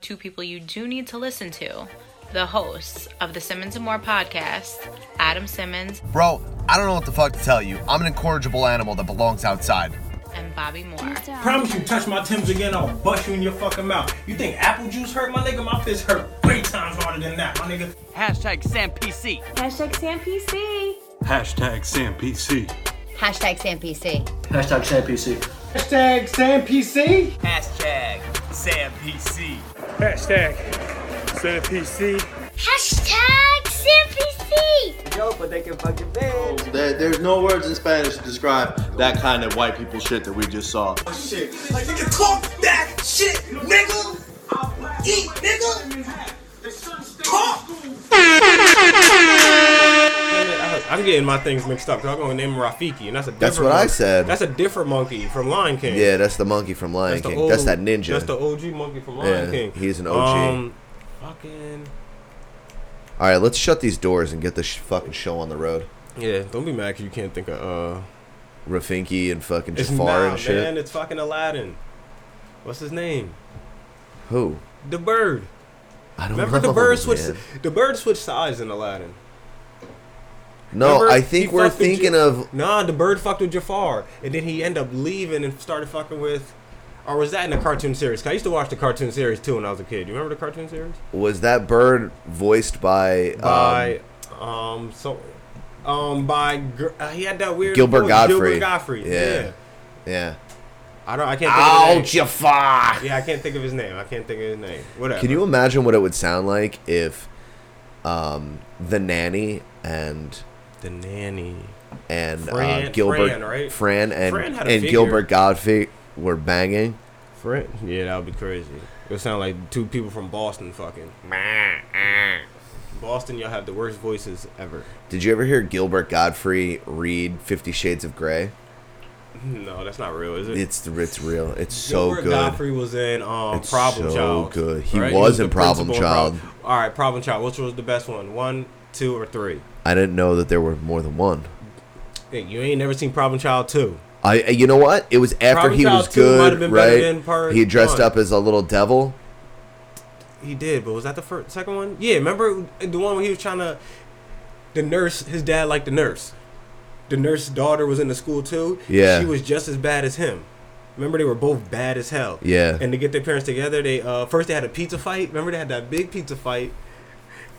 two people you do need to listen to the hosts of the Simmons and More podcast, Adam Simmons Bro, I don't know what the fuck to tell you. I'm an incorrigible animal that belongs outside. and Bobby Moore. Promise you, touch my Tim's again, I'll bust you in your fucking mouth. You think apple juice hurt? My nigga, my fist hurt three times harder than that, my nigga. Hashtag SamPC. Hashtag Sam PC. Hashtag SamPC. Hashtag SamPC. Hashtag Sam PC. Hashtag Sam PC. Hashtag SamPC. Hashtag Sam PC. Hashtag SamPC. Yo, but they can fuck your bitch. There, there's no words in Spanish to describe that kind of white people shit that we just saw. Like, nigga, talk that shit, nigga. Eat, nigga. Talk. I'm getting my things mixed up. 'cause I'm gonna name him Rafiki, and that's a different That's what I monkey. said. That's a different monkey from Lion King. Yeah, that's the monkey from Lion the King. old- that's that ninja. That's the OG monkey from Lion Yeah, King. Um, he's an OG. fucking All right, let's shut these doors and get this sh- fucking show on the road. yeah. Don't be mad 'cause you can't think of uh. Rafinki and fucking It's Jafar not, and shit. man. It's fucking Aladdin. What's his name? Who? The bird. I don't Remember know. the bird switched. man. The bird switched sides in Aladdin. No, Remember, I he think we're fucked with thinking Ja- of. Nah, the bird fucked with Jafar, and then he ended up leaving and started fucking with. Or was that in the cartoon series? 'Cause I used to watch the cartoon series too when I was a kid. You remember the cartoon series? Was that bird voiced by. um, By um, so um by gr- uh, he had that weird Gilbert voice, Gottfried. Gilbert Godfrey. Yeah. Yeah. yeah. I don't. I can't. Think of Ow, his name. Jafar! Yeah, I can't think of his name. I can't think of his name. Whatever. Can you imagine what it would sound like if um, the nanny and The nanny. and uh, Fran- Gilbert Fran, right? Fran and Fran had a and figure. Gilbert Godfrey were banging? Fran? Yeah, that would be crazy. It would sound like two people from Boston fucking. Boston, y'all have the worst voices ever. Did you ever hear Gilbert Godfrey read Fifty Shades of Grey? No, that's not real, is it? It's it's real. It's so Gilbert good. Godfrey was in um, It's Problem so Child. good. He was in the Problem principal in Child. Prob- All right, Problem Child. Which was the best one? One, two, or three? I didn't know that there were more than one. Hey, you ain't never seen Problem Child two. I I- you know what? It was after Problem he Child was 2 might have good, been better right? than part He dressed one. up as a little devil. He did, but was that the first, second one? Yeah, remember the one where he was trying to. The nurse, his dad liked the nurse. The nurse's daughter was in the school too. Yeah. She was just as bad as him. Remember, they were both bad as hell. Yeah. And to get their parents together, they uh, first they had a pizza fight. Remember, they had that big pizza fight.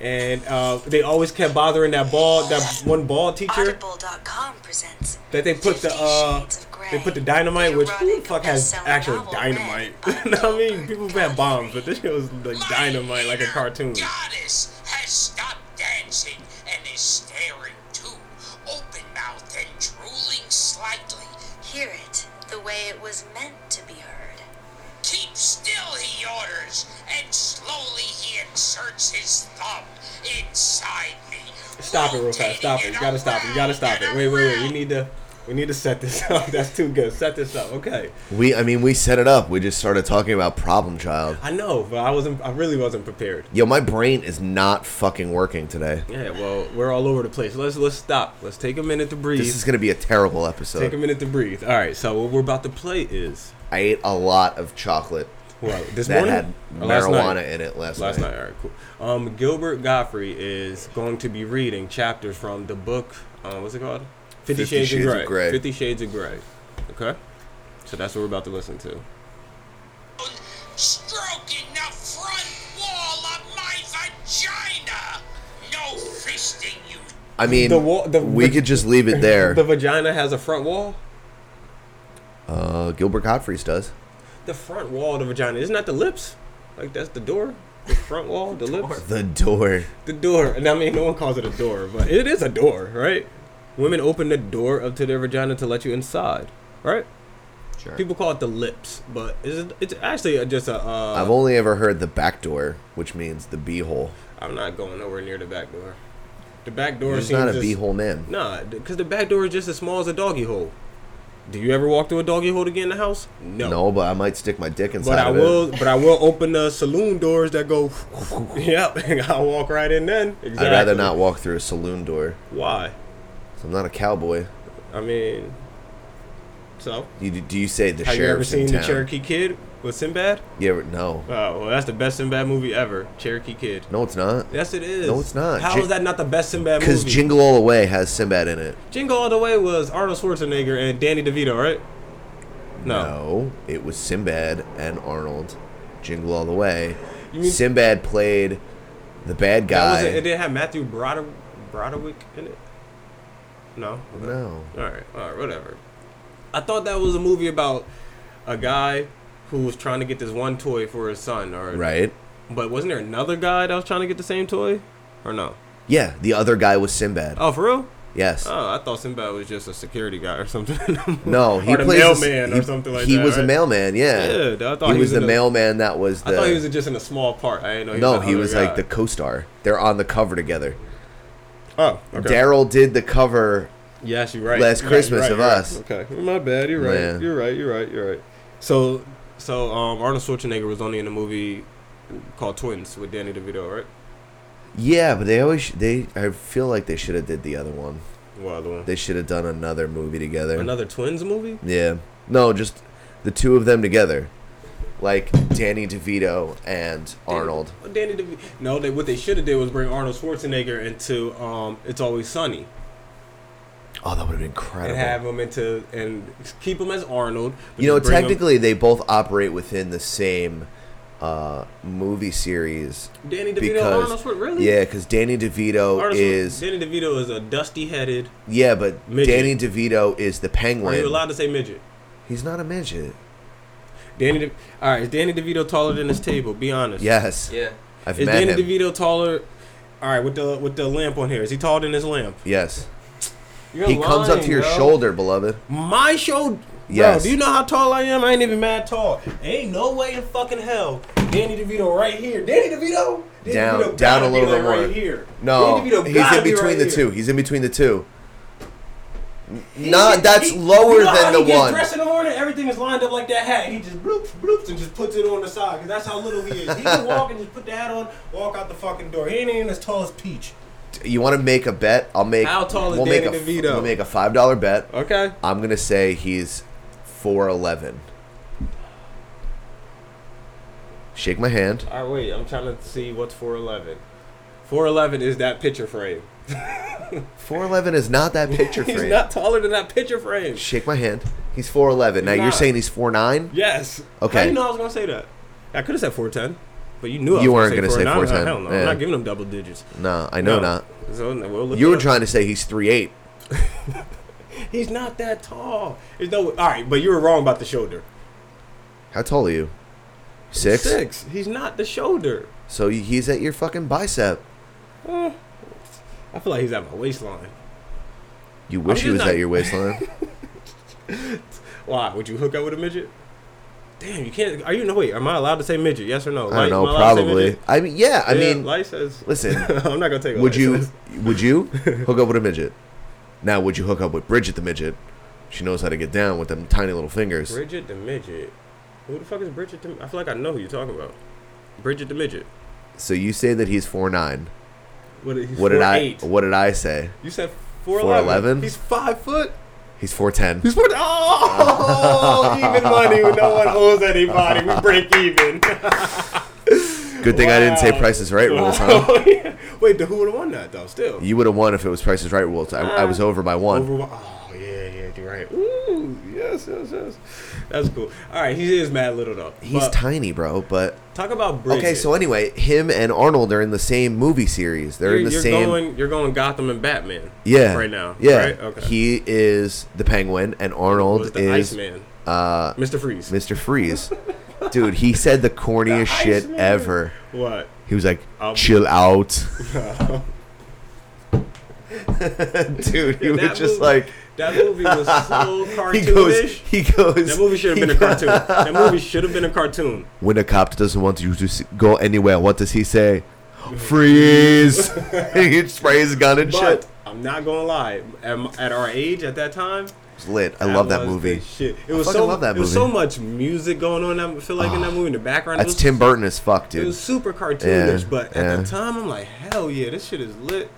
And uh, they always kept bothering that ball, that one ball teacher Audible.com presents. that they put the uh, they put the dynamite, which who the fuck has actual dynamite? you know what I mean? People had bombs, but this shit was like dynamite, like a cartoon. Goddess has stopped dancing and is staring too, open mouthed and drooling slightly. Hear it the way it was meant to be heard. Keep still, he orders, and slowly he inserts his thumb inside me. Stop it real fast. Stop it. You gotta stop it. You gotta stop it. Wait, wait, wait. We need to. We need to set this up. That's too good. Set this up. Okay. We I mean we set it up. We just started talking about Problem Child. I know, but I wasn't. I really wasn't prepared. Yo, my brain is not fucking working today. Yeah. Well, we're all over the place. Let's let's stop. Let's take a minute to breathe. This is gonna be a terrible take a episode. minute to breathe. All right. So what we're about to play is I ate a lot of chocolate well this that morning had Or last night? marijuana in it last, Last night. night, all right, cool. Um, Gilbert Godfrey is going to be reading chapters from the book. Um, what's it called? Fifty, Shades, of, Grey. Fifty Shades of Grey. Okay, so that's what we're about to listen to. Stroking the front wall of my vagina. No fisting, you I mean, The wa- the- we the- could just leave it there. The vagina has a front wall. uh, Gilbert Gottfried does. The front wall of the vagina isn't that the lips? Like that's the door. The front wall, the lips, The door. the door. And I mean, no one calls it a door, but it is a door, right? Women open the door up to their vagina to let you inside, right? Sure. People call it the lips, but it's, it's actually just a. Uh, I've only ever heard the back door, which means the beehole. I'm not going nowhere near the back door. The back door He's seems not a just, beehole man. Nah, because the back door is just as small as a doggy hole. Do you ever walk through a doggy hole to get in the house? No. No. but I might stick my dick inside But I of it. will. But I will open the saloon doors that go. yep, and I'll walk right in then. Exactly. I'd rather not walk through a saloon door. Why? 'cause I'm not a cowboy. I mean, so You, do you say the have you ever sheriff's seen in the town? Cherokee Kid? Was Sinbad? Yeah, but no. Oh, well, that's the best Sinbad movie ever. Cherokee Kid. No, it's not. Yes, it is. No, it's not. How is Jin- that not the best Sinbad movie? Because Jingle All the Way has Sinbad in it. Jingle All the Way was Arnold Schwarzenegger and Danny DeVito, right? No. No, it was Sinbad and Arnold. Jingle All the Way. You mean- Sinbad played the bad That guy. wasn't- it didn't have Matthew Broder- Broderick in it? No? Okay. No. Alright, alright, whatever. I thought that was a movie about a guy who was trying to get this one toy for his son. Or, right? But wasn't there another guy that was trying to get the same toy? Or no? Yeah, the other guy was Sinbad. Oh, for real? Yes. Oh, I thought Sinbad was just a security guy or something. No, he or the plays a s- mailman he- or something like He that. was a right? mailman, yeah. Yeah, I thought he, was he was the in a- mailman that was I the thought he was just in a small part. I didn't know. He No, was he was like the the. co-star. They're on the cover together. Oh, okay. Daryl did the cover. Yes, you're right. Last You're Christmas right, of you're right, Us. you're right. Okay, my bad. You're right. Yeah. You're right. You're right. You're right. So, so um, Arnold Schwarzenegger was only in a movie called Twins with Danny DeVito, right? Yeah, but they always they. I feel like they should have did the other one. Well, the one. They should have done another movie together. Another Twins movie? Yeah. No, just the two of them together. Like Danny DeVito and Arnold. Well, Oh, Danny DeVito. No, they, what they should have did was bring Arnold Schwarzenegger into um, It's Always Sunny. Oh, that would have been and incredible. have him into and keep him as Arnold. but you know, just bring him- technically they both operate within the same uh, movie series. Danny DeVito, Arnold Schwar- really? Yeah, because Danny DeVito Arnold Schwar- is Danny DeVito is a dusty-headed. yeah, but Midget. Danny DeVito is the Are penguin. you allowed to say midget? He's not a midget. Danny, De- all right, is Danny DeVito taller than this table? Be honest. Yes, Yeah. I've Is met Danny him. DeVito taller? All right, with the with the lamp on here, is he taller than this lamp? Yes, You're he comes up lying, to your bro. shoulder, beloved. My shoulder. Yes. Bro, do you know how tall I am? I ain't even mad tall. Ain't no way in fucking hell. Danny DeVito right here. Danny DeVito. Danny Down- DeVito down a gotta be little bit like more. Right here. No, Danny DeVito he's gotta in be between right the here. two. He's in between the two. N- He Not get- that's he- lower you know than how the he gets one. Dressed in the morning, everything is lined up like that hat. He just bloops, bloops, and just puts it on the side because that's how little he is. He can walk and just put the hat on, walk out the fucking door. He ain't even as tall as Peach. You want to make a bet? I'll make. How tall is we'll make Danny a, f- DeVito? We'll make a five dollar bet. Okay. I'm gonna say he's four eleven. Shake my hand. All right, wait. I'm trying to see what's 411. 411 is that picture frame. Four eleven is not that picture He's frame. not taller than that picture frame. Shake my hand. He's four eleven. Now He's you're not. saying he's four nine. Yes. Okay. How do you know I was gonna say that? I could have said 410, but you knew I You was weren't gonna say gonna say 410. 410. Hell no. Yeah. I'm not giving him double digits. No, I know not. So we'll look You it were up. trying to say he's three eight. He's not that tall. There's no. All right, but you were wrong about the shoulder. How tall are you? Six. Six. He's not the shoulder. So y- he's at your fucking bicep. I feel like he's at my waistline. You wish he just was not- at your waistline. Why? Would you hook up with a midget? Damn, you can't. Are you no? Wait, am I allowed to say midget? Yes or I no? don't Light- am know. allowed to say Probably. midget? I mean, yeah. I Yeah, mean, light says. listen, I'm not gonna take. what would light you says. would you hook up with a midget? Now would you hook up with Bridget the midget? She knows how to get down with them tiny little fingers. Bridget the midget. Who the fuck is Bridget? The, I feel like I know who you're talking about. Bridget the midget. So you say that he's four nine. What, he's What did I 4'8". what did I say? You said 4'11"? 4'11"? He's five foot. He's four ten. He's four. Oh, even money when no one owes anybody. We break even. Good thing I didn't say Wow. Price is Right rules, huh? Wow. Wait, the who would have won that though? Still. You would have won if it was Price is Right rules. I, I was over by one. Over- oh yeah, yeah, you're right. Ooh, yes, yes, yes. That's cool. All right, he is mad little though. He's But tiny, bro. But talk about Bridget. okay. So anyway, him and Arnold are in the same movie series. They're you're, in the you're same. going, you're going Gotham and Batman. yeah. Right now. Yeah. Right? Okay. He is the Penguin, and was Arnold the is Iceman, uh, Mr. Freeze. Mr. Freeze. Dude, he said the corniest shit Iceman. ever. What? He was like, I'll be- "Chill out." Dude, he was That just movie- like that movie was so he cartoonish. goes he goes That movie should have he been a go- cartoon. That movie should have been a cartoon. When a cop doesn't want you to s- go anywhere, what does he say? Freeze! he sprays his gun and But shit. I'm not gonna lie, at, at our age at that time, It's lit. I love that was the movie. Shit, it I was fucking so love that it was movie. so much music going on. I feel like in that movie in the background. it That's was, Tim Burton as fuck, It dude. was super cartoonish, Yeah, but at yeah. the time, I'm like, hell yeah, this shit is lit.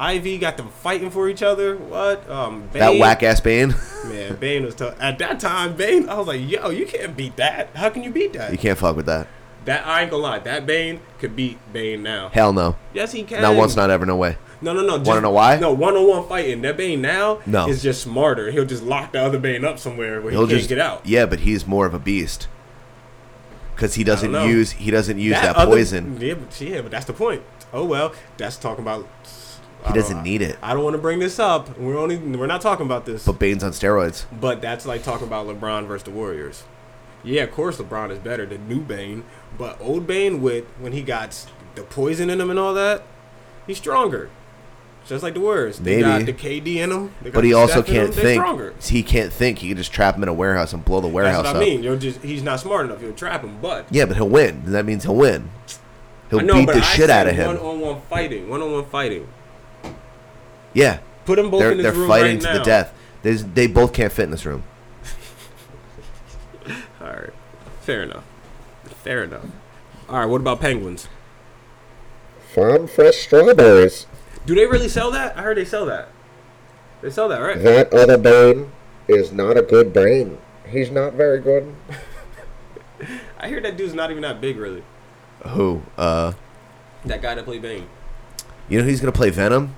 Ivy got them fighting for each other. What? Um, Bane, That whack ass band. Man, Bane was tough. At that time, Bane, I was like, yo, you can't beat that. How can you beat that? you can't fuck with that. That I ain't gonna lie. That Bane could beat Bane now. Hell no. Yes, he can. Not once, not ever, no way. No, no, no. just- Wanna know why? No, one on one fighting. That Bane now No. is just smarter. He'll just lock the other Bane up somewhere where he can't get out. Yeah, but he's more of a beast. Because he doesn't know. use he doesn't use that, other- poison. Yeah but, yeah, but that's the point. Oh well, that's talking about. He I don't- doesn't need it. I don't want to bring this up. We're only we're not talking about this. But Bane's on steroids. But that's like talking about LeBron versus the Warriors. Yeah, of course LeBron is better than new Bane, but old Bane with when he got the poison in him and all that, he's stronger. Just like the Warriors, they got Maybe. the KD in him. They got But he the also Steph in 'em, can't they're think. Stronger. He can't think. He can just trap him in a warehouse and blow the warehouse That's what I up. mean. You're just he's not smart enough. You'll trap him, but Yeah, but he'll win. That means he'll win. He'll I know, beat but the I shit said out of him. One on one fighting. One on one fighting. yeah. Put them both they're in this they're room fighting right to now. the death. There's, they both can't fit in this room. All right, fair enough. Fair enough. All right, what about penguins? Farm fresh strawberries. Do they really sell that? I heard they sell that. They sell that, right? That other brain is not a good brain. He's not very good. I hear that dude's not even that big, really. Who? Uh, That guy that played Bane, you know who's gonna play Venom?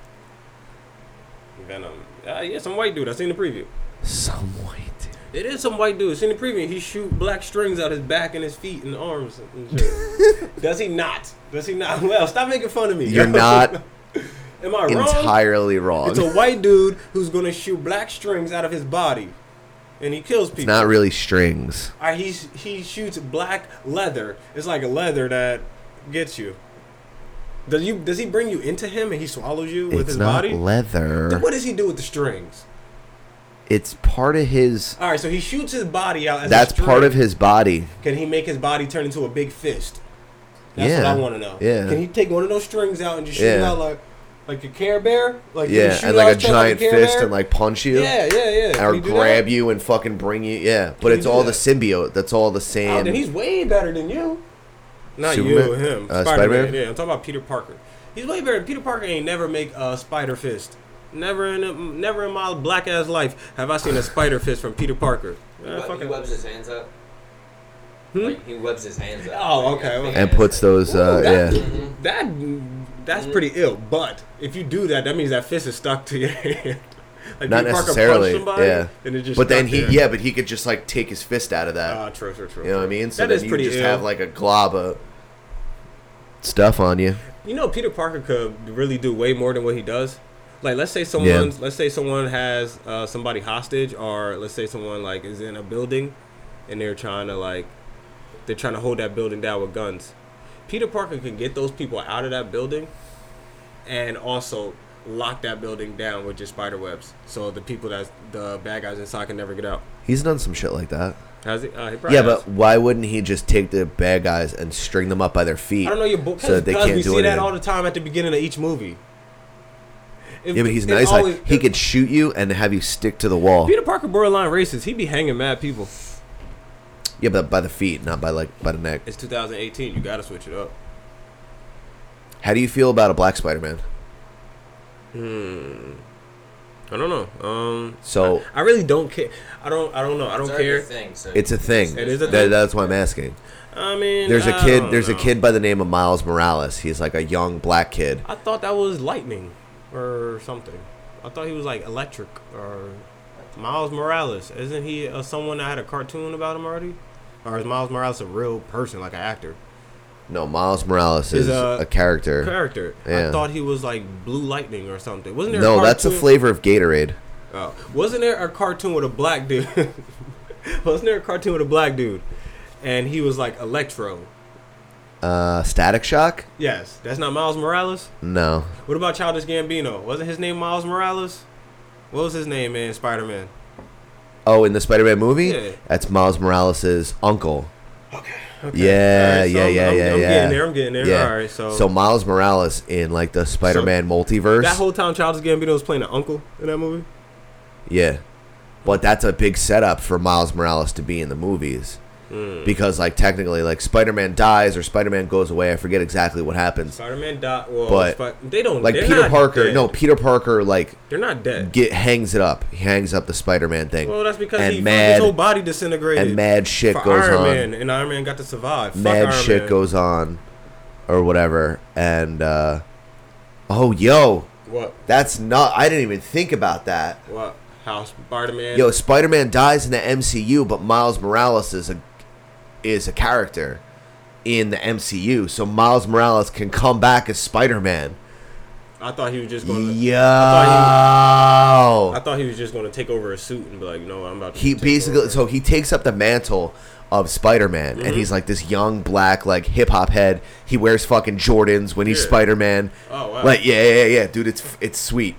Venom. Uh, yeah, some white dude. I seen the preview. Some white dude. It is some white dude. I seen the preview. He shoot black strings out his back and his feet and arms. And shit. Does he not? Does he not? Well, stop making fun of me. You're not Am I wrong? entirely wrong. It's a white dude who's gonna shoot black strings out of his body, and he kills people. It's not really strings. All right, he he shoots black leather. It's like a leather that gets you. Does you does he bring you into him and he swallows you with it's his not body? leather. Then what does he do with the strings? It's part of his. All right, so he shoots his body out. As a that's part string. of his body. Can he make his body turn into a big fist? That's Yeah. what I want to know. Yeah. Can he take one of those strings out and just shoot it Yeah. out like like a Care Bear? Like can he yeah, shoot and out like a his chest giant Care fist Bear? and like punch you. Yeah, yeah, yeah. Can Or he do grab that? you and fucking bring you. Yeah, but he it's do all the that? symbiote. That's all the Oh, same. then he's way better than you. Not you, Superman? him. Uh, Spider Man. Spider-Man? Yeah, I'm talking about Peter Parker. He's way better. Peter Parker ain't never make a spider fist. Never in a, never in my black ass life have I seen a spider fist from Peter Parker. Eh, He, fuck web- he it. webs his hands up. Hmm? Like, he webs his hands up. Oh, okay. okay. and puts those. Uh, Oh, that, yeah. that that's pretty ill. But if you do that, that means that fist is stuck to your hand. Like Not Peter Parker punched necessarily. somebody, yeah. and it just but then stuck he, there. yeah, but he could just like take his fist out of that. Ah, true, true, true. you know what I mean? So That then is you pretty just ill. have like a glob of stuff on you. You know, Peter Parker could really do way more than what he does. Like, let's say someone's, let's say someone has uh, somebody hostage, or let's say someone like is in a building, and they're trying to like, they're trying to hold that building down with guns. Peter Parker can get those people out of that building, and also lock that building down with just spider webs, so the people that's the bad guys inside can never get out. He's done some shit like that. Has he? Uh, he probably Yeah, has. but why wouldn't he just take the bad guys and string them up by their feet? I don't know your book so that they because can't we do see that anything. all the time at the beginning of each movie. If- yeah, but he's it nice. always- like he could shoot you and have you stick to the wall. Peter Parker borderline racist. He be hanging mad people. Yeah, but by the feet, not by like by the neck. It's 2018. You gotta switch it up. How do you feel about a black Spider-Man? Hmm. I don't know. Um. So I really don't care. I don't. I don't know. I don't It's already care. a thing, so- it's a thing. It is a That- thing. that's why I'm asking. I mean, There's a I kid. don't There's a know. kid by the name of Miles Morales. He's like a young black kid. I thought that was lightning or something. I thought he was like electric or Miles Morales. Isn't he uh, someone that had a cartoon about him already? Or is Miles Morales a real person, like an actor? No, Miles Morales is Is a a, character. Character. I Yeah. thought he was like Blue Lightning or something. Wasn't there? No, that's a cartoon- flavor of Gatorade. Oh, wasn't there a cartoon with a black dude? wasn't there a cartoon with a black dude, and he was like Electro? Uh, Static Shock? Yes, that's not Miles Morales. No, What about Childish Gambino? Wasn't his name Miles Morales? What was his name in Spider Man? Oh, in the Spider-Man movie, Yeah. that's Miles Morales' uncle. Yeah, Alright, so yeah, I'm- yeah, I'm- yeah, I'm yeah. getting there, I'm getting there. Alright, so- Miles Morales in like the Spider-Man multiverse. That whole time Childish Gambino was playing an uncle in that movie. yeah, but that's a big setup for Miles Morales to be in the movies. Hmm. Mm. Because like technically, like Spider Man dies or Spider Man goes away. I forget exactly what happens. Spider Man dot. Well, but Spi- they don't like they're Peter not Parker. dead. No, Peter Parker like They're not dead. get hangs it up. He hangs up the Spider Man thing. Well, that's because and he mad, his whole body disintegrated. and mad shit for goes Iron on. Man, and Iron Man got to survive. Fuck mad Iron shit Man. goes on or whatever and uh oh yo What? that's not i didn't even think about that What? How Spider Man? yo spider-man dies in the mcu but miles morales is a is a character in the mcu so miles morales can come back as spider-man I thought he was just going. to yo I thought he was just going to take over a suit and be like, "No, I'm about to." he take basically over." so he takes up the mantle of Spider-Man Mm-hmm. and he's like this young black like hip hop head. He wears fucking Jordans when he's Yeah. Spider-Man. Oh, wow. Like yeah, yeah, yeah, dude, it's it's sweet.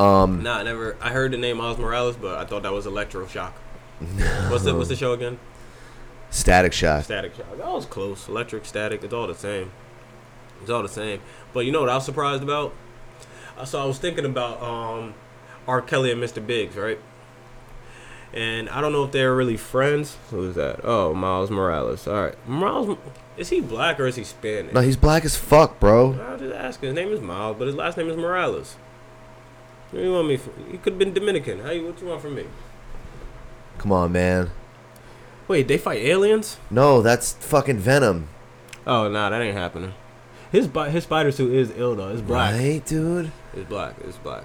Um Nah, I never. I heard the name Miles Morales, but I thought that was Electroshock. What's the What's the show again? Static Shock. Static Shock. That was close. Electric, static. It's all the same. It's all the same. But you know what I was surprised about? Uh, So I was thinking about um, R. Kelly and Mr. Biggs, right? And I don't know if they're really friends. Who is that? Oh, Miles Morales. All right, Miles. Is he black or is he Spanish? No, he's black as fuck, bro. I was just asking. His name is Miles, but his last name is Morales. What do you want me? For? He could have been Dominican. How you? What you want from me? Come on, man. Wait, they fight aliens? No, that's fucking Venom. Oh no, nah, that ain't happening. His bi- his spider suit is ill though. It's black. Right, dude. It's black. It's black.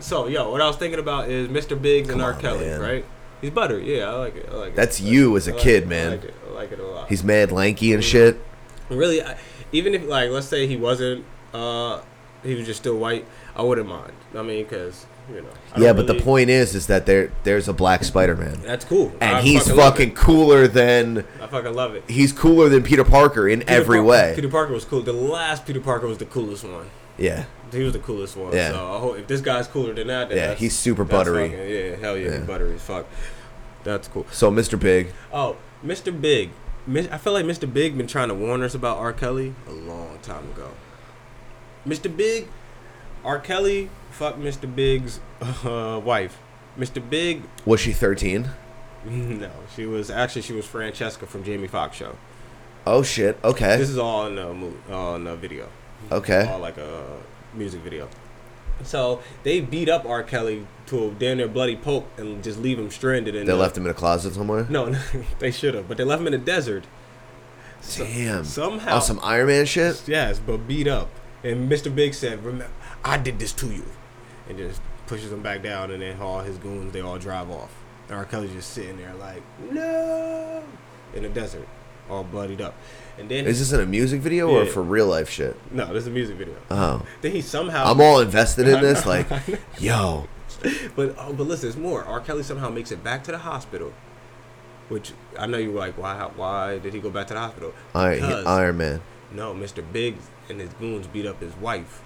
So yo, what I was thinking about is Mr. Biggs and Come R. on, Kelly, man. right? He's butter. Yeah, I like it. I like it. That's I like you it. as a I like kid, it. man. I like it. I like it a lot. He's mad lanky and shit. really, I, even if like let's say he wasn't, uh, he was just still white. I wouldn't mind. I mean, because you know. I Yeah, don't but the really- point is is that there there's a black Spider-Man. That's cool. And I he's fucking love fucking cooler than it. I fucking love it. he's cooler than Peter Parker in Peter every Par- way. Peter Parker was cool. The last Peter Parker was the coolest one. Yeah. He was the coolest one. Yeah. So I hope if this guy's cooler than that, then Yeah, that's- he's super that's buttery. fucking- yeah, hell yeah, Yeah. buttery as fuck. That's cool. So Mr. Big, Oh, Mr. Big. Mi- I feel like Mr. Big been trying to warn us about R. Kelly a long time ago. Mr. Big, R. Kelly fuck Mr. Big's uh, wife. Mr. Big, was she 13? no, she was actually she was Francesca from Jamie Foxx show. Oh shit. Okay. This is all in a movie, on a video. Okay. All like a music video. So they beat up R. Kelly to a damn near bloody pulp and just leave him stranded. In They the- left him in a closet somewhere. No, no they should have, but they left him in the desert. So- Damn. somehow. On some Iron Man shit. Yes, but beat up. And Mr. Big said, "Remember, I did this to you," and just pushes him back down. And then all his goons they all drive off. And R. Kelly's just sitting there like, no, in the desert, all bloodied up. And then Is this in a music video or Yeah. for real life shit? no, this is a music video. Oh. Then he somehow I'm all invested in this. I know, Like, I know. yo, But oh, but listen, it's more. R. Kelly somehow makes it back to the hospital, which I know you were like, why? Why did he go back to the hospital? Iron, Because- Iron Man. No, Mr. Biggs and his goons beat up his wife.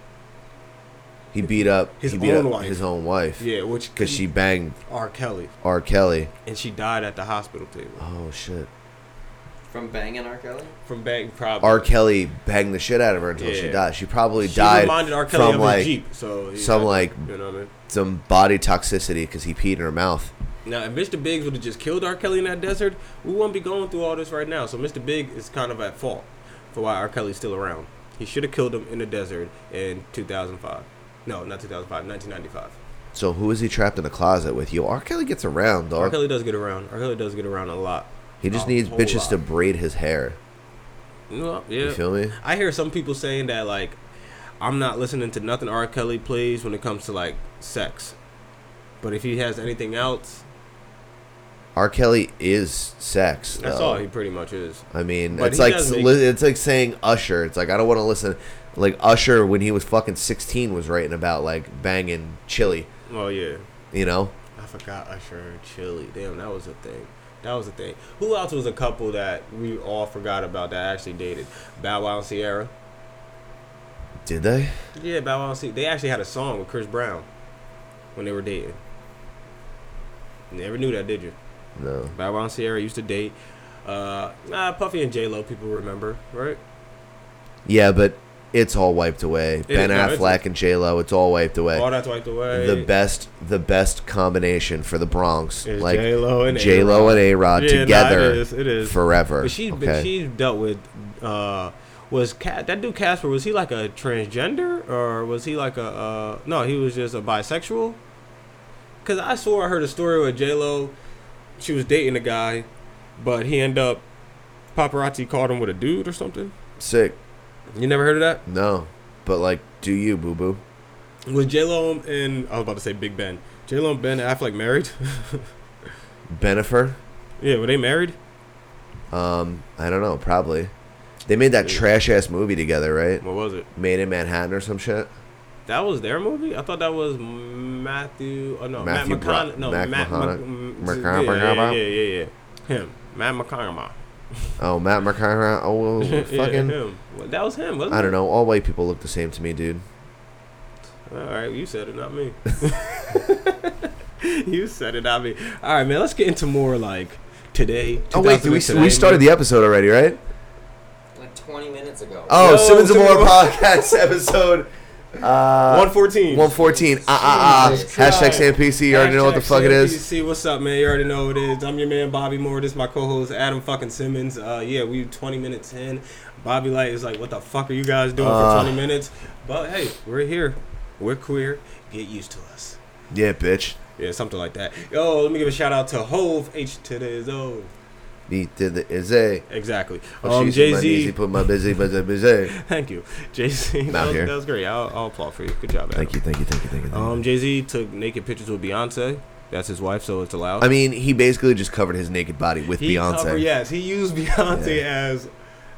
He beat up His he beat own up wife. His own wife. Yeah, which Because she banged R. Kelly, R. Kelly. and she died at the hospital table Oh shit. From banging R. Kelly? from bang probably. R. Kelly banged the shit out of her until she Yeah. died. She probably She died reminded R. Kelly from of like his Jeep. So he- some, like- you know what I mean. some body toxicity because he peed in her mouth. Now, if Mr. Biggs would have just killed R. Kelly in that desert, we wouldn't be going through all this right now. So Mr. Big is kind of at fault for why R. Kelly's still around. He should have killed him in the desert in 2005. No, not 2005, 1995. So who is he trapped in the closet with? Yo, R. Kelly gets around, R. dog. Kelly does get around. R. Kelly does get around a lot. He just A needs whole bitches lot. to braid his hair. Well, yeah. You feel me? I hear some people saying that like I'm not listening to nothing R. Kelly plays when it comes to like sex, but if he has anything else, R. Kelly is sex. that's though. all he pretty much is. I mean, But it's he like does li- make- it's like saying Usher. It's like I don't want to listen. Like Usher when he was fucking sixteen was writing about like banging chili. Well, yeah. You know, I forgot Usher and Chili. Damn, that was a thing. That was a thing. Who else was a couple that we all forgot about that actually dated? Bow Wow and Sierra. did they? Yeah, Bow Wow and Sierra. They actually had a song with Chris Brown when they were dating. Never knew that, did you? No. Bow Wow and Sierra used to date. Uh, nah, Puffy and J Lo, people remember, right? Yeah, but It's all wiped away. It- ben no, it's- Affleck and J Lo. It's all wiped away. All that's wiped away. The best, the best combination for the Bronx, Is like J-Lo and J-Lo and A Rod Yeah, nah, uh, together, it is. It is forever. But she, but okay? she dealt with. Uh, was Ca- that dude Casper? Was he like a transgender or was he like a? Uh, no, he was just a bisexual. Cause I swore I heard a story with J Lo. She was dating a guy, but he ended up paparazzi caught him with a dude or something. Sick. You never heard of that? No, but like, do you, boo boo? Was J Lo and I was about to say Big Ben. J Lo and Ben Affleck married? Benifer? yeah, were they married? Um, I don't know. Probably. They made that trash ass movie together, right? What was it? Made in Manhattan or some shit. That was their movie. I thought that was Matthew. Oh no, Matthew Matt Bro- McConaughey. No, Mac Matt Mahonag- Mc- McConaughey- yeah, yeah, yeah, yeah, yeah. Him, Matt McConaughey. Oh, Matt McCarra. Oh, yeah, fucking. him. Well, that was him. Wasn't I don't know. All white people look the same to me, dude. All right, you said it, not me. you said it, not me. All right, man. Let's get into more like today. Oh wait, do we 2000 today, we started man. the episode already, right? Like 20 minutes ago. Oh, Yo, Simmons and Simmons More and Moore. podcast episode. Uh, 114. 114. Ah ah ah. Jesus Hashtag Christ. Sam PC. You already know what the Hashtag fuck it is. CNBC, what's up, man? You already know what it is. I'm your man, Bobby Moore. This is my co-host, Adam fucking Simmons. Uh, yeah, we 20 minutes in. Bobby Light is like, what the fuck are you guys doing Uh. for 20 minutes? But hey, we're here. We're queer. Get used to us. Yeah, bitch. Yeah, something like that. Yo, let me give a shout out to Hove H today's O. He did the is a. Exactly. Oh, um, she's in Jay my knees, he Z. put my busy, busy, busy. Thank you, Jay Z. Not That, was- here. that was great. I'll, I'll applaud for you. Good job, Adam. Thank you, thank you, thank you, thank you. Thank you. Um, Jay Z took naked pictures with Beyonce. That's his wife, so it's allowed. I mean, he basically just covered his naked body with He Beyonce. covered- yes, he used Beyonce as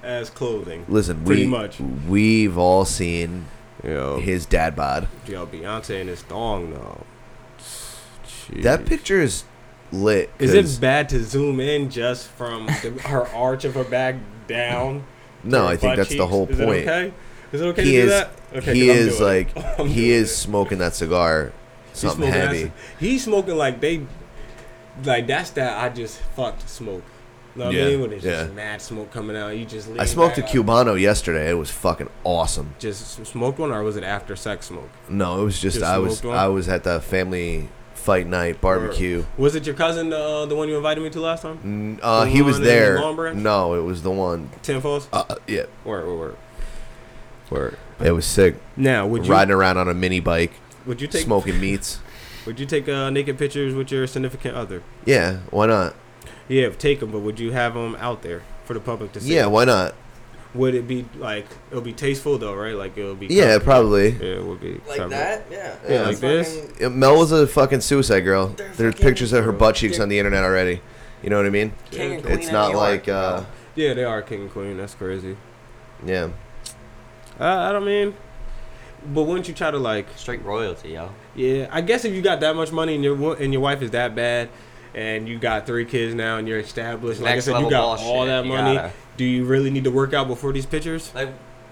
as clothing. Listen, pretty we much. Oh. we've all seen his dad bod. Yo, Beyonce in his thong though. Jeez. That picture is lit. is 'cause- it bad to zoom in just from the, her arch of her back down? No, Her I think butt that's the whole Is point. It okay? Is it okay he to do is that? Okay, he 'cause I'm is doing it. like I'm he doing is smoking that cigar, He's something smoking that heavy. shit. He's smoking like they, like that's that I just fucked smoke. You know what Yeah, I mean? When it's just yeah. mad smoke coming out, you just. I lean smoked a back, like, Cubano yesterday. It was fucking awesome. Just smoked one, or was it after sex smoke? No, it was just, Just I was smoked one? I was at the family fight night barbecue. Was it your cousin, uh, the one you invited me to last time? N- Uh, The he was one in there. Long Branch? No, it was the one. Tim Falls? Uh, yeah, Word, word, word. Word. it was sick. Now, would you Riding around on a mini bike, would you take smoking meats. Would you take uh, naked pictures with your significant other? Yeah, why not? Yeah, take them, but would you have them out there for the public to see? Yeah, why not? Would it be like it'll be tasteful though, right? Like it'll be. Yeah, covered. probably. Yeah, it would be Like covered. that? Yeah. Yeah, That's like this. fucking- Yeah, Mel was a fucking suicide girl. They're There's fucking- pictures of her butt cheeks on the internet already. You know what I mean? King and queen It's of not New York, like, uh, Yeah, they are king and queen. That's crazy. yeah. Uh, I don't mean. But wouldn't you try to like? Straight royalty, yo. Yeah, I guess if you got that much money and your wo- and your wife is that bad, and you got three kids now and you're established, like Next I said, you level got bullshit. all that You money. gotta- Do you really need to work out before these pictures? Like,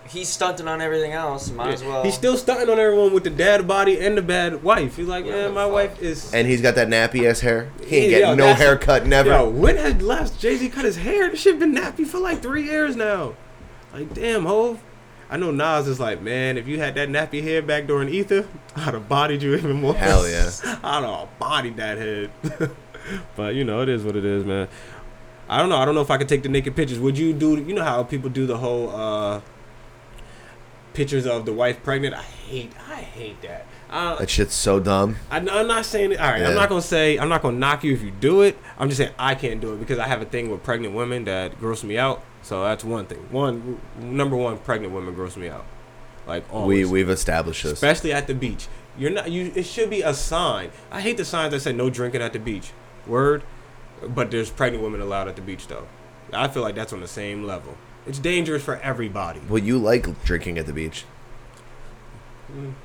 he's stunting on everything else. Might as Yeah. well. He's still stunting on everyone with the dad body and the bad wife. He's like, What man, the my fuck? wife is. And he's got that nappy ass hair. He ain't Yeah, getting yo, no that's- haircut, never. Yo, when has last Jay Z cut his hair? This shit been nappy for like three years now. Like, damn, Hov. I know Nas is like, man, if you had that nappy hair back during Ether, I'd have bodied you even more. Hell yeah. I'd have bodied that head. but you know, it is what it is, man. I don't know. I don't know if I could take the naked pictures. Would you do? You know how people do the whole uh pictures of the wife pregnant? I hate. I hate that. I, That shit's so dumb. I, I'm not saying it. All right, Yeah. I'm not gonna say I'm not gonna knock you if you do it. I'm just saying I can't do it because I have a thing with pregnant women that gross me out. So that's one thing. One number one, pregnant women gross me out. Like We always. we've established this. especially at the beach. You're not. You. It should be a sign. I hate the signs that say no drinking at the beach. Word, but there's pregnant women allowed at the beach though. I feel like that's on the same level. It's dangerous for everybody. Well, you like drinking at the beach.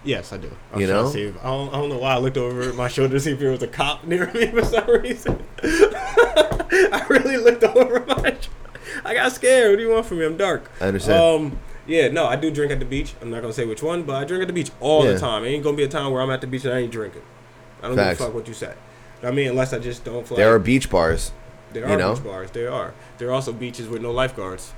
Yes, I do. You trying to know? see if- I, don't, I don't know why I looked over my shoulder to see if there was a cop near me for some reason. I really looked over my. sh- I got scared. What do you want from me? I'm dark. I understand. Um, yeah, no, I do drink at the beach. I'm not gonna say which one, but I drink at the beach all Yeah. the time. It ain't gonna be a time where I'm at the beach and I ain't drinking. I don't Facts. give a fuck what you say. I mean, unless I just don't. Feel There are like- beach bars. there you are know? beach bars. There are. There are also beaches with no lifeguards.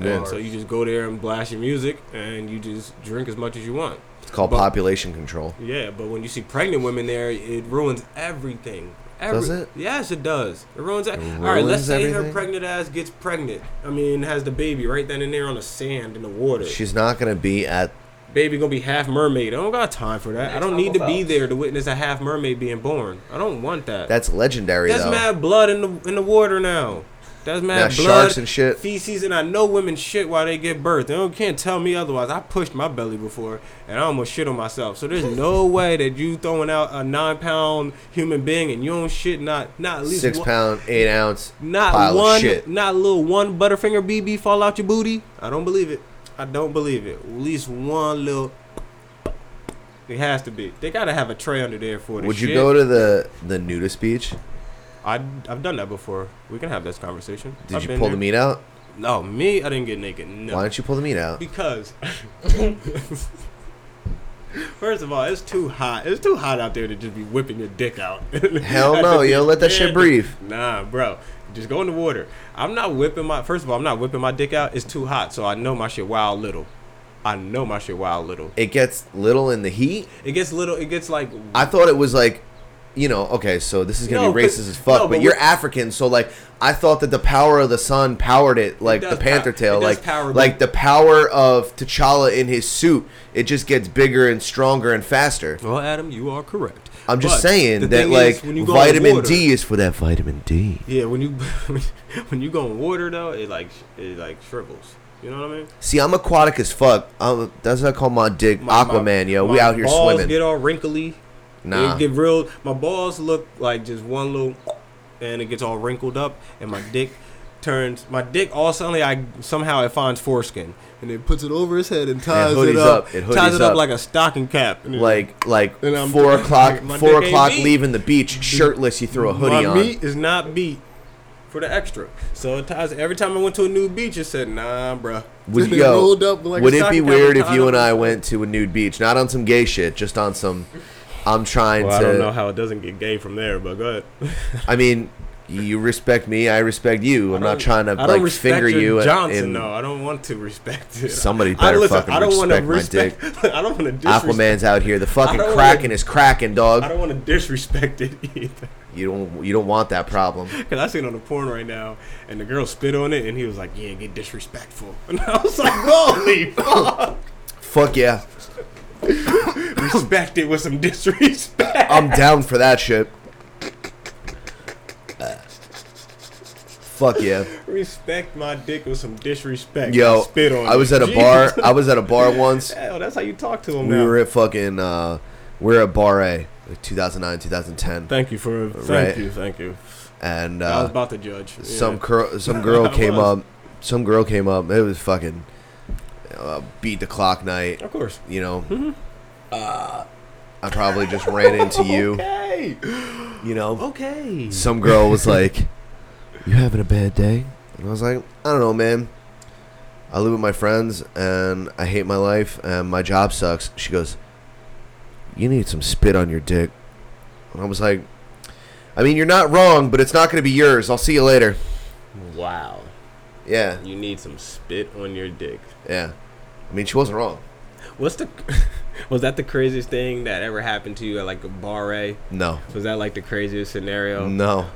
Yeah. And Um, So you just go there and blast your music, and you just drink as much as you want. It's called But- population control. Yeah, but when you see pregnant women there, it ruins everything. Every- Does it? Yes, it does. It ruins. It ruins All right, let's say her everything? pregnant ass gets pregnant. I mean, has the baby right then and there on the sand in the water. She's not gonna be at. baby gonna be half mermaid. I don't got time for that. I don't need to Taco be Bells. there to witness a half mermaid being born. I don't want that. That's legendary That's though. mad blood in the in the water now. That's mad Now blood, sharks and shit. feces, and I know women shit while they give birth. They don't, can't tell me otherwise. I pushed my belly before, and I almost shit on myself. So there's no way that you throwing out a nine pound human being and you don't shit not not at least Six one- pound, eight ounce not pile one, of shit. not a little one butterfinger BB fall out your booty. I don't believe it. I don't believe it. At least one little. It has to be. They gotta have a tray under there for this. Would you shit. go to the the nudist beach? I I've done that before. We can have this conversation. Did I've you been pull there. the meat out? No, me. I didn't get naked. No. Why don't you pull the meat out? Because. First of all, it's too hot. It's too hot out there to just be whipping your dick out. Hell no, you don't let that shit breathe. Nah, bro. Just go in the water. I'm not whipping my. First of all, I'm not whipping my dick out. It's too hot, so I know my shit wild little. I know my shit wild little. It gets little in the heat. It gets little. It gets like I thought it was like, you know, okay, so this is gonna No, be 'cause- racist as fuck, no, but, but you're what- African, so like, I thought that the power of the sun powered it, like does the panther pow- tail, it does like power, but- like the power of T'Challa in his suit. It just gets bigger and stronger and faster. Well, Adam, you are correct. I'm just But the saying that thing like is, when you go in the vitamin water- D is for that vitamin D. Yeah, when you when you go in water though, it like it like shrivels. You know what I mean? See, I'm aquatic as fuck. i that's what I call my dick My- my- Aquaman, yo. We my out here balls swimming. Get all wrinkly. Nah. They get real. My balls look like just one little, and it gets all wrinkled up, and my dick turns. My dick all suddenly, I somehow it finds foreskin, and it puts it over his head and ties it, hoodies up. up. It ties hoodies it up, up. like a stocking cap. And it- like like And I'm- four o'clock my four dick ain't o'clock beat. leaving the beach shirtless you threw a hoodie my on meat is not beat for the extra. So it ties. Every time I went to a new beach, it said, "Nah, bruh." would, It yo, rolled up like a would it be stocking cap weird if tied you up. and I went to a nude beach not on some gay shit just on some I'm trying Well, I to don't know how it doesn't get gay from there, but go ahead. I mean you respect me I respect you I'm not trying to I don't like respect finger your you at- Johnson, in though. I don't want to respect it. Somebody I, better listen, fucking I don't wanna respect my respect I don't want to disrespect. Aquaman's out here the fucking don't Kraken wanna- is cracking I dog don't want to disrespect it either. you don't you don't want that problem Cause I seen it on the porn right now, and the girl spit on it, and he was like, "Yeah, get disrespectful," and I was like, "Holy fuck! fuck yeah Respect it with some disrespect." I'm down for that shit fuck yeah Respect my dick with some disrespect. Yo, spit on. I it. was at a bar. Jesus. I was at a bar once. Hell, that's how you talk to him We now. were at fucking. Uh, we were at Bar A, like 2009, 2010, thank you for. Thank Right. you. Thank you. and I was uh, about to judge. Yeah. some cur- some girl I came was. up. Some girl came up. It was fucking uh, beat the clock night. Of course. You know. Mm-hmm. Uh, I probably just ran into you. Okay. You know. Okay. Mm. Some girl was like, "You having a bad day?" And I was like, "I don't know, man. I live with my friends, and I hate my life, and my job sucks." She goes, "You need some spit on your dick." And I was like, "I mean, you're not wrong, but it's not going to be yours. I'll see you later." Wow. Yeah, You need some spit on your dick. yeah. I mean, she wasn't wrong. What's the? Was that the craziest thing that ever happened to you at like a bar? A? No, Was that like the craziest scenario? no,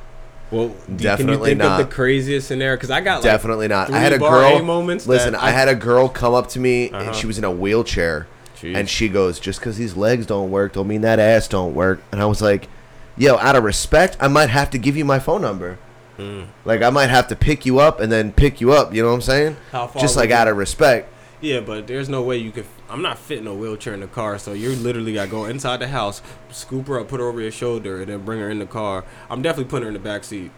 Well, do, can you Definitely think not. of the craziest scenario? Because I got like, definitely not. I had three a Bar girl. A moments listen, that I, I- had a girl come up to me, Uh-huh. and she was in a wheelchair. Jeez. And she goes, just because these legs don't work, don't mean that ass don't work. And I was like, yo, out of respect, I might have to give you my phone number. Hmm. Like, I might have to pick you up and then pick you up. You know what I'm saying? How far just would like you- out of respect. Yeah, but there's no way you could. I'm not fitting a wheelchair in the car, so you literally got to go inside the house, scoop her up, put her over your shoulder, and then bring her in the car. I'm definitely putting her in the back seat.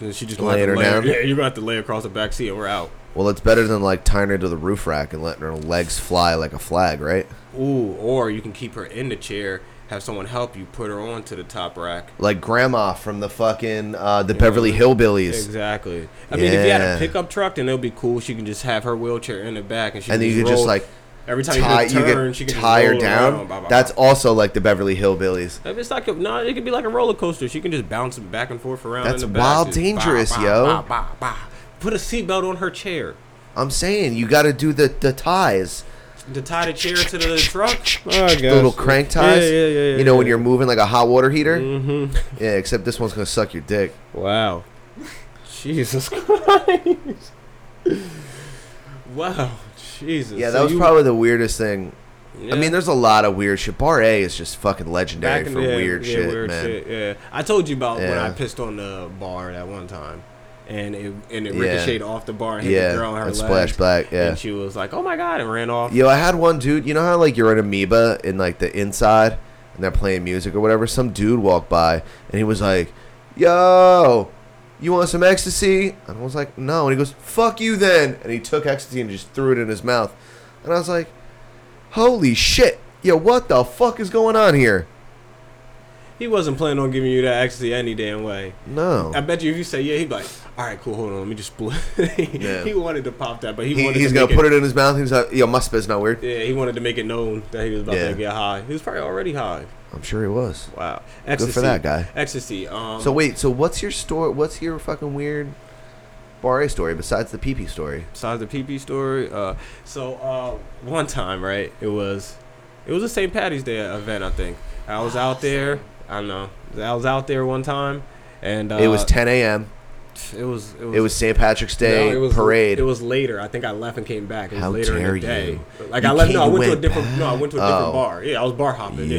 And she just gonna have Laying to her down? lay- Yeah, you're gonna have to lay across the back seat, and we're out. Well, it's better than like tying her to the roof rack and letting her legs fly like a flag, right? Ooh, or you can keep her in the chair, have someone help you put her onto the top rack. Like grandma from the fucking uh, the Beverly Hillbillies. Exactly. I mean, if you had Yeah. a pickup truck, then it'll be cool. She can just have her wheelchair in the back, and she And can then you could roll. just like every time tie, you, hit a you turn, get she can tie her roll down. around, blah, blah, That's blah. also like the Beverly Hillbillies. If it's like a, no, it could be like a roller coaster. She can just bounce it back and forth around. That's in the wild back. Just dangerous, bah, bah, yo. bah, bah, bah. Put a seatbelt on her chair. I'm saying you got to do the the ties. To tie the chair to the truck. Oh, the little crank ties. Yeah, yeah, yeah. you know when you're moving like a hot water heater. Mm-hmm. Yeah, except this one's gonna suck your dick. Wow. Jesus Christ. wow. Jesus. Yeah, that was you- probably the weirdest thing. Yeah. I mean, there's a lot of weird shit. Bar A is just fucking legendary Back in for the day, weird yeah, shit, weird man. shit, yeah, I told you about when Yeah. I pissed on the bar that one time, and it and it Yeah. ricocheted off the bar and hit Yeah, the girl on her and legs. splashed back, yeah. and she was like, "Oh my god!" and ran off. Yo, I had one dude. You know how like you're an amoeba in like the inside, and they're playing music or whatever. Some dude walked by, and he was like, "Yo, you want some ecstasy?" And I was like, "No." And he goes, "Fuck you then." And he took ecstasy and just threw it in his mouth. And I was like, "Holy shit! Yo, what the fuck is going on here?" He wasn't planning on giving you that ecstasy any damn way. No. I bet you if you say yeah, he'd be like, "All right, cool, hold on, let me just split." Yeah. he wanted to pop that, but he, He, wanted he's to gonna make put it in his mouth. He's like, "Yo, my spit's not weird." Yeah, he wanted to make it known that he was about Yeah. to get high. He was probably already high. I'm sure he was. Wow, Good for that guy. Ecstasy. Um, So wait, so what's your story? What's your fucking weird bar A story besides the pee pee story? besides the PP story. Uh, so uh, one time, right? It was, it was a St. Patty's Day event, I think. I was out there. I don't know. I was out there one time, and uh, it was 10 a.m. It was. It was. It was St. Patrick's no, Day it was- parade. It was later. I think I left and came back. It was How later in dare the day. you. Like You I left. came- No, you I went to a went different. No, I went to a different Oh. bar. Yeah, I was bar hopping. yeah, Yeah.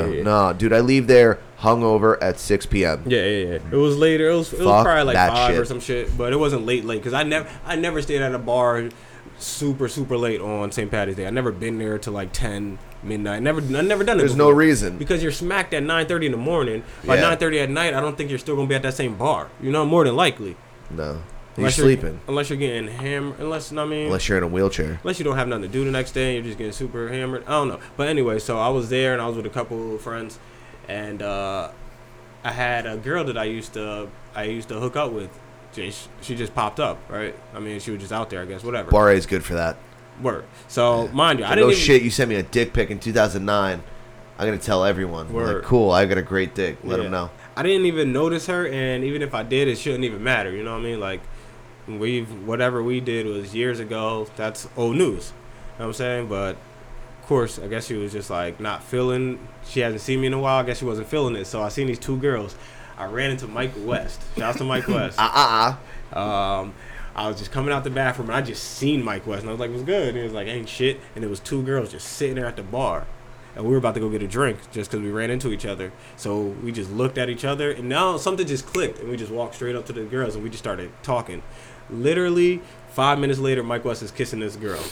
yeah, yeah, yeah. no, dude, I leave there hungover at 6 p.m. Yeah, yeah, yeah. It was later. It was, it was Fuck probably like that five or shit. some shit, but it wasn't late, late. Cause I never, I never stayed at a bar super, super late on St. Patty's Day. I never been there till like ten midnight. Never, I never done it. There's no before. reason. because you're smacked at nine thirty in the morning. By Yeah. nine thirty at night, I don't think you're still gonna be at that same bar. You know, more than likely. No, you're Unless sleeping unless you're getting hammered. Unless you know what I mean, unless you're in a wheelchair. Unless you don't have nothing to do the next day and you're just getting super hammered. I don't know. But anyway, so I was there and I was with a couple of friends and uh, I had a girl that I used to I used to hook up with. She, she just popped up, right? I mean, she was just out there, I guess, whatever. Bar A is good for that. Word. So, mind you, I So didn't no even- shit, you sent me a dick pic in 2009. I'm gonna tell everyone. I'm Word. Like, cool, I got a great dick. Let Yeah. them know. I didn't even notice her, and even if I did, it shouldn't even matter. You know what I mean? Like, we've whatever we did was years ago. That's old news. You know what I'm saying? But of course, I guess she was just like not feeling. She hasn't seen me in a while. I guess she wasn't feeling it. So I seen these two girls. I ran into Michael West. Shouts to Mike West. Ah, Um, I was just coming out the bathroom and I just seen Mike West and I was like, "What's good?" And he was like, "Ain't shit." And it was two girls just sitting there at the bar, and we were about to go get a drink just because we ran into each other. So we just looked at each other, and now something just clicked, and we just walked straight up to the girls and we just started talking. Literally five minutes later, Mike West is kissing this girl,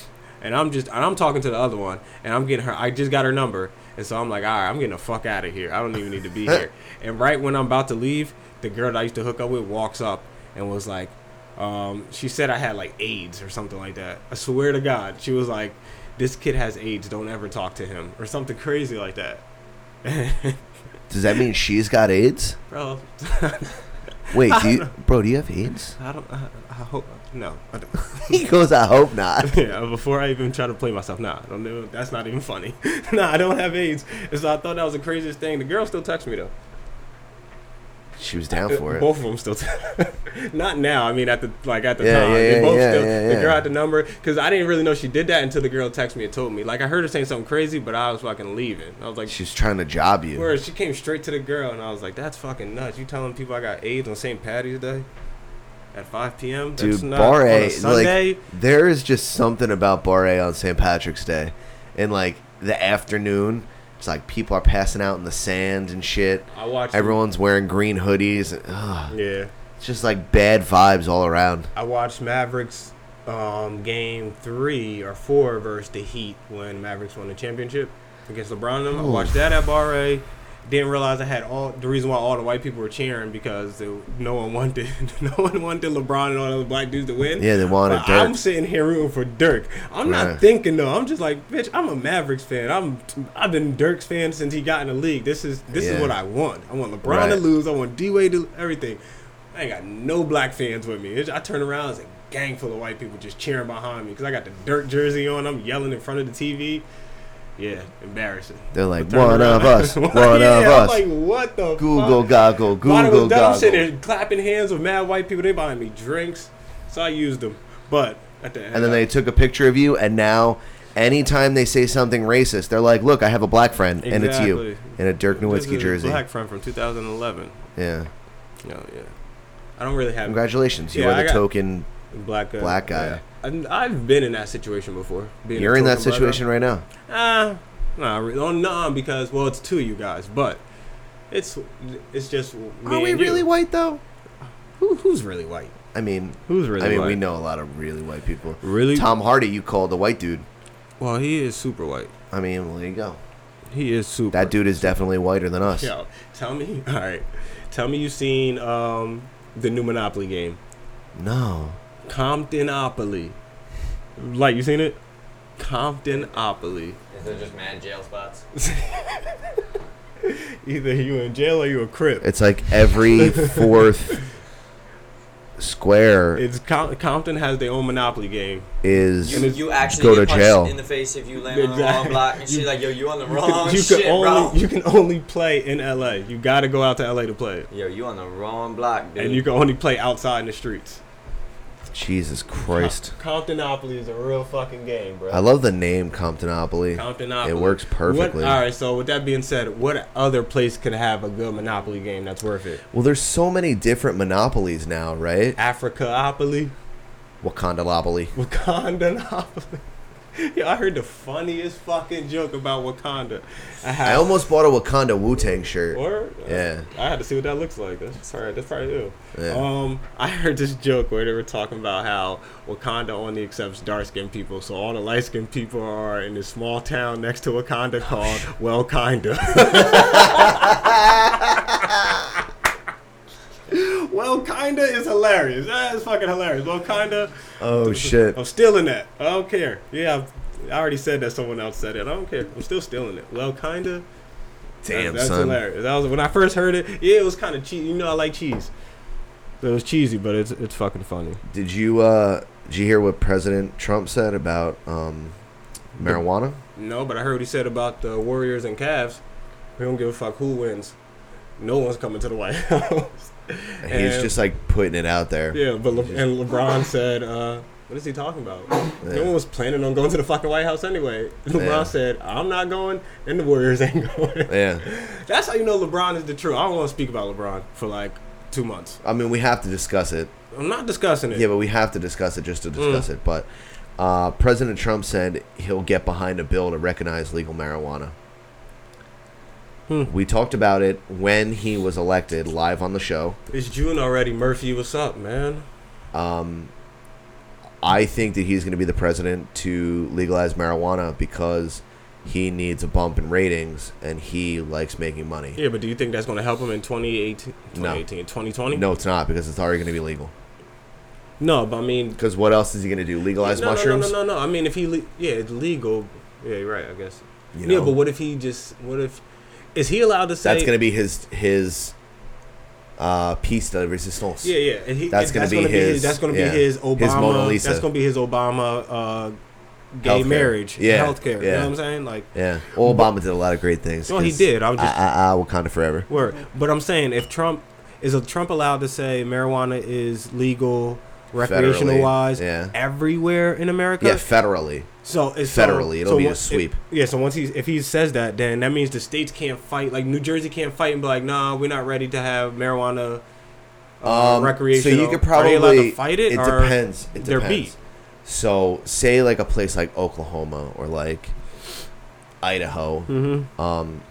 and I'm just and I'm talking to the other one, and I'm getting her. I just got her number, and so I'm like, "All right, I'm getting the fuck out of here. I don't even need to be here." And right when I'm about to leave, the girl that I used to hook up with walks up and was like, um, she said I had like AIDS or something like that. I swear to God, she was like, "This kid has AIDS. Don't ever talk to him," or something crazy like that, ah. Does that mean she's got AIDS? bro. Wait, do you, bro, do you have AIDS? I don't. I, I hope no. I don't. He goes, I hope not. yeah, before I even try to play myself, nah, I don't know. That's not even funny. nah, I don't have AIDS. And so I thought that was the craziest thing. The girl still texts me though. She was down for it. Both of them still. T- not now. I mean, at the like at the Yeah, time, yeah, they yeah, both yeah, still. yeah, The yeah. girl had the number because I didn't really know she did that until the girl texted me and told me. Like I heard her saying something crazy, but I was fucking leaving. I was like, She's trying to job you. Where she came straight to the girl, and I was like, "That's fucking nuts! You telling people I got AIDS on St. Patty's Day at 5 p.m. Dude, That's not Bar on A, a Sunday." like, there is just something about Bar A on St. Patrick's Day. And, like, the afternoon, it's like people are passing out in the sand and shit. I watched- Everyone's wearing green hoodies. And, ugh, yeah, it's just, like, bad vibes all around. I watched Mavericks um, game three or four versus the Heat when Mavericks won the championship against LeBron. and Them. I watched that at Bar A. Didn't realize I had all the reason why all the white people were cheering because they, no one wanted no one wanted LeBron and all the other black dudes to win. Yeah, they wanted But Dirk. I'm sitting here rooting for Dirk. I'm Right. not thinking though. I'm just like, bitch. I'm a Mavericks fan. I'm I've been Dirk's fan since he got in the league. This is this Yeah. is what I want. I want LeBron Right. to lose. I want D Wade to everything. I ain't got no black fans with me. It's- I turn around, it's a gang full of white people just cheering behind me because I got the Dirk jersey on. I'm yelling in front of the TV. Yeah, embarrassing. They're like, Turn one around. of us, one of Yeah, I'm us. Like what the Google fuck? goggle, While it Google was done, I'm goggle. sitting there clapping hands with mad white people. They buying me drinks, so I used them. But At the end, and then they took a picture of you, and now anytime they say something racist, they're like, "Look, I have a black friend, and it's you Exactly. in a Dirk This is Nowitzki a jersey." Black friend from 2011. Yeah, Yeah, Oh, yeah. I don't really have. Congratulations, you Yeah, are I the got- token black guy. black guy. Yeah. And I've been in that situation before. being a You're in that token black guy. situation right now. Uh, nah, re- no, no, because well, it's two of you guys, but it's it's just me Are we and you. really white though? Who, who's really white? I mean, Who's really I mean, we white? know a lot of really white people. Really? Tom Hardy, you called a white dude. Well, he is super white. I mean, well, there you go. He is super. That dude is definitely whiter than us. Yo, tell me, all right, tell me you've seen um the new Monopoly game, No. Comptonopoly. Like you seen it? Comptonopoly. Is there just mad jail spots? Either you in jail or you a crip. It's like every fourth square It's Com- Compton has their own Monopoly game. is You, you actually go get to punched jail. in the face if you land on the wrong Exactly. block, and she's like, "Yo, you on the wrong you shit, can only bro." you can only play in LA. You got to go out to LA to play it, Yo, you on the wrong block, dude. and you can only play outside in the streets. Jesus Christ. Comptonopoly is a real fucking game, bro. I love the name Comptonopoly. Comptonopoly. It works perfectly. What, all right, so with that being said, what other place could have a good Monopoly game that's worth it? Well, there's so many different monopolies now, right? Africaopoly, Wakandalopoly. Wakandanopoly. Yo, I heard the funniest fucking joke about Wakanda. I, had, I almost bought a Wakanda Wu Tang shirt. Ah. Or Yeah. I had to see what that looks like. That's probably that's probably ill. Yeah. Um, I heard this joke where they were talking about how Wakanda only accepts dark skinned people, so all the light skinned people are in this small town next to Wakanda called Well Kinda. well Kinda is hilarious. That is fucking hilarious. Well Kinda. Oh shit. I'm stealing that. I don't care. Yeah, I I already said that. Someone else said it. I don't care. I'm still stealing it. Well, kinda. Damn, that's, that's son. hilarious. That was when I first heard it. Yeah, it was kind of cheesy. You know, I like cheese. So it was cheesy, but it's it's fucking funny. Did you uh did you hear what President Trump said about um marijuana? No, but I heard what he said about the Warriors and Cavs. We don't give a fuck who wins. No one's coming to the White House. He's just like putting it out there. yeah, but Le- and LeBron said, uh, "What is he talking about? No one was planning on going to the fucking White House anyway." LeBron Yeah. said, "I'm not going, and the Warriors ain't going." Yeah. That's how you know LeBron is the truth. I don't want to speak about LeBron for like two months. I mean, we have to discuss it. I'm not discussing it. Yeah, but we have to discuss it just to discuss it. But uh, President Trump said he'll get behind a bill to recognize legal marijuana. We talked about it when he was elected live on the show. it's June already. Murphy, what's up, man? I think that he's going to be the president to legalize marijuana because he needs a bump in ratings and he likes making money. Yeah, but do you think that's going to help him in 2018, No. 2018 2020? No, it's not because it's already going to be legal. No, but I mean, Because what else is he going to do? Legalize no, no, no, mushrooms? no, no, no. I mean, if he, le- yeah, it's legal. Yeah, you're right. I guess. You yeah, know. but what if he just? What if? Is he allowed to say? That's going to be his his uh, piece de resistance. Yeah, yeah. and he- That's gonna and be his- That's gonna yeah, be his his Obama. Mona Lisa. That's gonna be his Obama uh, gay Healthcare. marriage, Yeah, healthcare. You yeah. know what I'm saying? Like, Yeah, well, Obama did a lot of great things. No, he 'cause did. I was just- I, I, I Wakanda forever. Word. But I'm saying if Trump is a Trump allowed to say marijuana is legal recreational wise yeah. everywhere in America. Yeah, federally. so it's federally, it'll be a once- sweep. if- yeah, so once he if he says that then that means the states can't fight like New Jersey can't fight and be like, "Nah, we're not ready to have marijuana uh, Um, recreational." So you could Are probably they allowed to fight it. It or depends. It they're depends. beat. So say like a place like Oklahoma or like Idaho. Mm-hmm. Um,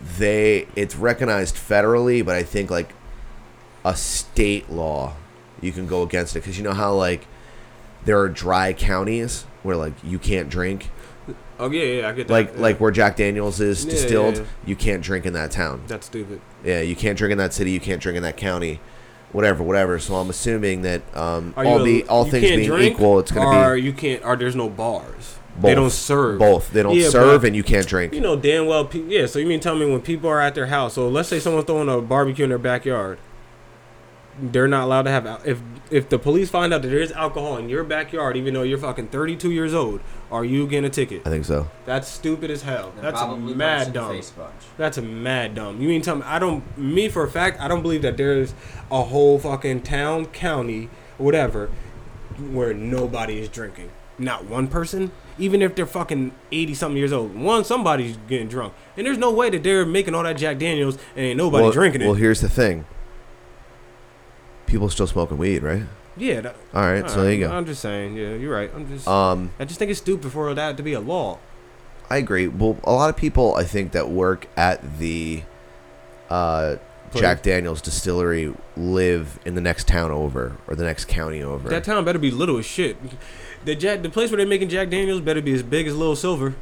they it's recognized federally, but I think like a state law you can go against it because you know how like there are dry counties where like you can't drink Oh yeah, yeah, I get that. like yeah. like where Jack Daniels is Yeah, yeah, distilled, yeah. you can't drink in that town. that's stupid. Yeah, you can't drink in that city. You can't drink in that county. Whatever, whatever. So I'm assuming that um, you all a- be all you things can't being drink, equal, it's or going to be you can't or there's no bars. both. They don't serve both. They don't Yeah, serve, but- and you can't drink. You know damn well, pe- yeah. So you mean tell me when people are at their house? So let's say someone's throwing a barbecue in their backyard. They're not allowed to have al- if if the police find out that there is alcohol in your backyard, even though you're fucking 32 years old, are you getting a ticket? I think so. That's stupid as hell. And That's probably punch in mad the dumb. face punch. That's mad dumb. You mean tell me I don't me for a fact I don't believe that there's a whole fucking town, county, whatever where nobody is drinking. Not one person, even if they're fucking eighty something years old. One somebody's getting drunk, and there's no way that they're making all that Jack Daniels and ain't nobody well, drinking it. Well, here's the thing. People still smoking weed, right? Yeah. That, all right, so there you go. I'm just saying. Yeah, you're right. I'm just. Um, I just think it's stupid for that to be a law. I agree. Well, a lot of people I think that work at the uh, Place. Jack Daniels distillery live in the next town over or the next county over. That town better be little as shit. The Jack, the place where they're making Jack Daniels better be as big as Little Silver.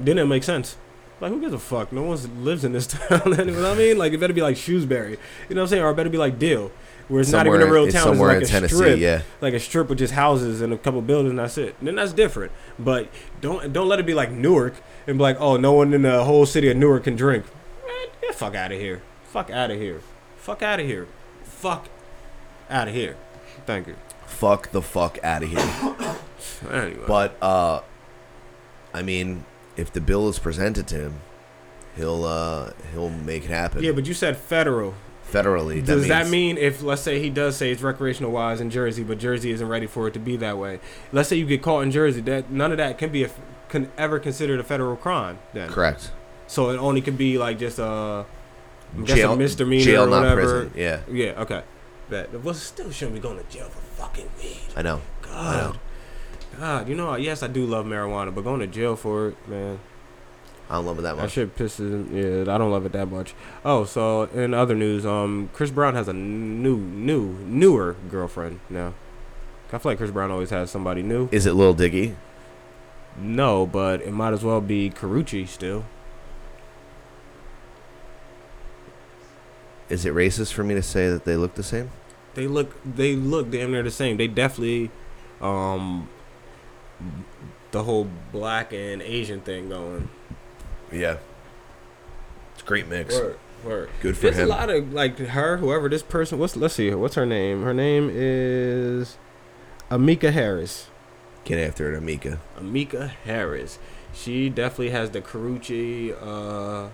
Then it makes sense. Like who gives a fuck? No one lives in this town. you know what I mean? Like it better be like Shrewsbury. You know what I'm saying? Or it better be like Deal, where it's not even a Somewhere- real it's town. It's somewhere like in a Tennessee, strip, yeah. like a strip with just houses and a couple buildings. and That's it. Then that's different. But don't don't let it be like Newark and be like, oh, no one in the whole city of Newark can drink. Man, get fuck out of here. Fuck out of here. Fuck out of here. Fuck out of here. Thank you. fuck the fuck out of here. Anyway. But uh, I mean, if the bill is presented to him, he'll uh, he'll make it happen. Yeah, but you said federal. federally. Does that that means mean if let's say he does say it's recreational wise in Jersey, but Jersey isn't ready for it to be that way? Let's say you get caught in Jersey, that none of that can be a, can ever considered a federal crime. Then correct? So it only could be like just a, I guess Jail- a misdemeanor jail, or not whatever. prison, yeah. Yeah. Okay. But well, still shouldn't be going to jail for fucking weed. I know. I know. God. God. You know. Yes, I do love marijuana, but going to jail for it, man. I don't love it that That much. shit pisses. Yeah, I don't love it that much. Oh, so in other news, um, Chris Brown has a new, new, newer girlfriend now. I feel like Chris Brown always has somebody new. Is it Lil Diggy? No, but it might as well be Carucci still. Is it racist for me to say that they look the same? They look, they look damn near the same. They definitely, um, the whole black and Asian thing going. Yeah. It's a great mix. Word, word. Good for There's him. a lot of like her, whoever this person. What's let's see, what's her name? Her name is Amika Harris. Get after it, Amika. Amika Harris. She definitely has the Carucci. Uh,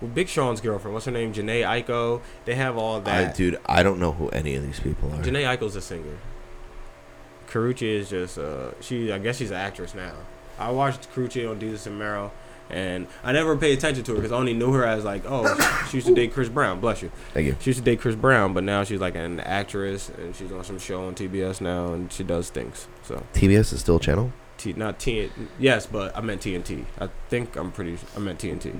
well, Big Sean's girlfriend. What's her name? Janae Aiko. They have all I, that. dude, I don't know who any of these people are. Janae Aiko's a singer. Carucci is just uh, she. I guess she's an actress now. I watched Carucci on Jesus and Meryl, and I never paid attention to her because I only knew her as like, oh, she used to date Chris Brown. Bless you. Thank you. She used to date Chris Brown, but now she's like an actress, and she's on some show on TBS now, and she does things. So TBS is still a channel. T, not T. Yes, but I meant TNT. I think I'm pretty. I meant TNT.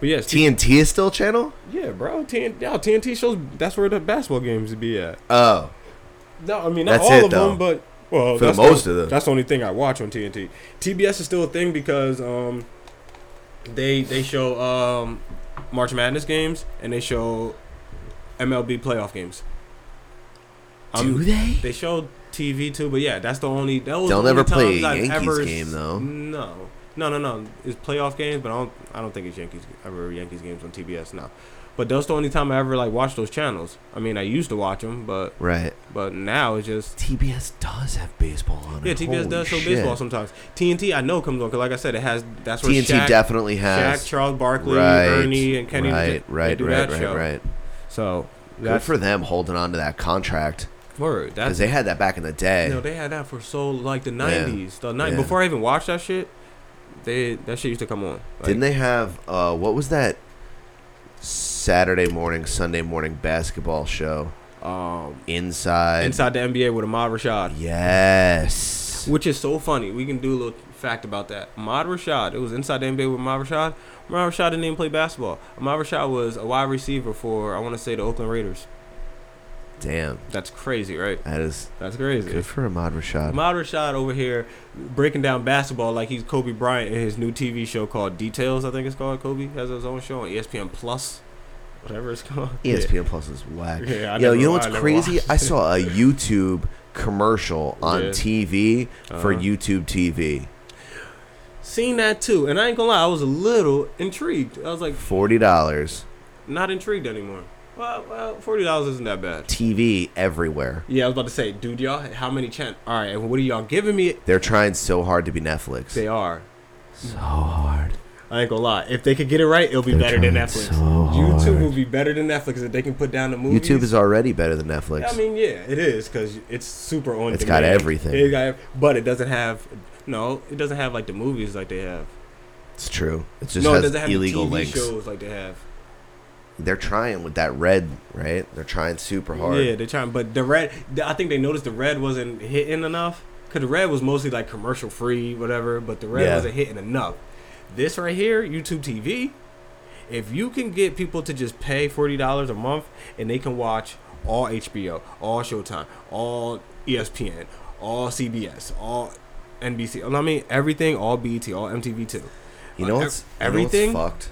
But yes, T- TNT is still a channel. yeah, bro. TNT. Y'all, TNT shows. That's where the basketball games would be at. Oh, No, I mean not That's all it, of though. them, but well, For the that's most the, of them. That's the only thing I watch on TNT. TBS is still a thing because um, they they show um March Madness games and they show MLB playoff games. Um, do they? They show TV too, but yeah, that's the only. That was They'll the only never play times a I've Yankees ever s- game, though. No, no, no, no. It's playoff games, but I don't. I don't think it's Yankees. Ever Yankees games on TBS now. But that's the only time I ever like watched those channels. I mean, I used to watch them, but Right. but now it's just TBS does have baseball on yeah. it. TBS Holy does show shit. baseball sometimes. TNT I know comes on because like I said, it has that's where TNT Shaq, definitely has. Shaq, Charles Barkley, Ernie, and Kenny. Right, they right, do right, that right, show. right. So Good that's for them holding on to that contract word. That's because they had that back in the day. No, they had that for so like the nineties. The night Yeah. before I even watched that shit, they that shit used to come on. Like, Didn't they have uh, what was that Saturday morning, Sunday morning basketball show? Um, Inside. inside the NBA with Ahmad Rashad, Yes. which is so funny. We can do a little fact about that. Ahmad Rashad. It was inside the NBA with Ahmad Rashad. Ahmad Rashad didn't even play basketball. Ahmad Rashad was a wide receiver for I want to say the Oakland Raiders. Damn. That's crazy, right? That is That's crazy. good for Ahmad Rashad. Ahmad Rashad over here breaking down basketball like he's Kobe Bryant in his new TV show called Details. I think it's called. Kobe has his own show on E ESPN Plus, whatever it's called. ESPN Plus is whack. Yeah, I Yo, never- you know what's I never crazy? watched I saw a YouTube commercial on Yeah. TV for Uh-huh. YouTube TV. Seen that too, and I ain't gonna lie, I was a little intrigued. I was like, Forty dollars. not intrigued anymore. Well, well, forty dollars isn't that bad. TV everywhere. Yeah, I was about to say, dude, y'all, how many chan? All right, what are y'all giving me? They're trying so hard to be Netflix. They are. so hard. I ain't gonna lie. If they could get it right, it'll be They're better than trying so Netflix. YouTube hard. will be better than Netflix if they can put down the movies. YouTube is already better than Netflix. I mean, yeah, it is because it's super on. It's got demand. everything. It got, but it doesn't have. No, it doesn't have like the movies like they have. it's true. It just no, it has doesn't have illegal the TV links. shows like they have. They're trying with that red, right? They're trying super hard. Yeah, they're trying, but the red. the- I think they noticed the red wasn't hitting enough because the red was mostly like commercial free, whatever. But the red Yeah. wasn't hitting enough. This right here, YouTube TV. If you can get people to just pay forty dollars a month and they can watch all HBO, all Showtime, all E ESPN, all CBS, all NBC. I mean everything, all BET, all MTV too. You know Like, what's ev- you know what's everything. fucked?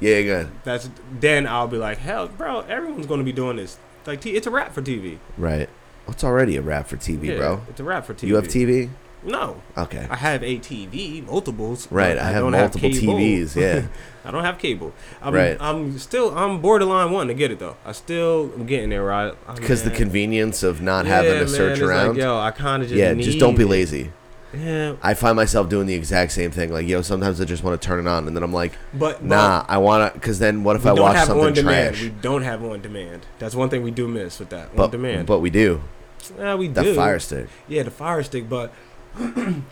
Yeah, good. that's then I'll be like, hell, bro, everyone's gonna be doing this. Like, t- it's a wrap for TV. Right. It's already a wrap for TV, Yeah, bro. It's a wrap for TV. You have TV? No. Okay. I have a TV, multiples. but Right, I have multiple cable. TVs, yeah. I don't have cable. I'm, Right. I'm still I'm borderline one to get it though. I still am getting there, right? Because the convenience of not having Yeah, to search man, it's like, around. yo, I kinda just yeah. Just don't be need it. lazy. Yeah. I find myself doing the exact same thing. Like, yo, sometimes I just want to turn it on, and then I'm like, But- nah, I want to. Because then, what if I don't watch have on something demand. trash? We don't have on demand. That's one thing we do miss with that but on demand. but we do. Yeah, we The do. Fire Stick. Yeah, the fire stick. But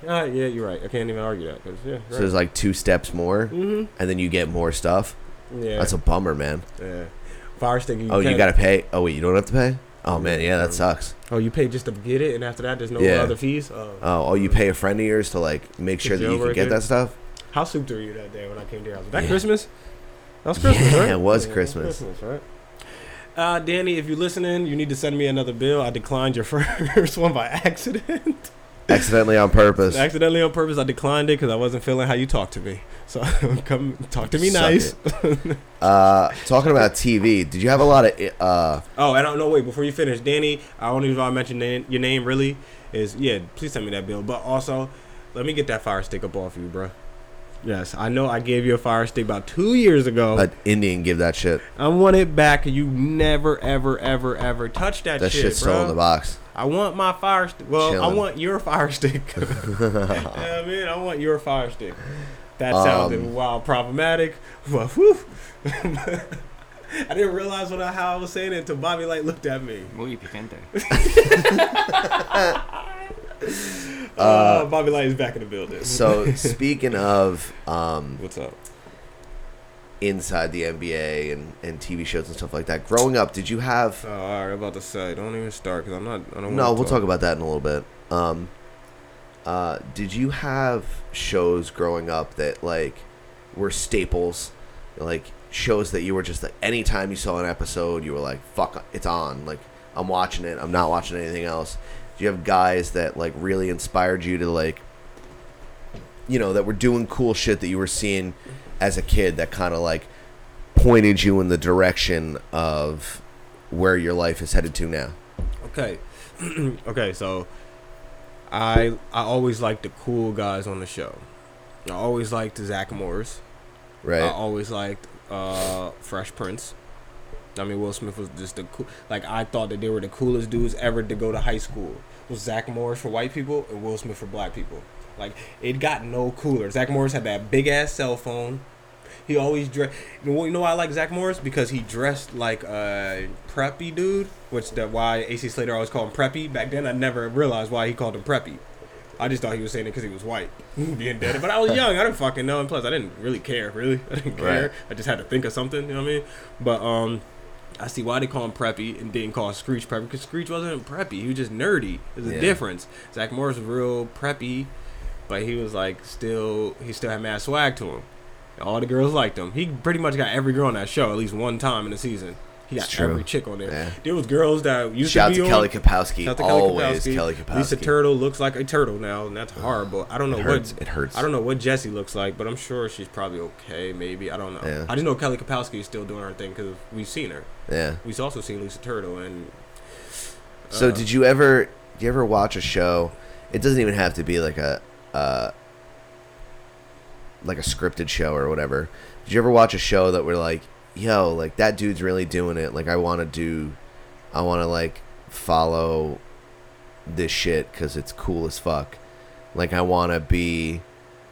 Ah, yeah, you're right. I can't even argue that. 'cause, yeah, So right. there's like two steps more, Mhm. and then you get more stuff. Yeah. That's a bummer, man. yeah. fire stick. You oh, you can't- gotta pay. Oh wait, you don't have to pay. Oh man, yeah, that sucks. Oh, you pay just to get it, and after that, there's no yeah. other fees. Oh. oh, oh, you pay a friend of yours to like make sure that Joe you can right get there. that stuff. How souped were you that day when I came to your house? Was that Yeah. Christmas? That was Christmas, Yeah, right? it was that Christmas. Christmas, right? Uh, Danny, if you're listening, you need to send me another bill. I declined your first one by accident. Accidentally on purpose. Accidentally on purpose, I declined it because I wasn't feeling how you talked to me. So come talk to me Suck nice. it. uh, talking about TV, did you have a lot of uh? Oh, and I don't know. Wait, before you finish, Danny, I only reason why I mentioned na- your name really is yeah. Please send me that bill, but also let me get that fire stick up off you, bro. Yes, I know I gave you a fire stick about two years ago. An Indian give that shit. I want it back. You never, ever, ever, ever touch that, That shit, shit's bro. still in the box. I want my fire stick. Well, I Chilling. want your fire stick. yeah, I mean, I want your fire stick. That sounded Um, wild problematic. Well, whew. I didn't realize what I, how I was saying it until Bobby like looked at me. Muy picante. Uh, Bobby Light is back in the building. So speaking of um, what's up? inside the NBA and, and TV shows and stuff like that, growing up, did you have? Oh, all right, about to say. Don't even start because I'm not. I don't. No, wanna we'll talk about that in a little bit. Um, uh, did you have shows growing up that like were staples, like shows that you were just like anytime you saw an episode, you were like, "Fuck, it's on!" Like I'm watching it. I'm not watching anything else. Do you have guys that like really inspired you to like, you know, that were doing cool shit that you were seeing as a kid that kind of like pointed you in the direction of where your life is headed to now? Okay, okay. So, I I always liked the cool guys on the show. I always liked Zach Morris. Right. I always liked uh, Fresh Prince. I mean, Will Smith was just the cool. Like I thought that they were the coolest dudes ever to go to high school. It was Zach Morris for white people and Will Smith for black people. Like it got no cooler. Zach Morris had that big ass cell phone. He always dressed. You know why I like Zach Morris because he dressed like a preppy dude, which that why AC Slater always called him preppy. Back then, I never realized why he called him preppy. I just thought he was saying it because he was white, being dead. But I was young. I didn't fucking know. And plus, I didn't really care. Really, I didn't care. Right. I just had to think of something. You know what I mean? But um, I see why they call him preppy and didn't call Screech preppy because Screech wasn't preppy. He was just nerdy. There's a Yeah. difference. Zach Morris was real preppy, but he was like still he still had mad swag to him. All the girls liked him. He pretty much got every girl on that show at least one time in the season. He got It's true. every chick on there. Yeah. There was girls that used Shout out to be to on. Kelly Kapowski. Shout out to Always Kelly Lisa Kapowski. Turtle looks like a turtle now, and that's horrible. I don't know It hurts. what It hurts. I don't know what Jessie looks like, but I'm sure she's probably okay. Maybe I don't know. Yeah. I just know Kelly Kapowski is still doing her thing because we've seen her. Yeah. We've also seen Lisa Turtle, and So did you ever do you ever watch a show? It doesn't even have to be like a uh, like a scripted show or whatever. Did you ever watch a show that were like, yo, like that dude's really doing it. Like I want to do, I want to like follow this shit because it's cool as fuck. Like I want to be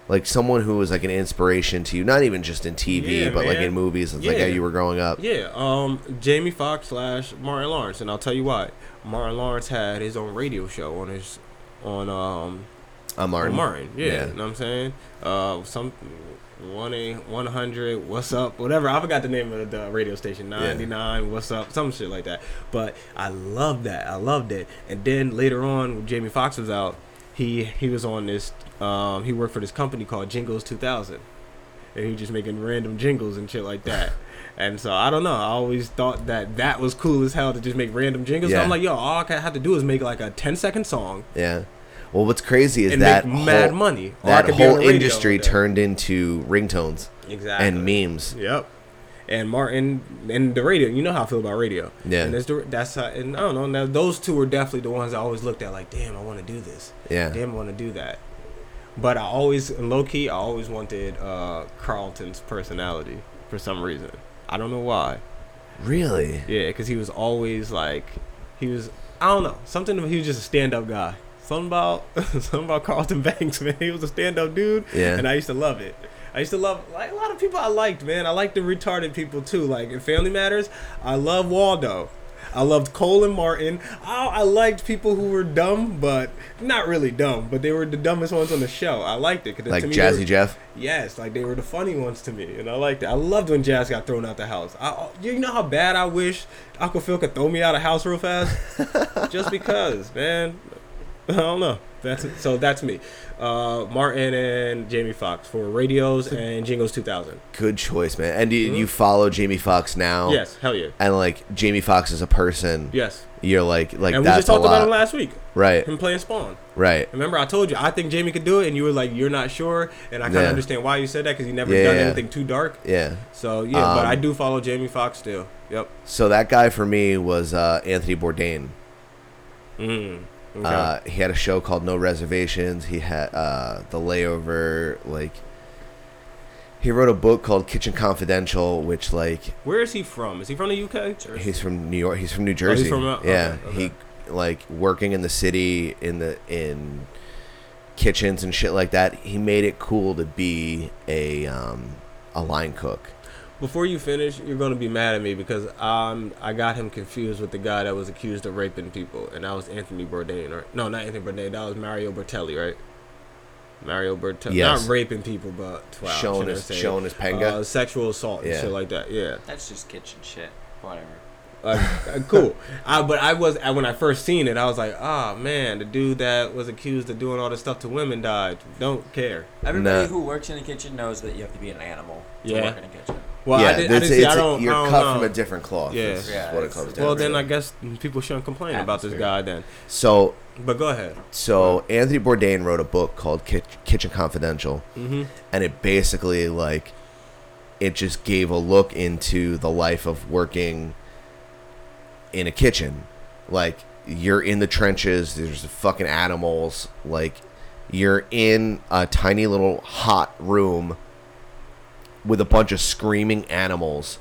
like someone who was like an inspiration to you, not even just in TV, Yeah, but like man. in movies, it's like Yeah. how you were growing up. Yeah, um, Jamie Foxx slash Martin Lawrence, and I'll tell you why. Martin Lawrence had his own radio show on his on um I'm Martin. on Martin. Yeah, Yeah. you know what I'm saying. Uh, some one a one hundred. What's up? Whatever. I forgot the name of the radio station. Ninety nine. What's up? Some shit like that. But I loved that. I loved it. And then later on, when Jamie Foxx was out, he he was on this. Um, he worked for this company called Jingles Two Thousand and he was just making random jingles and shit like that. and so I don't know. I always thought that that was cool as hell to just make random jingles. So Yeah. I'm like, yo, all I have to do is make like a 10 second song. Yeah. Well, what's crazy is And that make mad whole- money. Or I That could be on whole the radio industry with that. turned into ringtones Exactly. and memes. Yep. And Martin and the radio, you know how I feel about radio. Yeah. And that's the, that's how, and I don't know. Now those two were definitely the ones I always looked at like, damn, I want to do this. Yeah. Damn, I want to do that. But I always low key, I always wanted uh, Carlton's personality for some reason. I don't know why. Really? Yeah, because he was always like, he was, I don't know, something. He was just a stand up guy. Something about, something about Carlton Banks, man. He was a stand up dude. Yeah. And I used to love it. I used to love like a lot of people I liked, man. I liked the retarded people too. Like in Family Matters, I love Waldo. I loved Cole and Martin. I, I liked people who were dumb, but not really dumb, but they were the dumbest ones on the show. I liked it. 'cause Like to me, they were- Jazzy Jeff? Yes, like they were the funny ones to me, and I liked it. I loved when Jazz got thrown out the house. I, you know how bad I wish Uncle Phil could throw me out of house real fast, just because, man. I don't know. That's so. That's me, uh, Martin and Jamie Foxx for radios and Jingles 2000. Good choice, man. And do you, you follow Jamie Foxx now? Mm-hmm. Yes, hell yeah. And like Jamie Foxx is a person. Yes. You're like like and we that's just talked a lot. about him last week, Right. Him playing Spawn. Right. Remember, I told you I think Jamie could do it, and you were like, "You're not sure," and I kind of Yeah. understand why you said that because he never Yeah, done yeah. anything too dark. Yeah. So yeah, but Um, I do follow Jamie Foxx still. Yep. So that guy for me was uh, Anthony Bourdain. Mm. Okay. Uh, he had a show called No Reservations. He had uh, the layover. Like he wrote a book called Kitchen Confidential, which like Where is he from? Is he from the UK? he's from New York. He's from New Jersey. from, uh, okay, yeah, okay. he like working in the city in the in kitchens and shit like that. He made it cool to be a um, a line cook. Before you finish, you're gonna be mad at me because um I got him confused with the guy that was accused of raping people, and that was Anthony Bourdain, right? No, not Anthony Bourdain. That was Mario Bertelli, right? Mario Bertelli, Yes. not raping people, but wow, Showing should I his- say, showing his penga? uh, sexual assault and Yeah. shit like that. Yeah. That's just kitchen shit. Whatever. Uh, uh, cool. I, but I was I, when I first seen it, I was like, ah man, the dude that was accused of doing all this stuff to women died. Don't care. Everybody Nah. who works in a kitchen knows that you have to be an animal to Yeah. work in a kitchen. Well, I Yeah, did, I that's- did see. I it's- don't. you're I don't cut know. from a different cloth. Yeah. This is Yeah, what it it's- comes down Well, to. then I guess people shouldn't complain about this Atmosphere. guy then. so But go ahead. So Anthony Bourdain wrote a book called Kit- Kitchen Confidential, Mm-hmm. and it basically like it just gave a look into the life of working in a kitchen. Like you're in the trenches. There's fucking animals. Like you're in a tiny little hot room with a bunch of screaming animals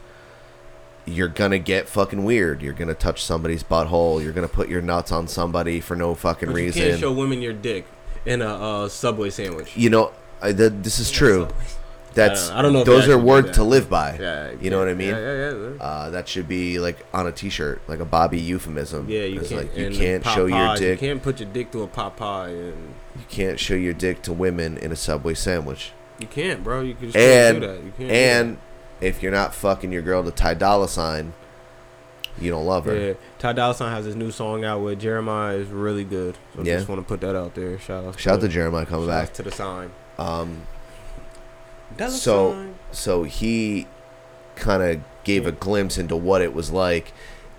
you're gonna get fucking weird. You're gonna touch somebody's butthole. You're gonna put your nuts on somebody for no fucking But you reason. can't show women your dick in a uh, subway sandwich. you know, I, th- this is true. That's I don't know if Those they are actually do words that. to live by. Yeah, you know what I mean. Yeah, yeah, yeah. Uh, that should be like on a T-shirt, like a Bobby euphemism. yeah you It's can't. like you and can't pop show your pies, dick. You can't put your dick through a pot pie, and you can't show your dick to women in a subway sandwich. you can't, bro. You can just and can't do that. You can't. do and if you're not fucking your girl to Ty Dolla Sign, you don't love her. Yeah, Ty Dolla Sign has his new song out with Jeremiah is really good. So Yeah. just want to put that out there. Shout out. Shout out to Jeremiah coming shout out back. to the sign. Um, Dolla so Sign. so he kind of gave a glimpse into what it was like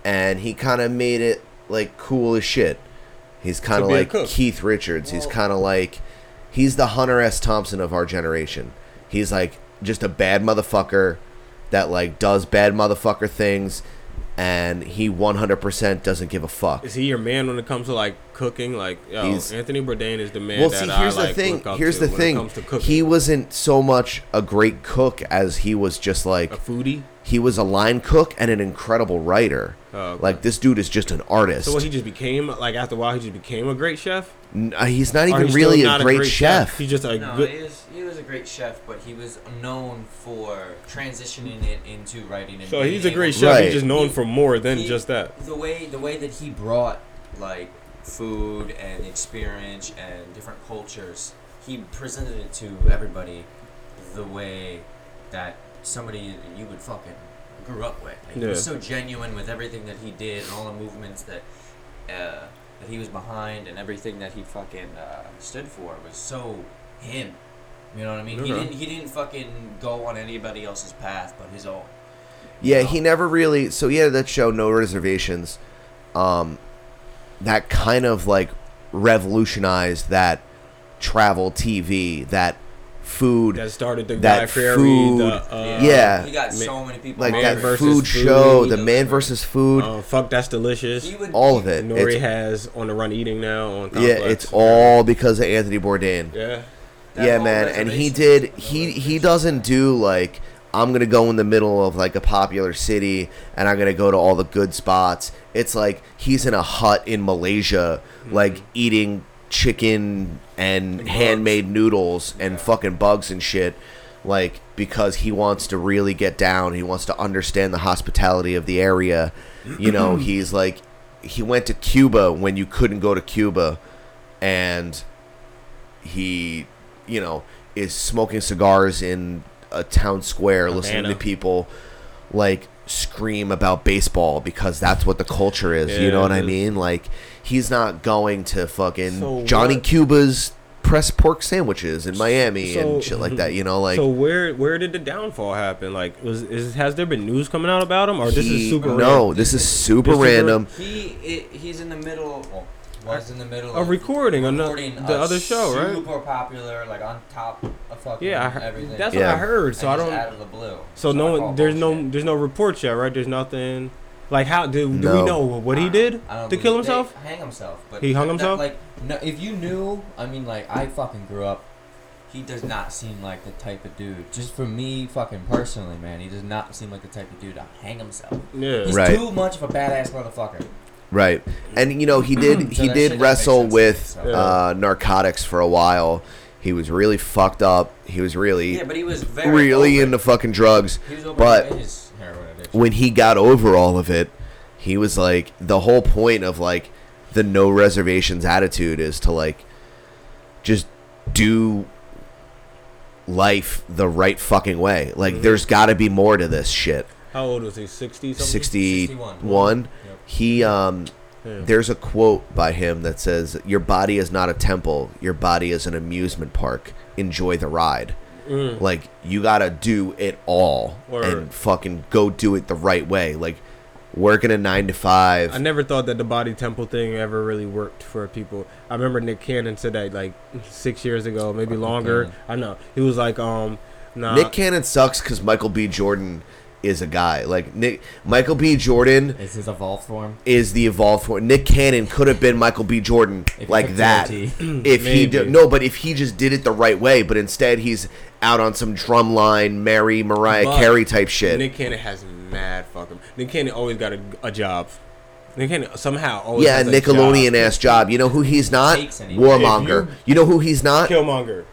and he kind of made it like cool as shit he's kind To of be a like cook. keith richards he's kind of like he's the hunter s thompson of our generation he's like just a bad motherfucker that like does bad motherfucker things and he 100% doesn't give a fuck Is he your man when it comes to like cooking? Like, yo, He's- Anthony Bourdain is the man. well, that see, I, here's like, the thing. look up Here's to the when It thing. comes to cooking. He wasn't so much a great cook as he was just like a foodie. he was a line cook and an incredible writer. Oh, okay. Like this dude is just an artist. So what, he just became like after a while he just became a great chef. N- uh, he's not Or even he's still really not a great, chef. He's just a no, good. he was he was a great chef, but he was known for transitioning it into writing. And So being he's a able- great chef. Right. He's just known for more than he- just that. The way the way that he brought like food and experience and different cultures, he presented it to everybody the way that somebody that you would fucking grew up with. Like, He was Yeah. so genuine with everything that he did and all the movements that uh, that he was behind and everything that he fucking uh, stood for was so him. You know what I mean? He Okay. didn't he didn't fucking go on anybody else's path but his own. Oh. Yeah, he never really. So he had that show, No Reservations. Um, that kind of like revolutionized that travel TV, that food, That started the that Guy Fieri, food, the, uh, yeah, He got so many people like mad. that Man versus food, food. show, the He man versus food, Uh, fuck, that's delicious. He would all of it. Nori It's- has on the run eating now. On yeah, Complex. it's all because of Anthony Bourdain. Yeah. That yeah whole man and he reservation did thing, he though, he doesn't do like i'm gonna go in the middle of like a popular city and i'm gonna go to all the good spots it's like he's in a hut in malaysia like eating chicken and handmade noodles and fucking bugs and shit like because he wants to really get down he wants to understand the hospitality of the area you know he's like he went to cuba when you couldn't go to cuba and he you know is smoking cigars in a town square listening to Havana. people like scream about baseball because that's what the culture is you Yeah, know what it i is. mean like he's not going to fucking So johnny what- cuba's pressed pork sandwiches in miami and So- shit like that you know like so where where did the downfall happen? Like, was is has there been news coming out about him, or this he- is super no random? this is super This is super- random He i he's in the middle. Oh, Well, was in the middle Of recording ano- the a other show, right? Super popular, like on top of fucking Yeah, I heard- everything. that's Yeah. what I heard. So And I just don't. out of the blue. so I no call one. There's no. bullshit. There's no reports yet, right? There's nothing. Like how do, do No. we know what I he don't- did I don't to kill believe- they himself? Hang himself. But He hung not- himself? Like no, if you knew, I mean, like I fucking grew up. He does not seem like the type of dude. Just for me, fucking personally, man, he does not seem like the type of dude to hang himself. Yeah. He's Right. too much of a badass motherfucker. Right, and you know he did So he that did shit wrestle don't make with sense. uh, narcotics for a while. He was really fucked up. He was really Yeah, but he was very really open. into fucking drugs. He was open But to his heroin addiction. when he got over all of it, he was like the whole point of like the no reservations attitude is to like just do life the right fucking way. Like Mm-hmm. there's got to be more to this shit. How old was he? Sixty. Something? 61 he um there's a quote by him that says your body is not a temple your body is an amusement park enjoy the ride like you gotta do it all Mm. Word. and fucking go do it the right way like working a nine to five I never thought that the body temple thing ever really worked for people. I remember Nick Cannon said that like six years ago, maybe longer. Cannon. I know he was like, um, nah. nick cannon sucks because michael b jordan is a guy like nick michael b jordan Is his evolved form? is the evolved form. Nick Cannon could have been Michael B. Jordan If he like took that. TNT. if he did, Maybe. no, but if he just did it the right way, but instead he's out on some drumline Mary Mariah But Carey type shit. Nick Cannon has mad fucking. Nick Cannon always got a, a job. Nick Cannon somehow always yeah, has a Nickelodeon job. ass job. You know who he's not? Takes any- Warmonger. If You, know who he's not? Kill. Killmonger.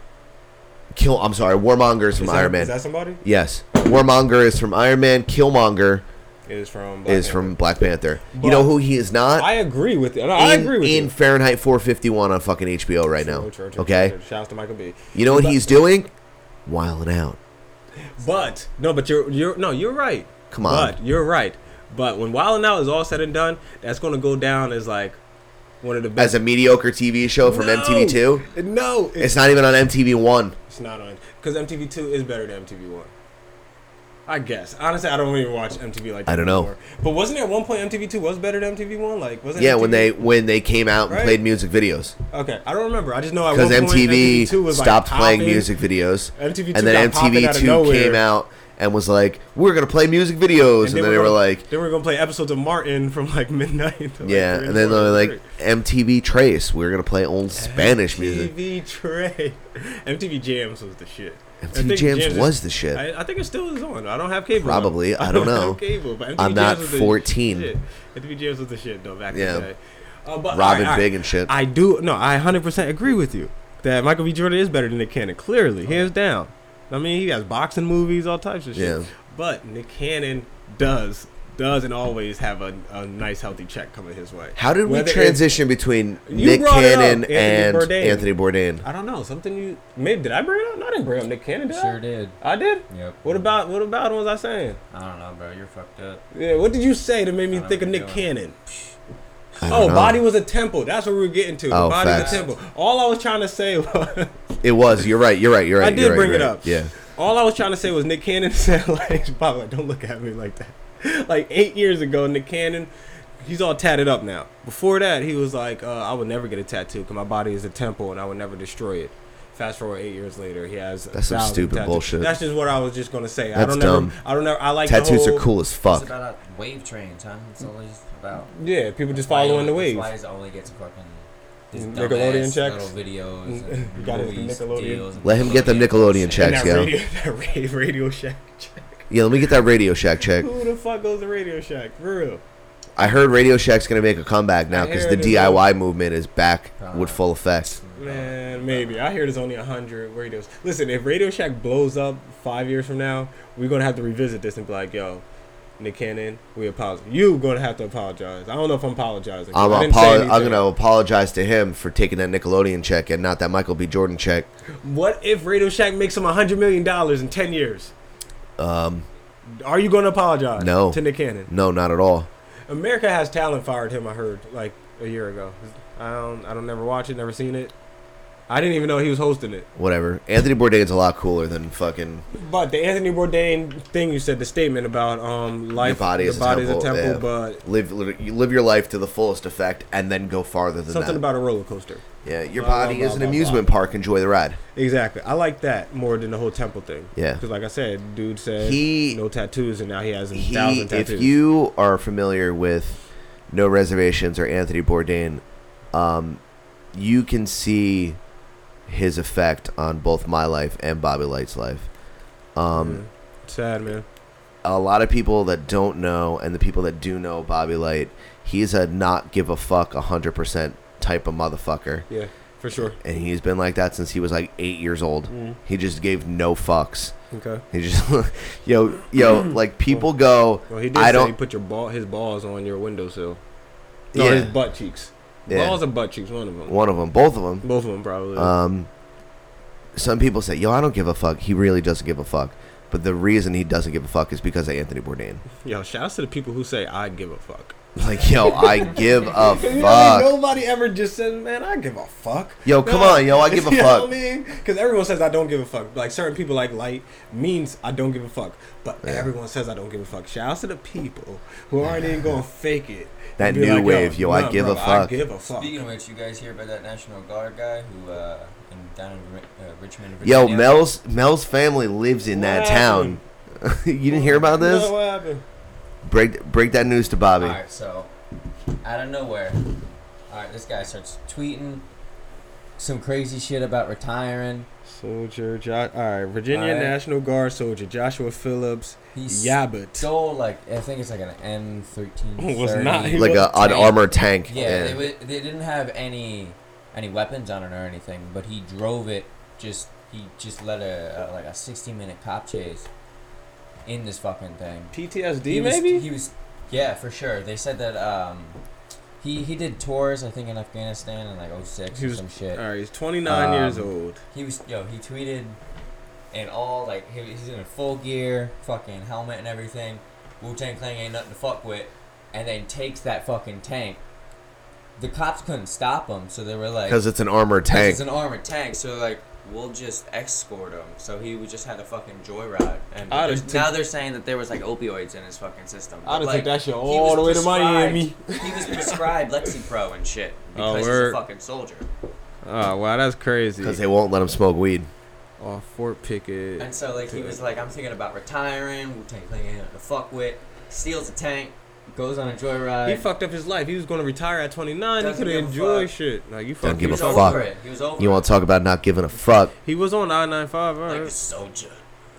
I'm sorry. Warmonger is Is from that- Iron Man. Is that somebody? yes, Warmonger is from Iron Man. Killmonger Is from. is Panther. from Black Panther. you But know who he is not? I agree with you. No, I in, agree with in you. Fahrenheit 451 on fucking HBO right now. True, true, true, okay, true, true. Shouts to Michael B. you know what But- he's doing? Wiling out. But no, but you're you're no, you're right. Come on. But you're right. But when Wild 'N Out is all said and done, that's gonna go down as like one of the as best a mediocre TV show from No! MTV2. No, It's it's, not even on MTV1. it's not on because MTV Two is better than MTV One. I guess honestly, I don't even watch MTV like that I don't know. anymore. But wasn't at one point MTV Two was better than MTV One? Like wasn't Yeah, MTV when they when they came out and Right. played music videos okay, I don't remember. I just know at one because point MTV, MTV2 was, like, stopped playing popping. music videos, MTV2 and then got popping out of MTV2 came nowhere. out and was like, "We're gonna play music videos," and, then then they were gonna- like, then we're gonna play episodes of Martin from like midnight. to, like, "Yeah," and three then they in the were morning. like, "MTV Trace, we're gonna play old Spanish music." MTV Trey. MTV Jams was the shit. MTV Jams is- was the shit. I, I think it still is on. I don't have cable. Probably. I don't know. have cable, but MTV I'm not Jams was the 14. shit. MTV Jams was the shit though back Yeah. in the day. Uh, but, Robin Big and shit. I do. No, I 100 percent agree with you that Michael B. Jordan is better than Nick Cannon. Clearly, hands down. I mean, he has boxing movies, all types of shit. Yeah. But Nick Cannon does does and always have a, a nice healthy check coming his way. How did Whether we it's- transition between You Nick brought it up, Cannon Anthony and Bourdain. Anthony Bourdain? I don't know. Something you maybe did I bring it up? No, I didn't bring up Nick Cannon. Did I? Sure did. I did. Yep. What about what about what was I saying? I don't know, bro. You're fucked up. Yeah, what did you say that made me I don't think of know Nick what you're Cannon? I don't Oh, know. body was a temple. That's what we were getting to. Oh, body's facts. a temple. All I was trying to say was It was. You're right. You're right. You're I right. did you're right, bring you're it right. up. Yeah. all I was trying to say was Nick Cannon said like Bob, like, don't look at me like that. Like eight years ago, Nick Cannon, he's all tatted up now. Before that, he was like, uh, I would never get a tattoo because my body is a temple and I would never destroy it. Fast forward eight years later, he has a That's some thousand stupid tattoos. bullshit. That's just what I was just gonna say. I That's don't dumb. Never, I don't never. I like the Tattoos whole- are cool as It's fuck. about uh, wave trains, huh? It's always about. Yeah, people just Why following only- the wave. That's why he's only gets fucking these Nickelodeon dumbass checks? little videos, You and got his movies, Nickelodeon. deals and Let him get them Nickelodeon And shit. checks, that yo. radio, that ra- radio Shack. check. Yeah, let me get that Radio Shack check. Who the fuck goes to Radio Shack? For real. I heard Radio Shack's gonna make a comeback now I because hear the it is Uh, DIY movement is back with full effect. Man, maybe. I hear there's only 100 radios. Listen, if Radio Shack blows up five years from now, we're going to have to revisit this and be like, yo, Nick Cannon, we apologize. You going to have to apologize. I don't know if I'm apologizing. I'm, I didn't say apolo- I'm anything. gonna apologize to him for taking that Nickelodeon check and not that Michael B. Jordan check. What if Radio Shack makes him $100 million in 10 years? Um, Are you going to apologize No. to Nick Cannon? No, not at all. America Has Talent fired him, I heard, like a year ago. I don't, I don't never watch it, never seen it. I didn't even know he was hosting it. Whatever. Anthony Bourdain's a lot cooler than fucking. But the Anthony Bourdain thing you said, the statement about um life, Your body is a temple, yeah. but Live, lit- you live your life to the fullest effect, and then go farther than something that. about a roller coaster. yeah, your blah, body blah, is an blah, amusement park. Enjoy the ride. Exactly, I like that more than the whole temple thing. Yeah. because like I said, dude said He- no tattoos, and now he has a He, thousand if tattoos. you are familiar with No Reservations or Anthony Bourdain, um, you can see his effect on both my life and Bobby Light's life. Um, Sad man. a lot of people that don't know and the people that do know Bobby Light, he's a not give a fuck 100% type of motherfucker. Yeah, for sure. And he's been like that since he was like eight years old. Mm-hmm. He just gave no fucks. Okay. He just, yo, yo, like people go, Well, he did I say don't, he put your ball, his balls on your windowsill. No, Yeah. his butt cheeks. Yeah. Balls or butt cheeks, one of them. one of them, both of them. Both of them probably. Um, some people say, yo, I don't give a fuck. He really doesn't give a fuck. But the reason he doesn't give a fuck is because of Anthony Bourdain. Yo, shout out to the people who say I give a fuck. Like, yo, I give a You know what I mean? fuck. Nobody ever just says, "Man, I give a fuck." Yo, come on, yo, I give a You know fuck. what I mean, because everyone says I don't give a fuck. Like certain people, like light means I don't give a fuck, but everyone says I don't give a fuck. Shout out to the people who aren't even gonna fake it. That And be new wave, yo, I nah, give a bro, fuck. I give a fuck. Speaking of which, you guys hear about that National Guard guy who uh, in, down in Ri- uh, Richmond, Yo, Virginia? Mel's Mel's family lives in that town. you didn't hear about this? No, what happened? Break break that news to Bobby. All right, so out of nowhere, all right, this guy starts tweeting some crazy shit about retiring. Soldier, jo- all right, Virginia All right. National Guard soldier Joshua Phillips He's Yabbit. stole like I think it's like an M thirteen. Was not- he Like a an tank. armored tank. Yeah, Yeah. They, wa- they didn't have any any weapons on it or anything, but he drove it. Just he just led a, a like a sixty minute cop chase in this fucking thing. PTSD, He was, maybe. he was yeah for sure. They said that um he he did tours I think in Afghanistan in like 06 He or was- some shit. all right, he's 29 years Um, old. He was yo. He tweeted, and all like he, he's in full gear, fucking helmet and everything. Wu Tang Clan ain't nothing to fuck with, and then takes that fucking tank. The cops couldn't stop him, so they were like, Because it's an armored tank. it's an armored tank." So they're like, "We'll just escort him." So he would just had a fucking joyride, and I'd there's- have now took- they're saying that there was like opioids in his fucking system. I'd have But, took like, that shit he all was the way to prescribed- Miami. He was prescribed Lexapro and shit Oh, because he's word. a fucking soldier. Oh wow, that's crazy. Because they won't let him smoke weed. off Fort Pickett. And so like he was like, I'm thinking about retiring. Wu Tang Clan ain't nothing to fuck with. Steals a tank, goes on a joyride. He fucked up his life. He was going to retire at 29. Doesn't he could give a enjoy fuck. shit. Like you Don't fucking. give a was over fuck. it. He was over You it. want to talk about not giving a fuck He was on I 95. All right. Like a soldier.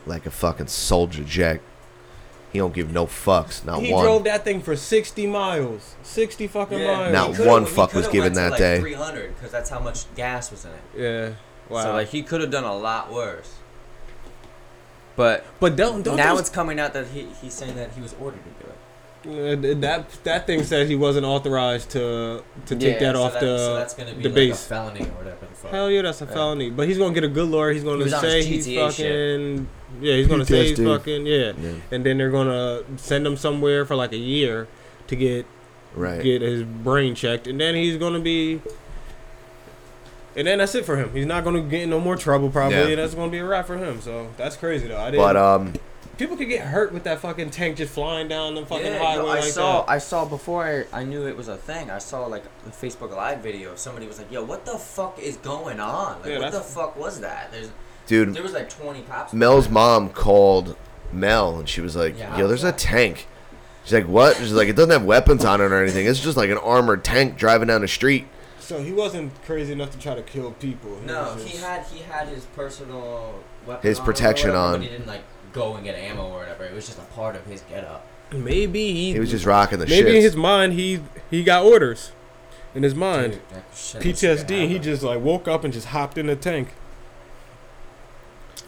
like a fucking soldier, Jack. He don't give no fucks, not he one. drove that thing for 60 miles. 60 fucking Yeah. miles. Now- He Not could've- one he fuck was could've given went to that like day. 300 because that's how much gas was in it. Yeah. Wow. So like he could have done a lot worse. But but don't don't now those- it's coming out that he he's saying that he was ordered to do it. Uh, that that thing says he wasn't authorized to to take Yeah, that so off that- the so that's gonna be the like base. a felony or whatever the fuck. Hell yeah, that's a Yeah. felony. But he's gonna get a good lawyer. He's gonna He was on say his he's GTA fucking. shit. Yeah, he's gonna say he's PTSD. fucking. Yeah. Yeah. and then they're gonna send him somewhere for like a year to get Right. get his brain checked, and then he's gonna be. And then that's it for him. He's not gonna get in no more trouble probably. Yeah. And that's gonna be a wrap for him. So that's crazy though. I didn't. uh, But um, people could get hurt with that fucking tank just flying down the fucking Yeah, yo, highway I like saw that. I saw before I, I knew it was a thing. I saw like a Facebook live video. Somebody was like, "Yo, what the fuck is going on? Like, Yeah, what the that's- fuck was that?" There's dude, there was like 20 cops. Mel's mom called Mel and she was like, Yeah. "Yo, there's a tank." She's like, "What?" She's like, "It doesn't have weapons on it or anything. It's just like an armored tank driving down the street." So he wasn't crazy enough to try to kill people. He No, was he just- had he had his personal weapon. His on or protection whatever, on. But he didn't like go and get ammo or whatever. It was just a part of his getup. Maybe he, He was just rocking the maybe in shit. his mind he he got orders in his mind Dude, that shit was PTSD. He bad. just like woke up and just hopped in the tank.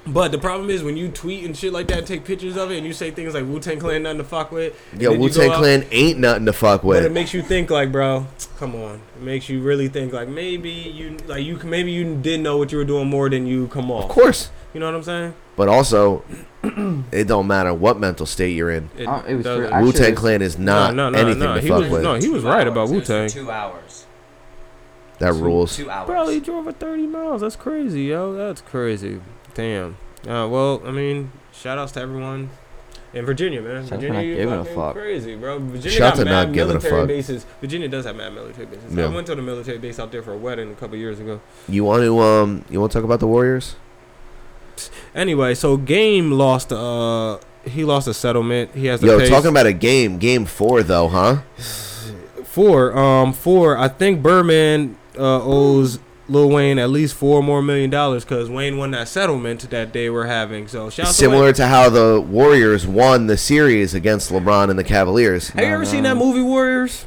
But the problem is when you tweet and shit like that, take pictures of it, and you say things like Wu Tang Clan nothing to fuck with. and Yo, then you Wu Tang go out- Clan ain't nothing to fuck But it with. makes you think like, bro, come on. It makes you really think like maybe you like you maybe you did know what you were doing more than you come off. Of course, You know what I'm saying? but also, it don't matter what mental state you're in. It, Oh, it was doesn't- real- I- Wu Tang Actually, Clan is not no, no, anything no, to he fuck was- with. no, he was Two right hours. about It Wu was Tang. Two hours. that rules. Two hours. Bro, he drove for 30 miles. That's crazy, yo. That's crazy. Damn. Uh, well, I mean, shout outs to everyone in Virginia, man. Shout out Virginia, for not you giving a fucking fuck. crazy, bro. Virginia Shout out to got mad not giving a military fuck. bases. Virginia does have mad military bases. Yeah. I went to the military base out there for a wedding a couple years ago. You want to um? You want to talk about the Warriors? Anyway, so Game lost. Uh, he lost a settlement. He has to Yo, pay talking about a game, game four though, huh? four. Um, four. I think Berman uh, owes Lil Wayne at least four more million dollars because Wayne won that settlement that they were having. So shout out to Wayne. Similar to how the Warriors won the series against LeBron and the Cavaliers. Have you ever seen that movie Warriors?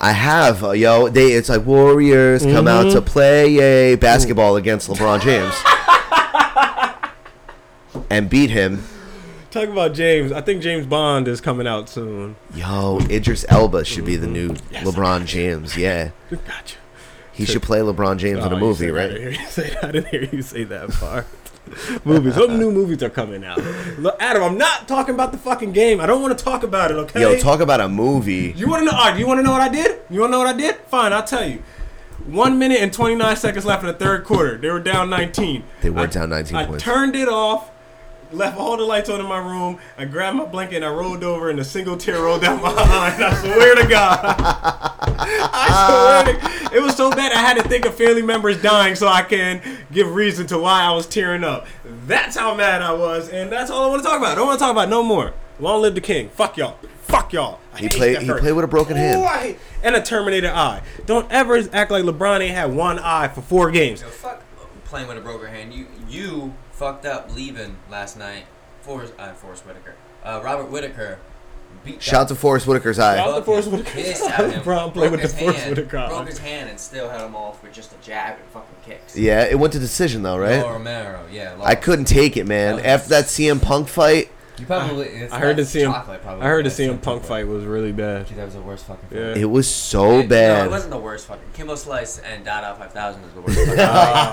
I have, uh, yo. They it's like Warriors come out to play a basketball against LeBron James and beat him. Talk about James. I think James Bond is coming out soon. Yo, Idris Elba should be the new LeBron James. Yeah, Gotcha. Oh, he should play LeBron James in a movie, right? I didn't, hear, you say that far. movies. What new movies are coming out? Look, Adam, I'm not talking about the fucking game. I don't want to talk about it. Okay. Yo, talk about a movie. You want to know? All right, you want to know what I did? You want to know what I did? Fine, I'll tell you. One minute and 29 seconds left in the third quarter. They were down 19. They were I- down 19 I points. turned it off, left all the lights on in my room. I grabbed my blanket and I rolled over, and a single tear rolled down my eye. I swear to God. Ah. I swear. To, it was so bad I had to think of family members dying so I can give reason to why I was tearing up. That's how mad I was, and that's all I want to talk about. I don't want to talk about no more. Long live the king. Fuck y'all. Fuck y'all. I He hate played. that He hurt. played with a broken Ooh, hand. I hate- and a Terminator eye. Don't ever act like LeBron ain't had one eye for four games. Yo, fuck playing with a broken hand. You you fucked up leaving last night. Forrest, uh, Forrest Whitaker. Uh, Robert Whitaker beat. Shout out to Forrest Whitaker's eye. Shout out to Forrest Whitaker. LeBron LeBron played with the Forrest Whitaker. Broke his hand and still had him off with just a jab and fucking kicks. Yeah, it went to decision though, right? Yo, Romero, yeah. I couldn't take it, man. That was- After that CM Punk fight, You probably. it's I heard that the CM. chocolate probably, I heard the that CM Punk fight was really bad. Dude, that was the worst fucking. fight. Yeah. it was so Hey, No, it bad. wasn't the worst fucking. Kimbo Slice and Dada 5000 is the worst fucking.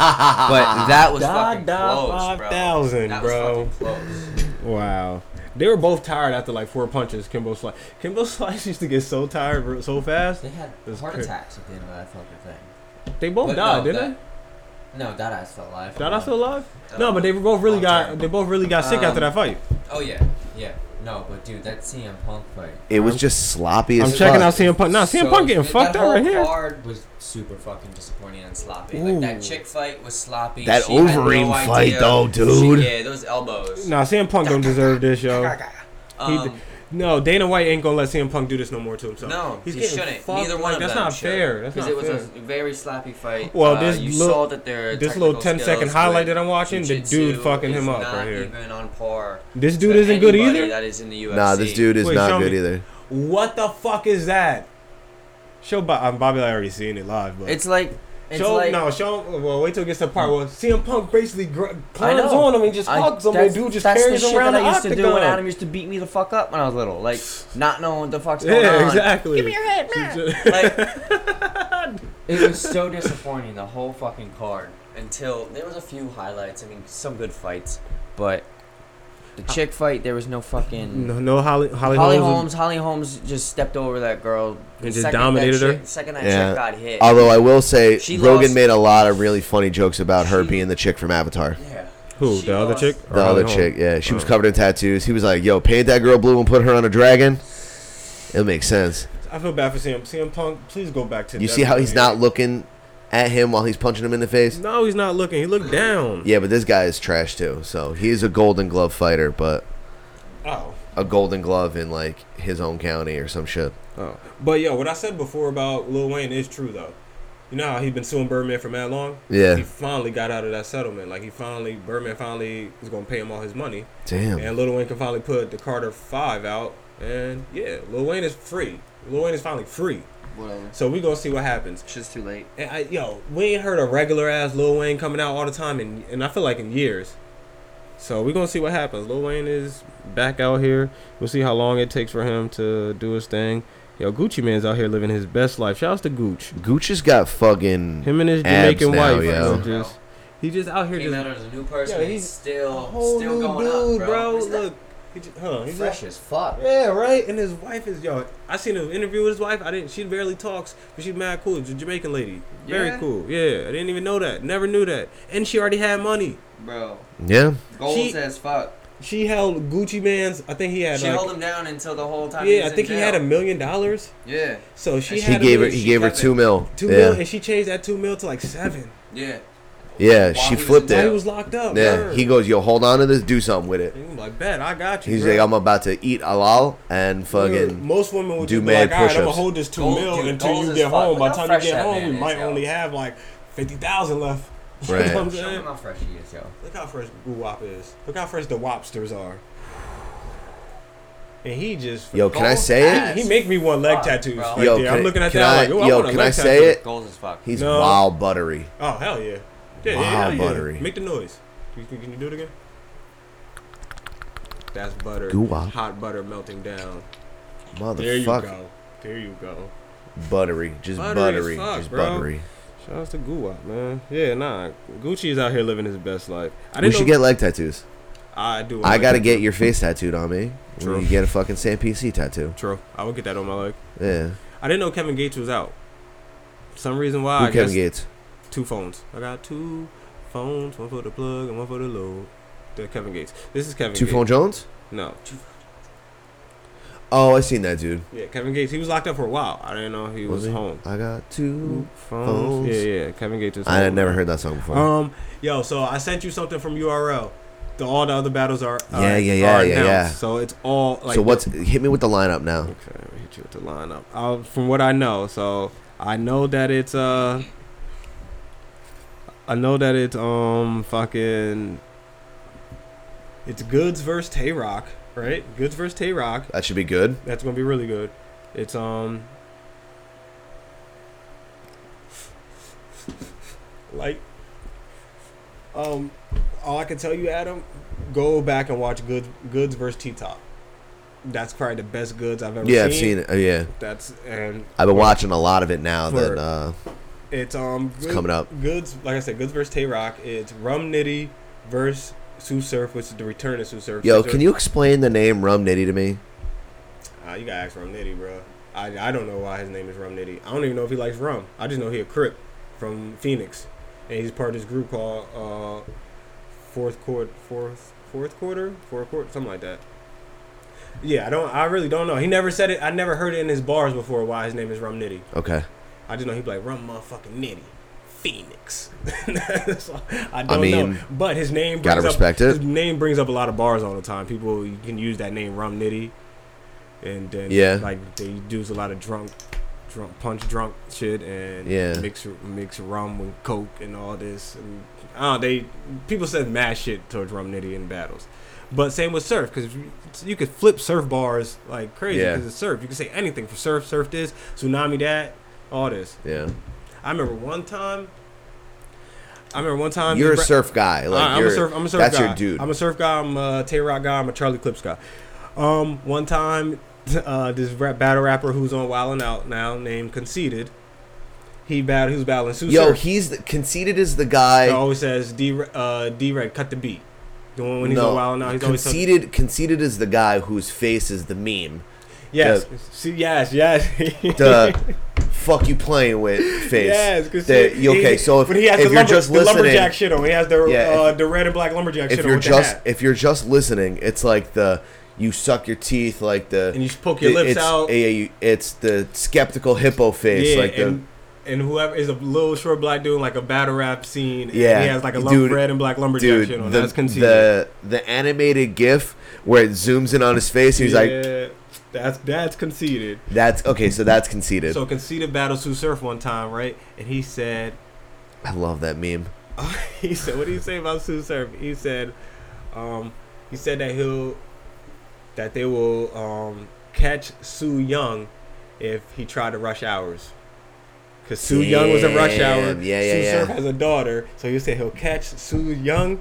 but that was fucking Dada close, bro. 5000, That bro. was fucking close. Wow. They were both tired after like four punches. Kimbo Slice. Kimbo Slice used to get so tired real- so fast. They had That's heart crazy. attacks at the end of that fucking thing. They both But died, no, didn't that- No, Dada's still alive. they? Dada still alive? Uh, no, but they both really long got. term. They both really got sick after that Um, fight. Oh yeah, yeah. No, but dude, that CM Punk fight. It was just sloppy I'm as checking fuck. out CM Punk. Nah, CM So, Punk getting that- fucked that up right whole here. Card was super fucking disappointing and sloppy. Like that Ooh. chick fight was sloppy. That She had Overeem no fight, idea. though, She- dude. yeah, those elbows. Nah, CM Punk don't deserve this, yo. Um, He- No, Dana White ain't gonna let CM Punk do this no more to himself. No, He's he getting shouldn't. fucked. Neither one Like, of that's them not should. fair. That's not Because fair. it was a very sloppy fight. Well, Uh, this you look- saw that their this little technical 10-second skills highlight with that I'm watching, the jujitsu dude fucking him is up not right here. Even on par. This to dude isn't good anybody either? That is in the UFC. Nah, this dude is Wait, not show good me. either. What the fuck is that? Show Bob, um, Bobby Lee already seen it live, but It's like. It's show like, no, show well. Wait till it gets to the part where CM Punk basically gr- I climbs know. on him and just I- hugs him. that's- The dude just that's carries the him shit around that the I used to do when Adam octagon. used to beat me the fuck up when I was little, like not knowing what the fuck's going on. Yeah, exactly. Give me your head, Like, it was so disappointing the whole fucking card until there was a few highlights. I mean, some good fights, but the chick fight there was no fucking No, no Holly, Holly, Holly, Holm. Holmes. Holly Holmes just stepped over that girl And The just second that dominated her? chick- Second that Yeah. chick got hit. Although I will say, She Rogan lost- made a lot of really funny jokes about her being the chick from Avatar. Yeah. Who She the other lost. chick? Or The other Holly Holm? chick, yeah, she was Oh. covered in tattoos. He was like, "Yo, paint that girl blue and put her on a dragon." It makes sense. I feel bad for CM. CM Punk, please go back to. E. You see how he's not looking at him while he's punching him in the face? No, he's not looking. He looked down. Yeah, but this guy is trash too. So he's a Golden Glove fighter, but Oh. a Golden Glove in like his own county or some shit. Oh. But yo, what I said before about Lil Wayne is true though. You know how he's been suing Birdman for mad long? Yeah. He finally got out of that settlement. Like he finally Birdman finally is gonna pay him all his money. Damn. And Lil Wayne can finally put the Carter Five out. And yeah, Lil Wayne is free. Lil Wayne is finally free. Whatever. So we gonna see what happens. Shit's too late. And I, yo, we ain't heard a regular ass Lil Wayne coming out all the time, and and I feel like in years. So we gonna see what happens. Lil Wayne is back out here. We'll see how long it takes for him to do his thing. Yo, Gucci Man's out here living his best life. Shouts to Gooch. Gooch has got fucking Him and his abs Jamaican now, wife. yo. are Just, he just out here Came just out as a new person. Yeah, and he's he's still whole still new going dude, bro. up, bro. Isn't that Look, he just, huh, he's fresh as fuck. Yeah, right. And his wife is yo. I seen an interview with his wife. I didn't. She barely talks, but she's mad cool. She's a Jamaican lady. Very Yeah? cool. Yeah, I didn't even know that. Never knew that. And she already had money. Bro, Yeah. goals She- as fuck. She held Gucci Man's. I think he had. She like, held him down until the whole time. he yeah, I was in think he had a jail. million dollars. Yeah, So she He had a gave her million, he she gave her kept two it. mil. Two yeah. mil, and she changed that two mil to like seven. yeah. yeah, While she he was flipped in While he it. was locked up. Yeah, word. he goes, "Yo, hold on to this. Do something with it." And he was like, bet I got you. He's bro." like, "I'm about to eat halal and Dude, fucking." most women would do just be mad like, all right, I'm gonna push-ups. hold this two Gold- mil dude, until goals you is get fuck. home. Look By how the time fresh you get that home, man you is, might yo. only have like fifty thousand left. You know Right. what I'm Show him saying? how fresh he is, yo. Look how fresh Goo Wop is. Look how fresh the Wopsters are. And he just Yo, can I say it? Oh, He, he make me want leg Fuck, tattoos. bro. Right Yo, there. can, I'm looking at can that. I, like, oh, I yo, want a can leg I say tattoo. it? Goals as fuck. He's No. wild buttery. Oh hell yeah! yeah, yeah, Wow, hell yeah. buttery. Make the noise. Can you, can you do it again? That's butter. Goo Wop. Hot butter melting down. There you Motherfucker. go. There you go. Buttery. Just Buttery as buttery. fuck, Just bro. buttery. Shout out to Guwap, man. Yeah, nah. Gucci is out here living his best life. I We didn't should know, get leg tattoos. I do. I gotta get your face tattooed on me. True. True. You get a fucking Sam PC tattoo. True. I would get that on my leg. Yeah. I didn't know Kevin Gates was out. Some reason why. Who Ah, I Kevin guess Gates? Two phones. I got two phones. One for the plug and one for the load. The Kevin Gates. This is Kevin. Two Gates. Phone Jones? No. Oh, I seen that dude. Yeah, Kevin Gates. He was locked up for a while. I didn't know he was, he? home. I got two Phones. phones. Yeah, yeah. Kevin Gates is. I had home. never heard that song before. Um, yo, so I sent you something from URL. The, all the other battles are are- Yeah, yeah, yeah, are yeah, announced. yeah. So it's all like so what's hit me with the lineup now? Okay, let me hit you with the lineup. Uh, from what I know, so I know that it's uh, I know that it's um fucking, it's Goods versus Tay Rock, right? Goods versus Tay Rock. That should be good. That's gonna be really good. It's um, like, um, all I can tell you, Adam, go back and watch Goods Goods versus T Top. That's probably the best Goods I've ever Yeah, seen. I've seen it. Oh, yeah. That's and I've been watching a lot of it now that Word. uh it's um Goods- coming up. Goods like I said, Goods versus Tay Rock. It's Rum Nitty versus Sue Surf, which is the return of Sue Surf. Yo, Sue can Surf- you explain the name Rum Nitty to me? Ah, you gotta ask Rum Nitty, bro. I, I don't know why his name is Rum Nitty. I don't even know if he likes rum. I just know he a Crip from Phoenix, and he's part of this group called uh, Fourth Quarter, Fourth Fourth Quarter, Fourth Quarter, something like that. Yeah, I don't. I really don't know. He never said it. I never heard it in his bars before. Why his name is Rum Nitty? Okay. I just know he'd be like, run motherfucking nitty. Phoenix. That's all. I don't know. mean, But his name gotta brings respect up, it. His name brings up a lot of bars all the time. People you can use that name Rum Nitty. and then Yeah. like they use a lot of drunk, drunk punch drunk shit and Yeah. mix mix rum with coke and all this. And, I don't know, they people said mad shit towards Rum Nitty in battles. But same with surf because you, you could flip surf bars like crazy Yeah. because it's surf. You can say anything for surf, surf this, tsunami that, all this. Yeah. I remember one time. I remember one time You're a surf guy, like, I- I'm, you're- a surf, I'm a surf that's guy. your dude. I'm a surf guy. I'm a Tay Rock guy. I'm a Charlie Clips guy. Um, one time, uh, this rap, battle rapper who's on Wild 'N Out now, named Conceited, he battle he was battling Sue Yo, Surf. he's the, conceited is the guy. He always says D uh, D Red cut the beat. The one when he's on Wild 'N Out, he's always talking- conceited. conceited is the guy whose face is the meme. Yes, The- see, yes, yes. the fuck you playing with face. Yes, because The- you- okay, so if, but he has if the, you're lumber- just the listening, lumberjack shit on, he has the Yeah, uh, if- the red and black lumberjack shit if on. you're with the just hat. if you're just listening, it's like the you suck your teeth like the And you poke your the- lips it's, out. yeah, you- it's the skeptical hippo face, like the and, and whoever is a little short black dude in, like a battle rap scene. and yeah. he has like a lump, dude, red and black lumberjack dude, shit on. The, that's conceited. the the animated GIF where it zooms in on his face. and He's like, yeah, that's that's conceited. that's okay. So that's conceited. So conceited battled Sue Surf one time, right? And he said, I love that meme. he said, "What do you say about Sue Surf?" He said, um, "He said that he'll that they will um, catch Sue Young if he tried to rush hours." Because Sue Young was a rush hour. Damn, yeah, yeah, Sue yeah. Surf has a daughter, so he said he'll catch Sue Young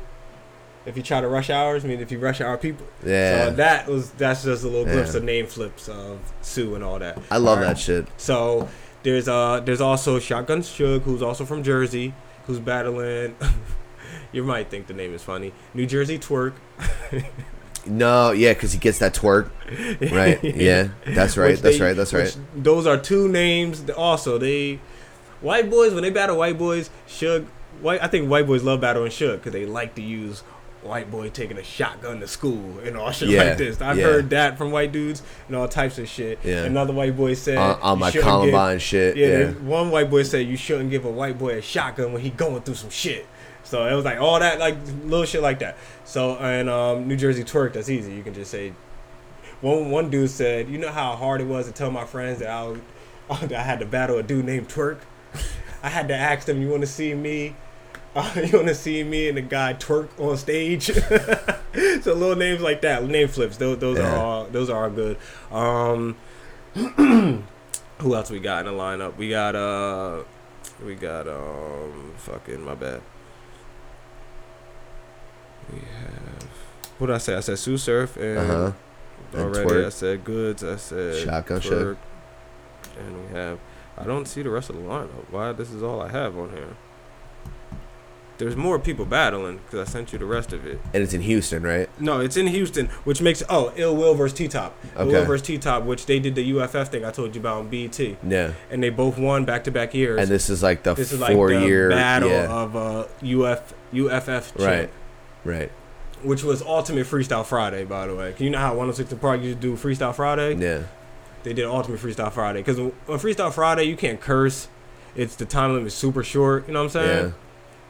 if he try to rush hours. I mean, if he rush hour people. Yeah. So that was that's just a little glimpse Yeah. of name flips of Sue and all that. I love Alright. that shit. So there's uh there's also Shotgun Shug, who's also from Jersey, who's battling. you might think the name is funny. New Jersey Twerk. No, yeah, because he gets that twerk. Right. Yeah. That's right. Which that's they- right. That's which right. Those are two names. that Also, they white boys when they battle white boys, Shug. White, I think white boys love battling Shug because they like to use white boy taking a shotgun to school and all shit Yeah, like this. I've yeah. heard that from white dudes and all types of shit. Yeah. Another white boy said On- on you my shouldn't give- Columbine shit, yeah. they- one white boy said you shouldn't give a white boy a shotgun when he going through some shit. So it was like all that like little shit like that. So and um, New Jersey twerk, that's easy. You can just say one one dude said, "You know how hard it was to tell my friends that I was, that I had to battle a dude named Twerk. I had to ask them, you want to see me? Uh, you want to see me and the guy Twerk on stage? so little names like that, name flips. Those those Yeah. are all those are all good. Um, who else we got in the lineup? We got uh, we got um, fucking my bad. We have what did I say? I said Sue Surf and Uh huh. And already. twerk. I said goods. I said Shotgun shot. twerk. And we have. I don't see the rest of the lineup. Why this is all I have on here? There's more people battling because I sent you the rest of it. And it's in Houston, right? No, it's in Houston, which makes oh Ill Will versus T Top. Ill Will Okay. versus T Top, which they did the UFF thing I told you about on BT, Yeah. and they both won back to back years. And this is like the this is like four the year battle yeah. of uh, UF UFF champ, right. Right. which was Ultimate Freestyle Friday, by the way. 'Cause You know how 106 and Park used to do Freestyle Friday? Yeah. they did Ultimate Freestyle Friday because on Freestyle Friday you can't curse. It's the time limit is super short. You know what I'm saying? Yeah.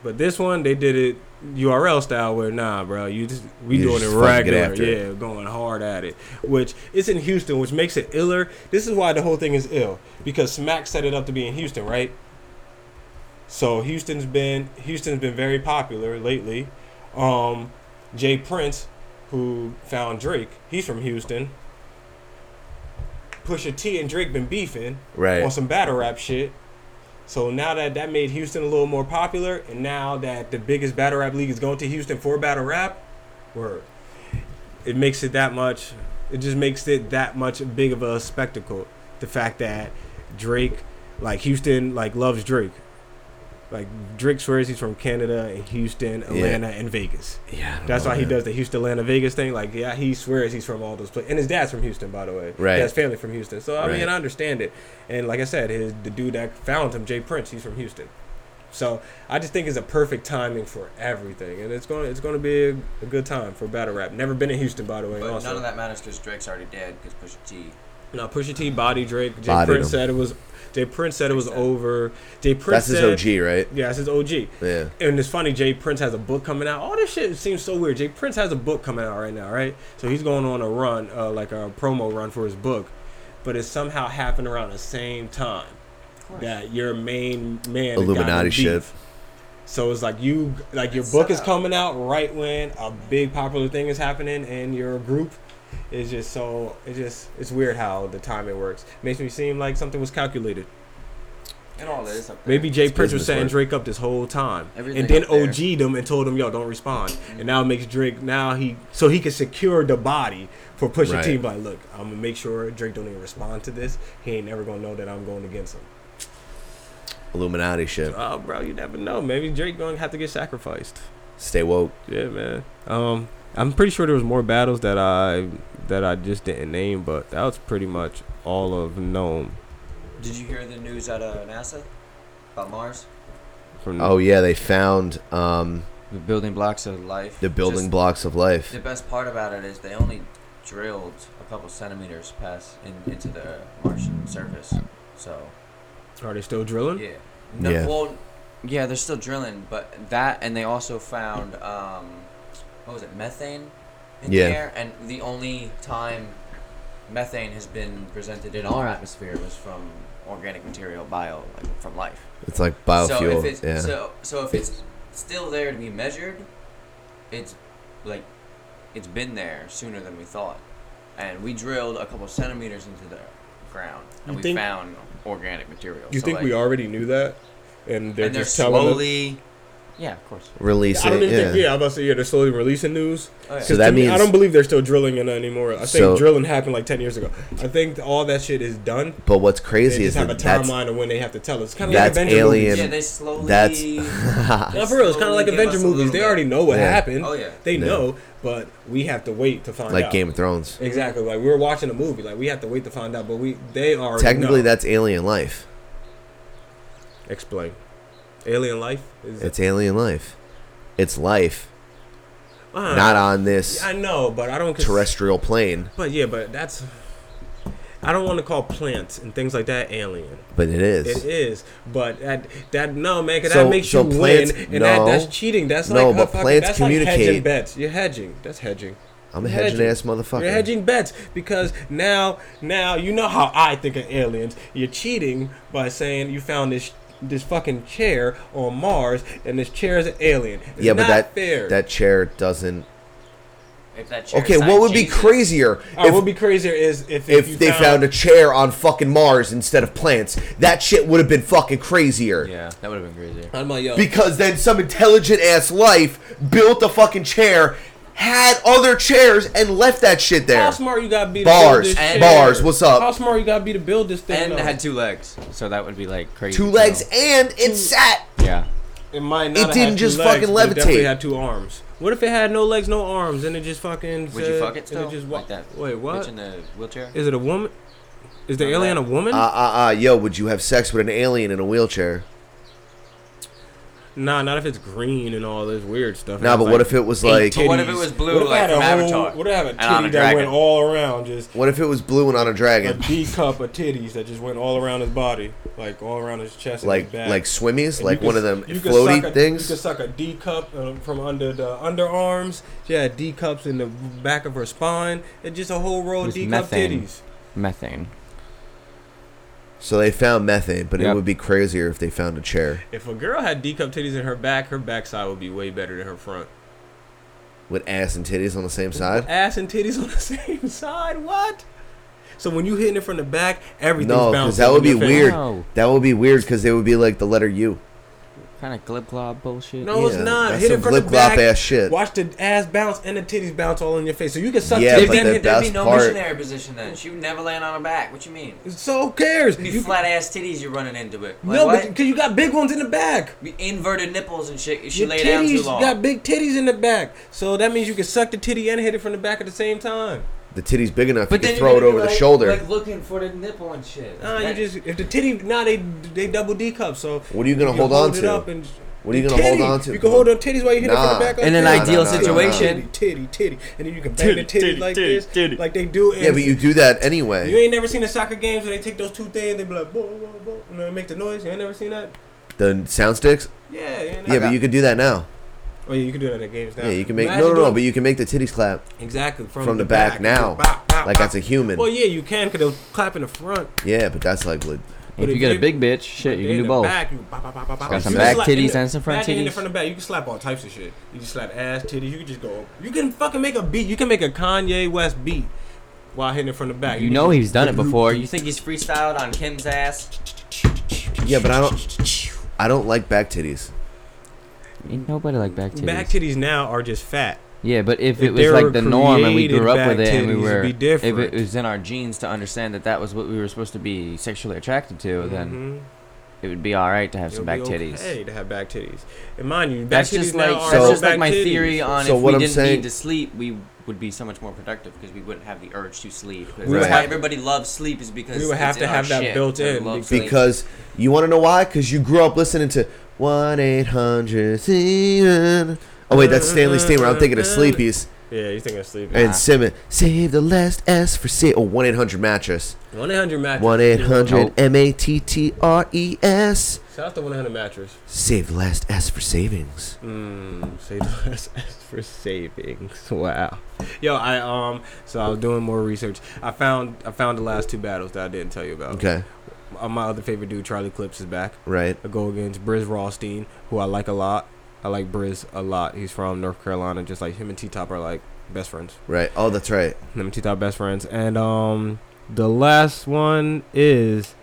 But this one they did it URL style where nah, bro, you just we You doing just it fucking get regular, after it. yeah, going hard at it. Which it's in Houston, which makes it iller. This is why the whole thing is ill because Smack set it up to be in Houston, right? So Houston's been Houston's been very popular lately. Um, Jay Prince, who found Drake, he's from Houston. Pusha T and Drake been beefing Right. on some battle rap shit. So now that that made Houston a little more popular, and now that the biggest battle rap league is going to Houston for battle rap, word, it makes it that much. It just makes it that much big of a spectacle. The fact that Drake, like Houston, like loves Drake. Like Drake swears he's from Canada and Houston, Atlanta, and Vegas. Yeah, I don't That's know, why he man. does the Houston, Atlanta, Vegas thing. Like, yeah, he swears he's from all those places. And his dad's from Houston, by the way. Right. His family from Houston. So I Right. mean, I understand it. And like I said, his the dude that found him, Jay Prince, he's from Houston. So I just think it's a perfect timing for everything, and it's going to it's going to be a, a good time for battle rap. Never been in Houston, by the way. But also. none of that matters because Drake's already dead because Pusha T No, Pusha T body Drake. Jay Bodied Prince him. said it was. Jay Prince said it was over. Jay Prince. That's his said- OG, right? Yeah, that's his OG. Yeah. And it's funny. Jay Prince has a book coming out. All this shit seems so weird. Jay Prince has a book coming out right now, right? So he's going on a run, uh, like a promo run for his book, but it somehow happened around the same time that your main man got Illuminati beef. shit. So it's like you, like your book is coming out right when a big popular thing is happening in your group. It's just so it's just it's weird how the timing works. Makes me seem like something was calculated. And all that is up there. Maybe Jay It's Prince was business setting work. Drake up this whole time, Everything and then up there. OG'd him and told him, "Yo, don't respond." And now it makes Drake now he so he can secure the body for Pusha T. Right. By look, I'm gonna make sure Drake don't even respond to this. He ain't never gonna know that I'm going against him. Illuminati shit. Oh, bro, you never know. Maybe Drake gonna have to get sacrificed. Stay woke. Yeah, man. Um, I'm pretty sure there was more battles that I that I just didn't name, but that was pretty much all of Gnome. Did you hear the news out of NASA about Mars? From Oh yeah, they found um, The building blocks of life. the building Just- blocks of life. The best part about it is they only drilled a couple centimeters past in, into the Martian surface. So Are they still drilling? yeah, no, Yeah. well, yeah, they're still drilling, but that and they also found um, what was it, methane in Yeah. the air, and the only time methane has been presented in our atmosphere was from organic material, bio, like from life. It's like So biofuel. if it's, yeah. so, so if it's still there to be measured, it's like it's been there sooner than we thought, and we drilled a couple centimeters into the ground and You we think- found organic material. You So, think like- we already knew that, and they're and they're just telling us- slowly. Yeah, of course. Release I don't it. even Yeah. think. Yeah, I'm about to say yeah. They're slowly releasing news. Oh, yeah. So 'Cause that to me, I means- don't believe they're still drilling in anymore. I think So- drilling happened like ten years ago. I think all that shit is done. But what's They crazy is just have a that that's timeline of when they have to tell us. Kind of like that's Avenger alien. movies. Yeah, they slowly- That's No, for real, it's kind of slowly like give Avenger us a movies. little They bit. already know what Yeah. happened. Oh, yeah. they Yeah. know, but we have to wait to find out. like Game of Thrones. Exactly. Like we were watching a movie. Like we have to wait to find out. But we they are Technically, that's alien life. explain. Alien life is It's alien life. It's life, Uh, not on this I know, but I don't. cons- terrestrial plane, But yeah, but that's. I don't want to call plants and things like that alien. but it is. It is, but that that no man, 'cause So- that makes so you plants- win, and that, that's no. cheating. That's No, like but fucking- plants that's like hedging communicate. bets. You're hedging. That's hedging. I'm a You're hedging ass motherfucker. You're hedging bets because now, now you know how I think of aliens. You're cheating by saying you found this this fucking chair on Mars, and this chair is an alien. It's yeah, but not that fair. that chair doesn't. If that chair Okay, what side would be changes- crazier All right, if, what would be crazier is if if, you they found, a chair on fucking Mars instead of plants? That shit would have been fucking crazier. Yeah, that would have been crazier. I'm like, yo, Because then some intelligent ass life built a fucking chair, had other chairs, and left that shit there. How smart you gotta be to Bars, build this and- shit? bars, what's up? How smart you gotta be to build this thing? And though? it had two legs, so that would be like crazy. Two too. legs, and it sat. Yeah. It might not. It have didn't had two just legs, fucking but It definitely levitate. had two arms. What if it had no legs, no arms, and it just fucking? Would said- you fuck and it still? just wa- like that? Wait, Bitch what? in the wheelchair? Is it a woman? Is the Not alien that. a woman? Uh, uh, uh, yo, would you have sex with an alien in a wheelchair? nah, not if it's green and all this weird stuff. Nah, It's but what if it was like- But what if it was blue, What if it like had a from whole- Avatar? What if it had a And I'm titty a that went dragon. all around, just What if it was blue and on a a dragon? D cup of titties that just went all around his body, like all around his chest, and his Like back. like swimmies, And like you one of could- them you could suck floaty a- things. You could suck a D cup um, from under the underarms. She had D cups in the back of her spine. It's just a whole row of With D cup methane. titties. Methane. so they found methane, but it Yep. would be crazier if they found a chair If a girl had D cup titties in her back, her backside would be way better than her front. with ass and titties on the same side. Ass and titties on the same side. What? So when you hitting it from the back, everything's No, because bouncing. that would in be your face. weird. No. That would be weird because they would be like the letter U. Kind of glip glob bullshit. No, it's Yeah, not. that's Hit some it from the glip-glop back. ass shit. Watch the ass bounce and the titties bounce all in your face. So you can suck. Yeah, titties but and the hit that best There'd be no part- missionary position then. She would never land on her back. What you mean? So who cares? It'd be You- flat ass titties you're running into it. Like, no, what? but because you got big ones in the back. Be inverted nipples and shit. She Your lay down too titties long. got big titties in the back, so that means you can suck the titty and hit it from the back at the same time. The titty's big enough you can throw it over the shoulder. looking for the nipple and shit. Nah, you just if the titty now nah, they they double D cup, so What are you gonna can hold on it to? up and- What are you gonna Titty. hold on to? You can hold on titties while you hit it Nah. from the back. In an like, ideal titty, situation. titty, titty, titty, and then you can bang the titties like this, like they do. in- Yeah, but you do that You anyway. ain't never seen the soccer games where they take those two things and they be like, whoa, whoa, whoa, and they make the noise. You ain't never seen that? The sound sticks. Yeah, yeah. Yeah, but you can do that now. Oh yeah, you can do that in the games now. Yeah, you can make Imagine no, no, no. doing- But you can make the titties clap exactly from, the, back, now, Bop, bop, like bop. that's a human. Well, yeah, you can because they'll clap in the front. Yeah, but that's like what. But If you get a big bitch, shit, you in can do the both. Back, you bop, bop, bop, bop, bop. Got some You back slap- in titties the- and some front back and in the titties. front and back, you can slap all types of shit. You can slap ass titties. You can just go. You can fucking make a beat. You can make a Kanye West beat while hitting it from the back. You know he's done it before. You think he's freestyled on Kim's ass? Yeah, but I don't. I don't like back titties. Ain't nobody like back titties. back titties now are just fat. yeah, but if, If it they was like were the norm and we created grew up with back it and we titties, it'd were, be if different. it was in our genes to understand that that was what we were supposed to be sexually attracted to, then it would be all right to have some back Mm-hmm. It'll be titties. Okay to have back titties. And mind you, back That's titties just now like are that's all just back like my titties. theory on So if what we I'm didn't saying- need to sleep, we would be so much more productive because we wouldn't have the urge to sleep. 'Cause We would That's why have- everybody loves sleep is because we would it's have in to our have that shit built to in love sleep. Because you want to know why? Because you grew up listening to one eight hundred. Oh wait, that's Stanley Steamer. I'm thinking of Sleepies Yeah, you think I'm sleeping? and Simmons. Save the last S for C. Oh, one eight hundred mattress. One eight hundred mattress. One eight hundred M A T T R E S. Shout out to one eight hundred mattress. Save the last S for savings. Mm, save the last S for savings. Wow. Yo, I um, so I was doing more research. I found I found the last two battles that I didn't tell you about. Okay, Uh, my other favorite dude, Charlie Clips, is back. right. I go against Briz Rothstein, who I like a lot. I like Briz a lot. He's from North Carolina, just like him and T Top are like best friends. Right. Oh, that's right. Him and T Top best friends. And um, the last one is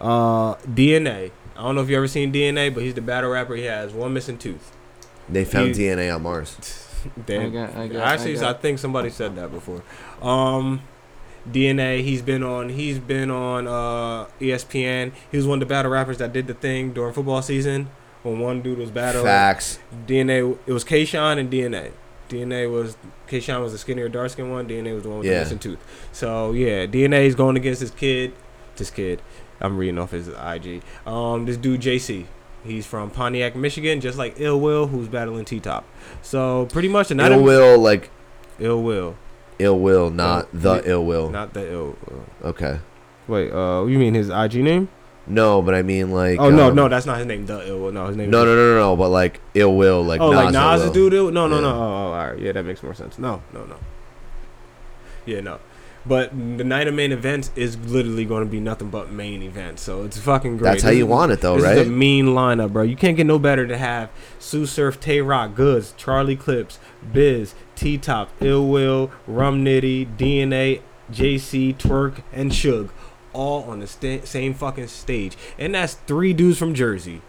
uh DNA. I don't know if you ever seen DNA, but he's the battle rapper. He has one missing tooth. They found You- DNA on Mars. Damn. I got- I got- Actually, I I, got- think somebody said that before. Um, DNA. He's been on. He's been on uh, ESPN. He was one of the battle rappers that did the thing during football season when one dude was battling. Facts. DNA. It was Kayshawn and DNA. DNA was Kayshawn was the skinnier, dark skinned one. DNA was the one with Yeah. the missing tooth. So yeah, DNA is going against this kid. This kid. I'm reading off his IG. Um, this dude JC. He's from Pontiac, Michigan, just like Ill Will, who's battling T Top. So pretty much, and ill will, like Ill Will, ill will, not No, the it- ill will. not the Ill. Will. okay. Oh. Wait, uh, you mean his IG name? No, but I mean like. oh no, um, no, that's not his name. The Ill Will. No, his name. No, is no, no, no, no. But like ill will, like oh, Nas like Nas Ill is Will. dude. Ill- No, no, no. Yeah. Oh, oh, all right. Yeah, that makes more sense. No, no, no. Yeah, no. But the night of main events is literally going to be nothing but main events. So it's fucking great. That's how This you is- want it, though, this right? Is a mean lineup, bro. You can't get no better to have Sue Surf, Tay Rock, Goods, Charlie Clips, Biz, T Top, Ill Will, Rum Nitty, DNA, JC, Twerk, and Shug, all on the sta- same fucking stage. And that's three dudes from Jersey,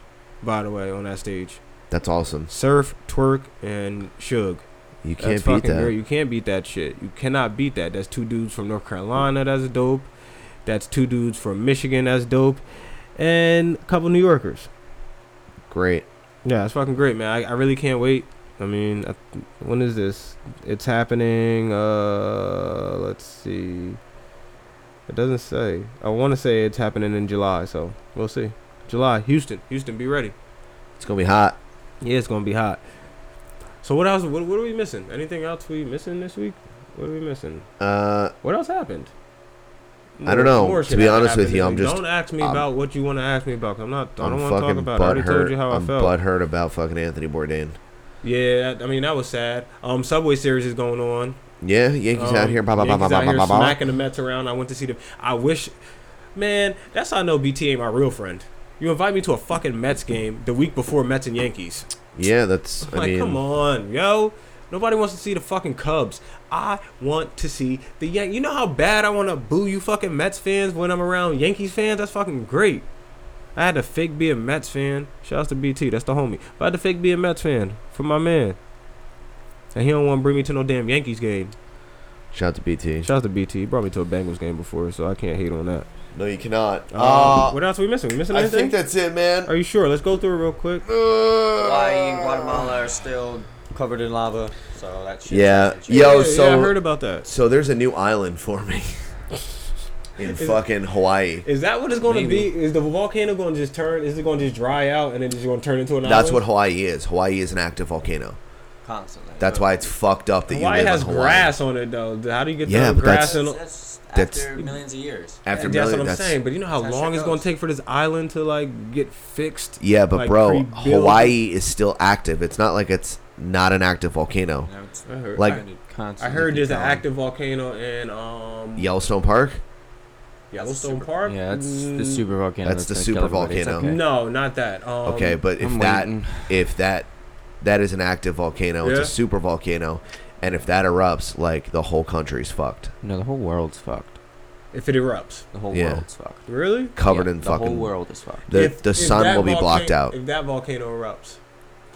by the way, on that stage. That's awesome. Surf, Twerk, and Shug. You That's can't beat fucking that. great. You can't beat that shit. You cannot beat that. That's two dudes from North Carolina. That's dope. That's two dudes from Michigan. That's dope. And a couple New Yorkers. Great. Yeah, it's fucking great, man. I, I really can't wait. I mean, I, when is this? It's happening. Uh, let's see. It doesn't say. I want to say it's happening in July, so we'll see. July, Houston, Houston, be ready. It's gonna be hot. Yeah, it's gonna be hot. So what else? What, what are we missing? Anything else we missing this week? What are we missing? Uh, What else happened? I don't know. More To shit be honest with happened. you, I'm just- Don't ask me I'm- about what you want to ask me about. 'cause I'm not. I I'm don't want to talk fucking about. It. I already told butthurt. you how I'm I felt. butthurt about fucking Anthony Bourdain. Yeah, that- I mean that was sad. Um, Subway Series is going on. Yeah, Yankees Um, out here. Bah, bah, bah, Yankees bah, out bah, here bah, bah. smacking the Mets around. I went to see them. I wish, man. That's how I know BT ain't my real friend. You invite me to a fucking Mets game the week before Mets and Yankees. Yeah, that's. I like, mean, come on, yo. Nobody wants to see the fucking Cubs. I want to see the Yankees. You know how bad I want to boo you fucking Mets fans when I'm around Yankees fans? That's fucking great. I had to fake be a Mets fan. Shouts to BT, that's the homie. But I had to fake be a Mets fan for my man. And he don't want to bring me to no damn Yankees game. shout out to BT. Shouts to BT. He brought me to a Bengals game before, so I can't hate on that. No, you cannot. Um, Uh, what else we missing? We missing I anything? think that's it, man. Are you sure? Let's go through it real quick. Hawaii and Guatemala are still covered in lava, so that shit. Yeah. that shit- Yo, yeah, I so heard about that. so there's a new island for me. in fucking Hawaii. Is that what it's going to be? Is the volcano going to just turn? Is it going to just dry out and then it's going to turn into an That's island? what Hawaii is. Hawaii is an active volcano. Constantly. That's why it's fucked up that Hawaii you live has in Hawaii. grass on it though. How do you get Yeah, the but grass? that's- and That's That's- after millions of years. After Yeah, that's million- what I'm that's- saying. But you know how That's how long shit it's going goes. to take for this island to like get fixed? Yeah, but Like, bro, rebuild? Hawaii is still active. It's not like it's not an active volcano. No, it's- I heard, Like- I, I Constantly heard there's an going. active volcano in um Yellowstone Park. Yellowstone Park. Yeah, that's the Mm, super volcano. That's the gonna kill super everybody. It's volcano. okay. No, not that. Um, Okay, but if I'm that waiting. if that that is an active volcano, it's Yeah. a super volcano, and if that erupts, like the whole country's fucked, No, the whole world's fucked. if it erupts, The whole Yeah. world's fucked. really? covered Yeah, in the fucking. whole world is fucked. The If- the if sun that will be volcano- blocked out. If that volcano erupts,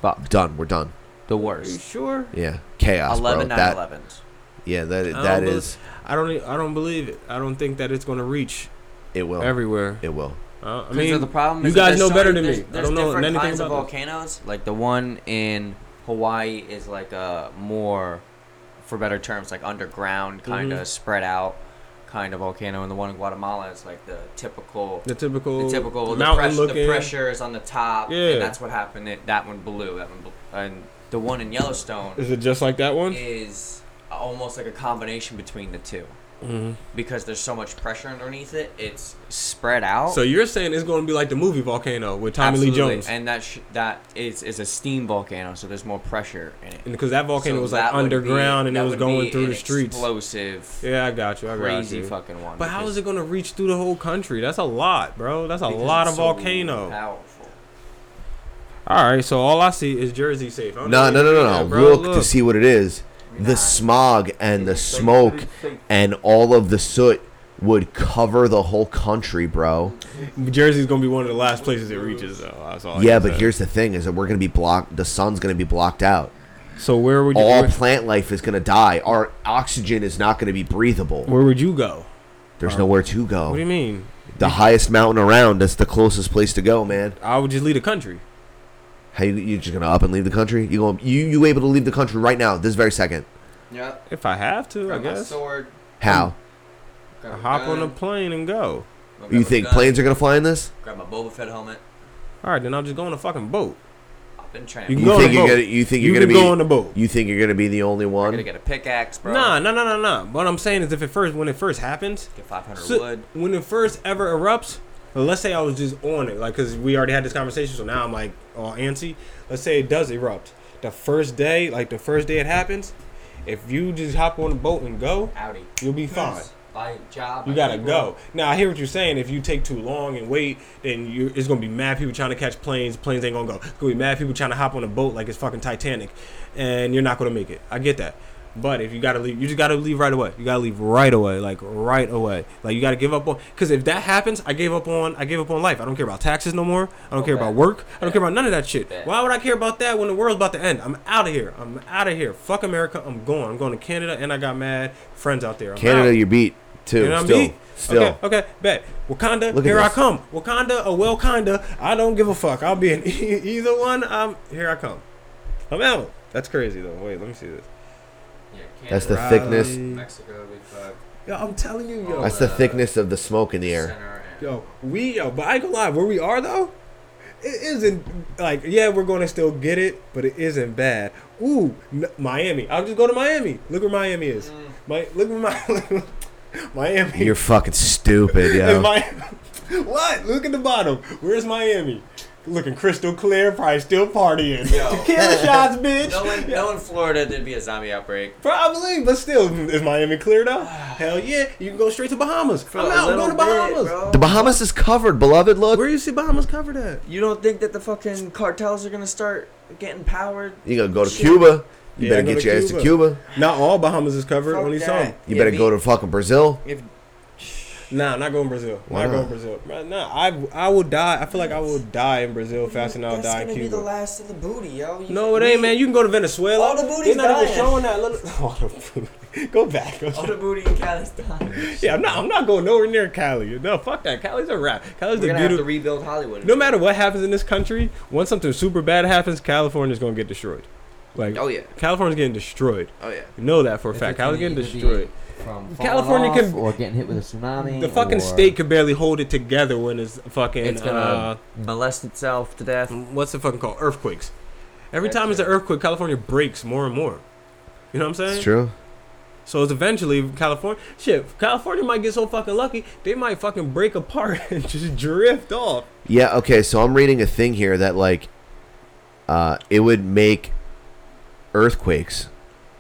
Fucked. Done. We're done. The are you worst. sure? Yeah, chaos, Eleven bro. nine That elevens. yeah, that I that don't bel- is I don't. e- I don't believe it. I don't think that it's going to reach it will everywhere. it will. Uh, I 'Cause mean, the problem you is that guys there's know so better many- than me. there's- I There's don't know different anything kinds about of volcanoes. Like the one in Hawaii is like a more, for better terms, like underground kind of Mhm. spread out kind of volcano, and the one in Guatemala is like the typical. the typical, the typical the, mountain press, looking. the pressure is on the top Yeah. and that's what happened it, that one blew that one blew. and the one in Yellowstone Is it just like that one? is almost like a combination between the 2 Mm-hmm. because there's so much pressure underneath it it's spread out So you're saying it's going to be like the movie Volcano with Tommy Absolutely. Lee Jones, and that sh- that is is a steam volcano so there's more pressure in it because that volcano So was like that would be- underground and that it was would going be through an the streets. explosive Yeah, I got you. I got crazy you. fucking one But how because- is it going to reach through the whole country? That's a lot, bro. That's a because lot it's of so volcano. powerful All right, so all I see is Jersey safe. I don't No, know no, no, where no, you no. bro. look, to see what it is. The smog and the smoke and all of the soot would cover the whole country, bro. Jersey's going to be one of the last places it reaches, though. That's all Oh, I yeah, can but say. here's the thing: is that we're gonna be blocked. The sun's gonna be blocked out. So where would you? All Where, plant life is gonna die. Our oxygen is not gonna be breathable. where would you go? There's nowhere to What do go. you mean? The highest mountain around. That's the closest place to go, man. I would just leave the country. How you, you just gonna up and leave the country? You going you you able to leave the country right now, this very second? yeah If I have to, got I my guess. sword How? got I my hop on a gun, plane and go. grab You my think gun, planes are gonna fly in this? grab my Boba Fett helmet All right, then I'll just go on a fucking boat. I've been trying You can You go think on a you're boat. gonna you think you're You gonna can be go on a boat. You think you're gonna be the only I'm one? gonna get a pickaxe, bro. Nah, no, no, no, no. What I'm saying is, if it first, when it first happens, Get 500 so- wood. when it first ever erupts, well, let's say I was just on it, like, cause we already had this conversation, so now I'm like all antsy. Let's say it does erupt. The first day, like the first day it happens, if you just hop on a boat and go, Howdy. you'll be fine. My job. You my gotta people. go. Now I hear what you're saying. If you take too long and wait, then you it's gonna be mad people trying to catch planes. Planes ain't gonna go. It's gonna be mad people trying to hop on a boat like it's fucking Titanic, and you're not gonna make it. I get that. But if you gotta leave, you just gotta leave right away. You gotta leave right away, like right away. Like you gotta give up on. Because if that happens, I gave up on. I gave up on life. I don't care about taxes no more. I don't care Okay. about work. I don't care about none of that shit. Bet. Why would I care about that when the world's about to end? I'm out of here. I'm out of here. Fuck America. I'm going. I'm going to Canada, and I got mad friends out there. I'm out. Canada, you beat too. You know what still, I mean? still. Okay, okay, bet. Wakanda, Look at here I this. come. Wakanda or Welconda, I don't give a fuck. I'll be in e- either one. I'm here. I come. I'm out. That's crazy though. Wait, let me see this. Yeah, That's the Canada, thickness. Mexico, big fuck. Yo, I'm telling you, yo, That's the Uh, thickness of the smoke in the air. Center and yo, we, yo. But I ain't gonna lie, where we are though, it isn't like yeah, we're gonna still get it, but it isn't bad. Ooh, n- Miami. I'll just go to Miami. Look where Miami is. My look where my Miami. Mm. You're fucking stupid, Is yo. Miami- what? Look at the bottom. Where's Miami? Looking crystal clear, probably still partying. Yo. Tequila shots, bitch. No one, no in Florida there'd be a zombie outbreak. Probably, but still, is Miami cleared up? Hell yeah, you can go straight to Bahamas. I'm out, I'm going to Bahamas. The Bahamas is covered, beloved. Look, Where you see Bahamas covered at? You don't think that the fucking cartels are gonna start getting powered? you gonna go to Cuba. You Yeah, better go get to your ass to Cuba. Not all Bahamas is covered, Fuck only that. some. You Yeah, better me- go to fucking Brazil. If Nah, not going to Brazil. Why not, not? going to Brazil. Right, Nah, I I will die. I feel like I will die in Brazil faster than I'll that's die gonna in be Cuba. the last of the booty, yo. You- No, it ain't, man. You can go to Venezuela. All the booty's They're not even dying. showing that. Little... All the booty. Go back. Go All back. the booty in Cali's dying. Yeah, I'm not. I'm not going nowhere near Cali. No, fuck that. Cali's a wrap. Cali's We're the gonna have to beautiful. rebuild Hollywood. No matter what happens in this country, once something super bad happens, California's gonna get destroyed. Like, Oh, yeah. California's getting destroyed. Oh yeah. You know that for a fact. it can Cali's getting either be destroyed. from falling California off can- or getting hit with a tsunami. The fucking or- state could barely hold it together when it's fucking. It's gonna uh, molest itself to death. What's it fucking called? Earthquakes. Every time it's an earthquake, California breaks more and more. You know what I'm saying? It's true. So it's eventually California. Shit, California might get so fucking lucky they might fucking break apart and just drift off. Yeah, okay, so I'm reading a thing here that like uh it would make earthquakes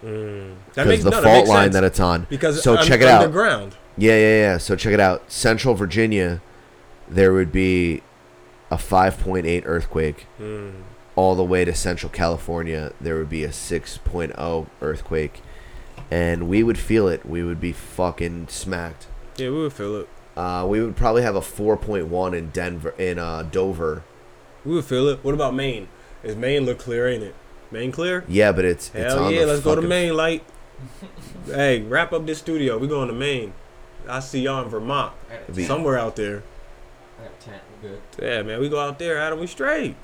That because makes the no, that fault makes line sense. that it's on. Because so un- check it out. underground. Yeah, yeah, yeah. So check it out. Central Virginia, there would be a 5.8 earthquake. Mm. All the way to Central California, there would be a 6.0 earthquake, and we would feel it. We would be fucking smacked. Yeah, we would feel it. Uh, we would probably have a 4.1 in Denver, in uh, Dover. We would feel it. What about Maine? Is Maine look clear? Ain't it? Maine clear? Yeah, but it's Hell it's on yeah, the let's go to fucking- Maine, light. hey, wrap up this studio. We going to Maine. I see y'all in Vermont, Be- somewhere out there. I got a tent. I'm good. Yeah, man, we go out there, Adam. We straight.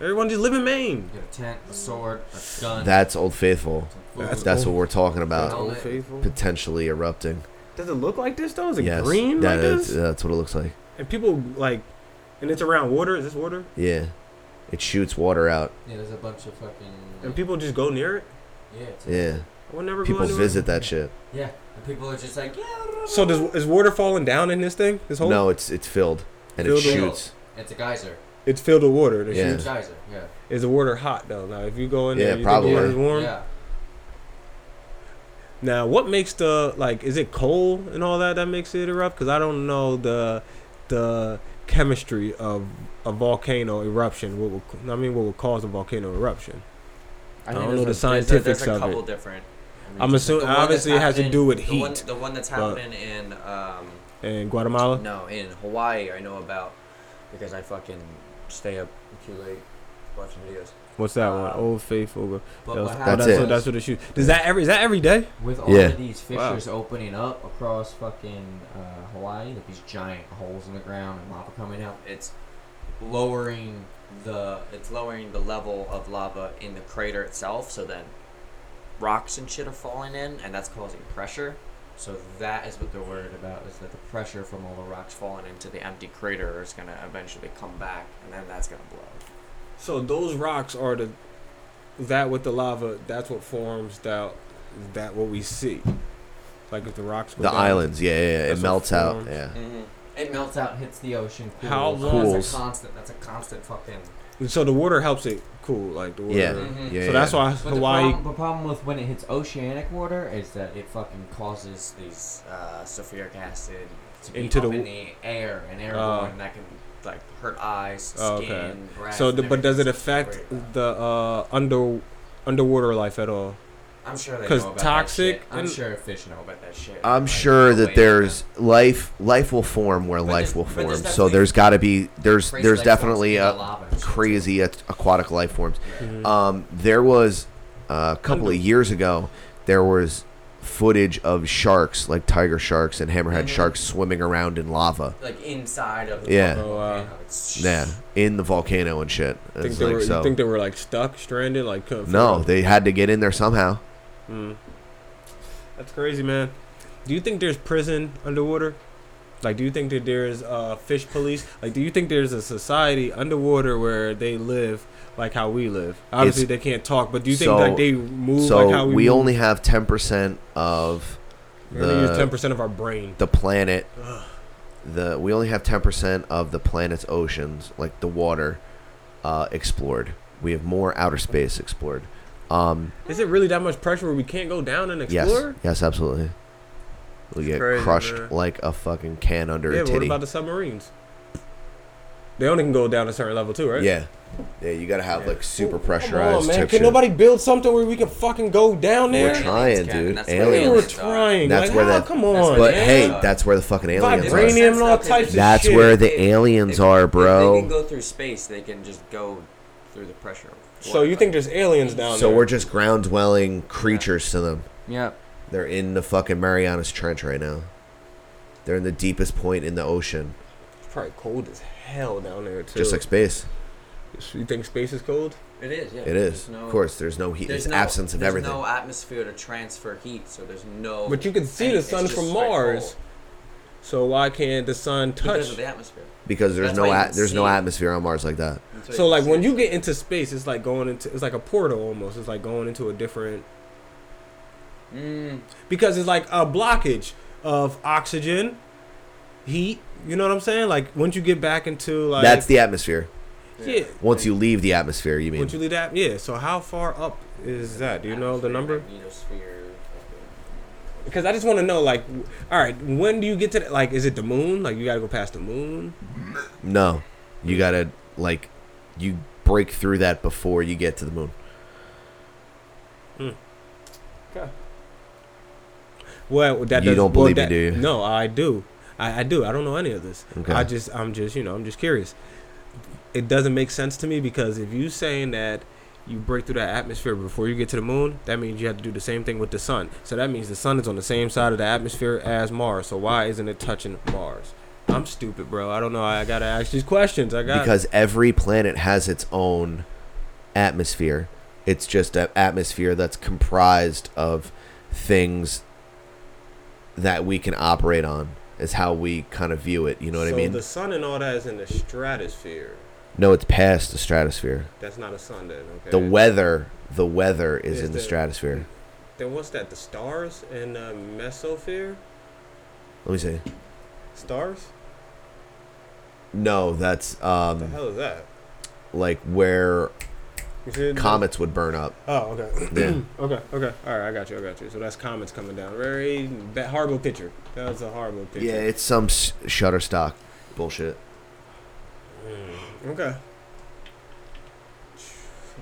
Everyone just live in Maine. Got a tent, a sword, a gun. That's Old Faithful. That's That's, Old- what we're talking That's about. Old Faithful? Potentially erupting. Does it look like this though? Is it yes, green that like is- this? that's what it looks like. And people like, and it's around water. Is this water? Yeah, it shoots water out. Yeah, there's a bunch of fucking. And people just go near it. Yeah. It's Yeah, I would never go people anywhere. visit that shit. Yeah, and people are just like, yeah. So does is water falling down in this thing? This whole No, it's it's filled and it Oh. Filled with- shoots. It's a geyser. it's filled with water. The Yeah. shoots. Geyser. Yeah. Is the water hot though? Now if you go in Yeah, there, you probably. think the water's warm. Yeah. Now what makes the like? Is it coal and all that that makes it erupt? Because I don't know the the chemistry of a volcano eruption. What will I mean? What would cause a volcano eruption? I don't know the There's, scientifics there's a of couple it. different. I'm regions. assuming- The one that's obviously it has to happening- do with the One, heat, the one that's but- happening in um, In Guatemala. no, in Hawaii, I know about because I fucking stay up too late watching videos. What's that one? Um, Old Faithful. but That was- what oh, happened that's was- what, that's what it shoots. Does that every is that every day? With all Yeah. of these Wow. fissures opening up across fucking uh, Hawaii, like these giant holes in the ground and lava coming out, it's lowering the it's lowering the level of lava in the crater itself. So then rocks and shit are falling in, and that's causing pressure. So that is what they're worried about: is that the pressure from all the rocks falling into the empty crater is gonna eventually come back, and then that's gonna blow. So those rocks are the that with the lava. That's what forms that that what we see. Like if the rocks. go The down. islands, yeah, yeah, yeah. it That's what melts out. forms. Yeah, Mm-hmm. It melts out, hits the ocean. Cools. How That's Cools. a constant. That's a constant fucking. So the water helps it cool, like the water. yeah, Mhm. yeah. so that's yeah. why But the Hawaii. problem, the problem with when it hits oceanic water is that it fucking causes these uh, sulfuric acid to be Into up the in w- the air and airborne, Oh. and that can like hurt eyes, skin, Oh, okay. grass. So, and the, but does it everything. It's affect worried about. the uh, under underwater life at all? I'm sure they know 'cause about toxic That shit. I'm and- sure fish know about that shit. I'm Like, sure the that way there's life. Life will form where But life there's- will but form. there's So definitely there's got to be there's crazy there's life forms definitely in a the lava and shit, too. crazy at- aquatic life forms. Yeah. Um, there was uh, a couple of years ago. There was footage of sharks, like tiger sharks and hammerhead Mhm. Mm. sharks, swimming around in lava. like inside of the Yeah. fucking Oh, wow. volcano. It's Yeah, in the volcano and shit. Think It's they like were, so. You think they were like stuck, stranded, like couldn't no, figure- they had to get in there somehow. Mm. That's crazy, man. Do you think there's prison underwater? Like, do you think that there's uh, fish police? Like, do you think there's a society underwater where they live like how we live? Obviously, they can't talk, but do you think so- like they move so like how we, we move? only have ten percent of We only use ten the, percent of our brain? the planet. The we only have ten percent of the planet's oceans, like the water, uh, explored. We have more outer space explored. Um, Is it really that much pressure where we can't go down and yes, explore? yes, absolutely. We get crazy, crushed man. like a fucking can under Yeah, a but what titty. about the submarines? They only can go down a certain level too, right? Yeah, yeah, you gotta have like super Come pressurized. on, man. type Can shit. nobody build something where we can fucking go down We're there? trying, Captain, dude. that's what We were Aliens. aliens. trying. That's like, where ah, that. Come on, But man. hey, that's where the fucking aliens are. Vibranium and all types of That's shit. where the aliens are, If they bro. can go through space, they can just go through the pressure. of So you water. think there's aliens down So there? we're just ground dwelling creatures to them. Yep. They're in the fucking Marianas Trench right now. They're in the deepest point in the ocean, It's probably cold as hell down there too. just like space. So you think space is cold? It is. Yeah. It is. There's no- of course, there's no heat. There's, no- absence of there's everything. no atmosphere to transfer heat, so there's no. But you can see the it's sun just from straight Mars. cold. So why can't the sun touch? Because of the atmosphere. because there's That's no why you at, can there's no see it. atmosphere on Mars like that. So like when you get into space, it's like going into it's like a portal almost. It's like going into a different Mm. because it's like a blockage of oxygen, heat. You know what I'm saying? Like once you get back into like That's the atmosphere. yeah. Once you leave the atmosphere, you mean? Once you leave that, yeah. So how far up is that? Do you know the number? Magnetosphere. Because I just want to know, like, w- all right, when do you get to that? Like, is it the moon? Like, you gotta go past the moon? no, you gotta like you break through that before you get to the moon. Well, that You does- don't well, believe me, that- do you? No, I do. I, I do. I don't know any of this. Okay. I just, I'm just, you know, I'm just curious. It doesn't make sense to me because if you saying that you break through that atmosphere before you get to the moon, that means you have to do the same thing with the sun. So that means the sun is on the same side of the atmosphere as Mars. So why isn't it touching Mars? I'm stupid, bro. I don't know. I gotta ask these questions. I got because every planet has its own atmosphere. It's just an atmosphere that's comprised of things that we can operate on. Is how we kind of view it. You know what so I mean? the sun and all that is in the stratosphere. no, it's past the stratosphere. That's not a sun, then. Okay. The weather, the weather is Is in the, the- stratosphere. Then what's that? The stars and the mesosphere? Let me see. Stars? No, that's the um hell is that? like where You see it? comets would burn up. Oh, okay. Yeah. okay, okay. All right, I got you. I got you. So that's comets coming down. Very bad, horrible picture. That was a horrible picture. Yeah, it's some s- Shutterstock bullshit. Okay.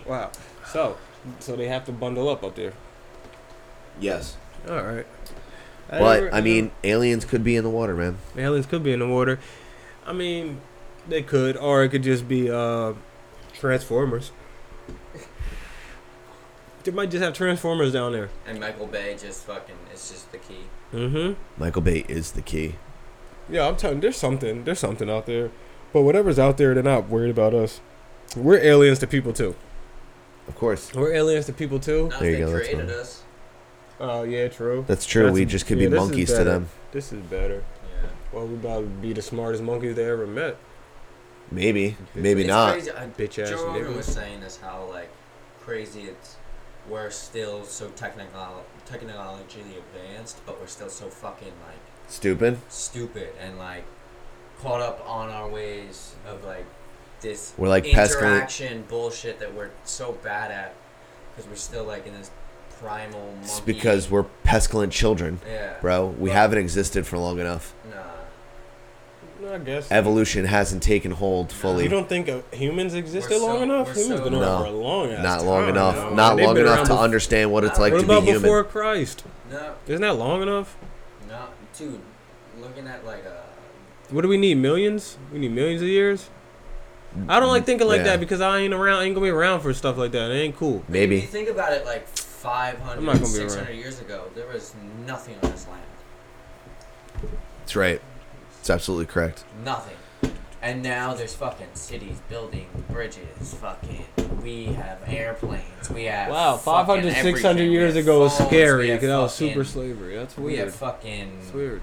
Wow. So, so they have to bundle up up there. Yes. All right. But I mean, aliens could be in the water, man. aliens could be in the water. I mean, they could, or it could just be uh, Transformers. They might just have Transformers down there. And Michael Bay just fucking. It's just the key. Mm-hmm. Michael Bay is the key. Yeah, I'm telling. There's something. There's something out there. But whatever's out there, they're not worried about us. We're aliens to people too. Of course. We're aliens to people too. Not There if you they go, that's created fine. us. Oh yeah, true. That's true, we just could be this is monkeys to better. them. This is better. Yeah. Well, we about to be the smartest monkeys they ever met. Maybe, maybe It's not. crazy. I- Bitch ass Joe nigga. Rogan was saying is how like crazy it's. We're still so technical, technologically advanced, but we're still so fucking like Stupid. stupid and like caught up on our ways of like this We're, like, pesky- interaction bullshit that we're so bad at because we're still like in this primal monkey. It's because we're pestilent children, yeah bro. We haven't existed for long enough. nah No, I guess. Evolution hasn't taken hold fully. You don't think uh, humans existed We're so- long enough? we're Humans so- been No. around for a long ass Not long time, enough. yo. Not They've long been enough around to bef- understand what it's What like What to be about human. before Christ? no Isn't that long enough? no dude looking at like a What do we need? Millions? We need millions of years. I don't like thinking like Yeah. that because I ain't around. I ain't gonna be around for stuff like that. It ain't cool. if you Maybe. think about it like 500 I'm not gonna be 600 around. years ago there was nothing on this land That's right. It's absolutely correct. nothing and now there's fucking cities building bridges fucking we have airplanes we have Wow, 500, fucking 600 everything. We years have ago was phones, scary we have because that was fucking- super slavery. That's we weird. have fucking It's weird.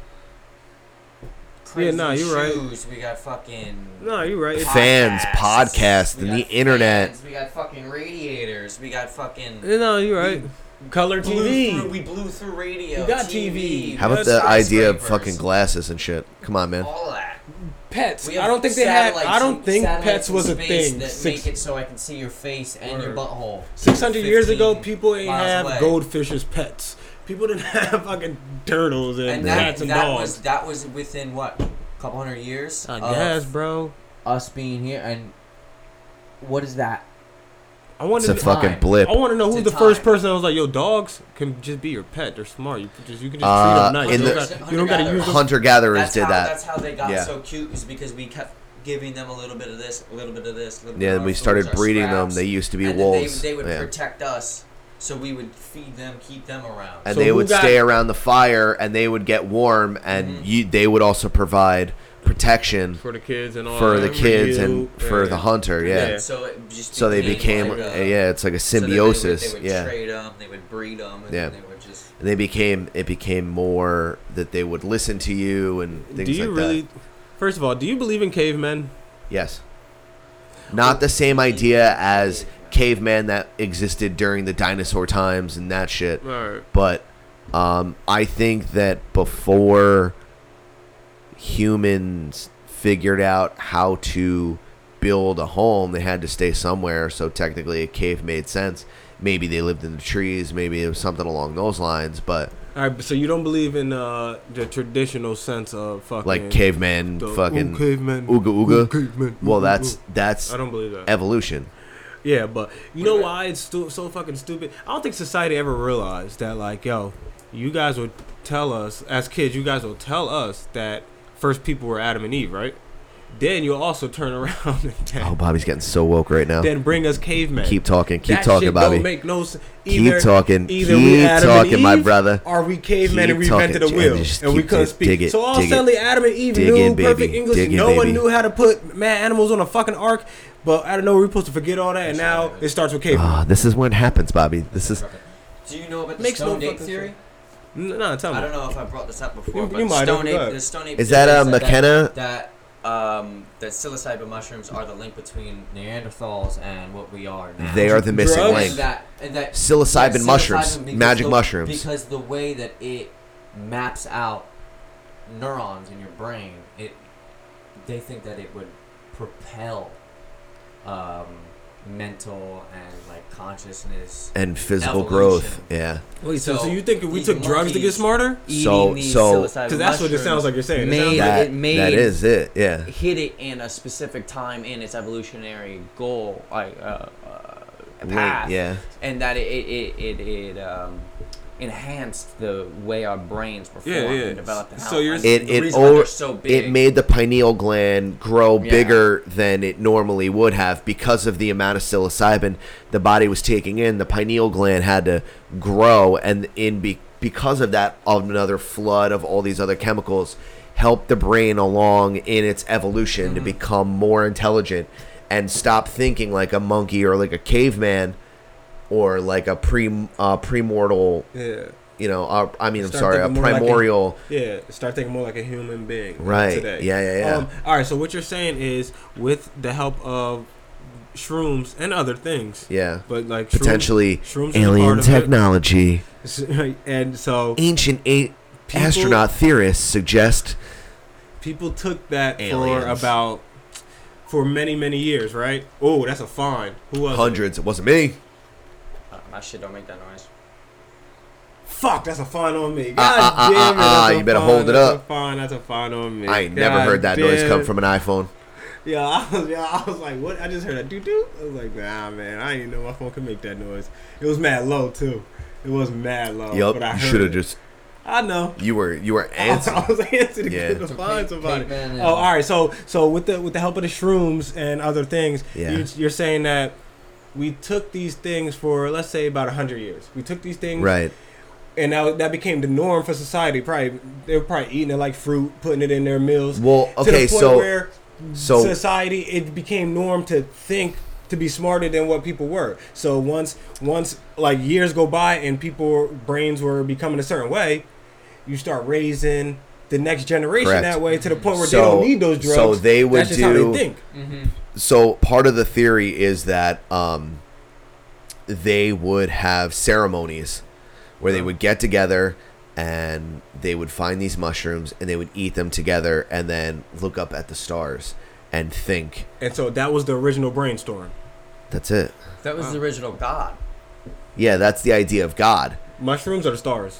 crazy nah, you're right. shoes. We got fucking No, you're right. It's, Fans, podcasts. podcasts, We and the got internet. fans. We got fucking radiators. We got fucking no, you're right. Color blew through, TV. we blew through radio. We got TV. How about Yeah, the idea of skyscrapers. fucking glasses and shit? Come on, man. All that. Pets. We I have don't think they had. satellites I don't and- think satellites pets in was a space thing. That Six, make it so I can see your face and your Word. butthole. 600 years ago, 15 people ain't miles have away. goldfish as pets. People didn't have fucking turtles and, And that, cats and that dogs. was that was within what, a couple hundred years. I Uh, of guess, bro. Us being here and what is that? I want It's to. a fucking time. blip. I want to know It's who a the first time. person that was like, "Yo, dogs can just be your pet. They're smart. You can just you can just treat Uh, them nice. in you, the- don't gotta, you don't gotta use them." Hunter gatherers That's did how, that. That's how they got Yeah. so cute is because we kept giving them a little bit of this, a little bit of this. a Little bit Yeah, of and our we started foods, our breeding them. scraps, They used to be and then they- wolves. They, would Yeah. protect us, so we would feed them, keep them around. and So they who would got- stay around the fire and they would get warm and you, they would also provide protection for the kids and all for the that. kids For you, and for yeah. the hunter. Yeah. Yeah, so it just So they became became like a- uh, yeah, it's like a So then they would- symbiosis. they would yeah. trade 'em, they would breed 'em, and yeah. they would just. And they became it became more that they would listen to you and things do you like really? that. First of all, do you believe in cavemen? Yes. Not the same idea as caveman that existed during the dinosaur times and that shit. Right. But um, I think that before humans figured out how to build a home, they had to stay somewhere. So technically, a cave made sense. Maybe they lived in the trees. Maybe it was something along those lines. But All right, so you don't believe in uh, the traditional sense of fucking like caveman, the- fucking Ooh, caveman, ooga ooga. ooh, caveman, ooh, well, ooh, that's ooh. that's I don't believe that. evolution. Yeah, but you know why it's stu- so fucking stupid? I don't think society ever realized that, like, yo, you guys would tell us, as kids, you guys will tell us that first people were Adam and Eve, right? Then you'll also turn around and then, Oh, Bobby's getting so woke right now. then bring us cavemen. Keep talking, keep That talking, shit Bobby. Don't make no s- Keep either- talking, either we keep Adam talking, and my Eve, brother. Or we cavemen Keep and reinvented the talking, wheel, just and we keep- couldn't just speak. dig it, so all dig it. suddenly, Adam and Eve Dig knew in, baby. perfect English. Dig in, no one baby. knew how to put mad animals on a fucking ark. But I don't know. We're supposed to forget all that, and now it starts with cavemen. Ah, this is when it happens, Bobby. This is Do you know about the Makes no stone ape fucking theory? No, no, tell me. I don't know if I brought this up before, You- but you might have, stone go ahead. ape, the stone ape Is that, theory uh, said McKenna? That, that um, that psilocybin mushrooms are the link between Neanderthals and what we are now. They are the missing Drugs? link. And that, and that Psilocybin mushrooms, because magic the- mushrooms. Because the way that it maps out neurons in your brain, it they think that it would propel um, mental and like consciousness and physical evolution. growth. Yeah. Wait, so, so, So, you think if we these took drugs to get monkeys smarter? eating So- these so- psilocybin 'Cause that's what it sounds like you're saying. It mushrooms sounds made, like- it made that is it. Yeah. hit it in a specific time in its evolutionary goal, like uh, uh, Link, path. yeah. and that it it it, it, it um, enhanced the way our brains were formed Yeah, yeah. and developed. And So how, you're- and It the it reason why o- they're so big. it made the pineal gland grow Yeah. bigger than it normally would have because of the amount of psilocybin the body was taking in. The pineal gland had to grow, and in be- because of that, another flood of all these other chemicals helped the brain along in its evolution Mm-hmm. to become more intelligent and stop thinking like a monkey or like a caveman or like a pre uh, premortal. Yeah. You know, uh, I mean, I'm Start sorry, a thinking more like a- primordial. yeah, start thinking more like a human being. like Right. Today. Um, Yeah, yeah, yeah. all right. So what you're saying is, with the help of shrooms and other things. Yeah. But like shroom- potentially shrooms is a part alien of it. technology. and so Ancient a- People- astronaut theorists suggest people took that for Aliens. about for many many years, right? Oh, that's a fine. Who was it? hundreds. It wasn't me. Uh, my shit don't make that noise. Fuck, that's a fine on me. God ah, damn ah, it, ah, that's a you better fine, hold it that's up. A fine, that's a fine on me. I ain't never God heard that noise damn come it. from an iPhone. Yeah, I was, yeah, I was like, what? I just heard a doo doo. I was like, nah, man, I didn't know my phone could make that noise. It was mad low too. It was mad low. yup, Oh, but I you heard should have it. Oh, just. I know. You were you were I antsy. was antsy to Yeah. get to find somebody. Caveman and- Oh, all right. So, so with the with the help of the shrooms and other things, Yeah. you, you're saying that we took these things for let's say about hundred years. We took these things, right. And now that became the norm for society. Probably they were probably eating it like fruit, putting it in their meals. Well, to the okay, point so where so- society it became norm to think to be smarter than what people were. So once once like years go by and people brains were becoming a certain way, you start raising the next generation Correct. that way to the point where So- they don't need those drugs. so they would That's just how do- they think. so part of the theory is that um, they would have ceremonies where they would get together and they would find these mushrooms and they would eat them together and then look up at the stars and think. And so that was the original brainstorm. That's it. That was the original god. Yeah, that's the idea of God. Mushrooms are the stars.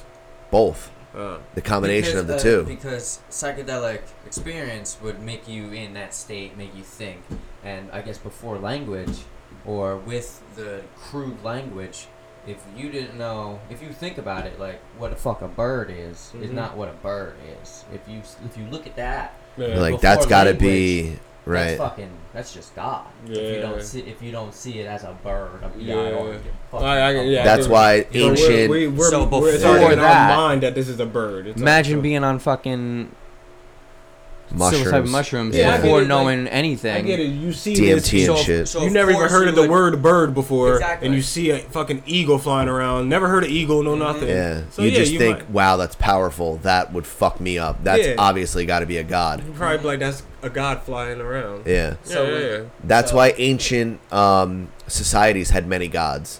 Both. Uh, The combination Because, of the uh, two. Because psychedelic experience would make you in that state, make you think, and I guess before language or with the crude language, if you didn't know, if you think about it, like what the fuck a bird is is Mhm. not what a bird is. If you if you look at that, yeah. Like before that's got to language, be That's right. fucking. That's just God. If you Yeah. don't see if you don't see it as a bird, a Yeah. beyond or a fucking I- I- yeah, I That's do. why So ancient We're, we we're, So we're, it's before already in our that- mind that this is a bird. It's Imagine like- being on fucking psilocybin Mushrooms. mushrooms Yeah. I get before it, like- knowing anything. I get it. You see DMT this, and so- shit. you never even heard of the word bird before, Exactly. and you see a fucking eagle flying around. Never heard of eagle, no nothing. Yeah. So you yeah, just you think, might, wow, that's powerful. That would fuck me up. That's Yeah. obviously got to be a god. you probably be like that's a god flying around. Yeah. So yeah, yeah, yeah. That's why ancient um, societies had many gods.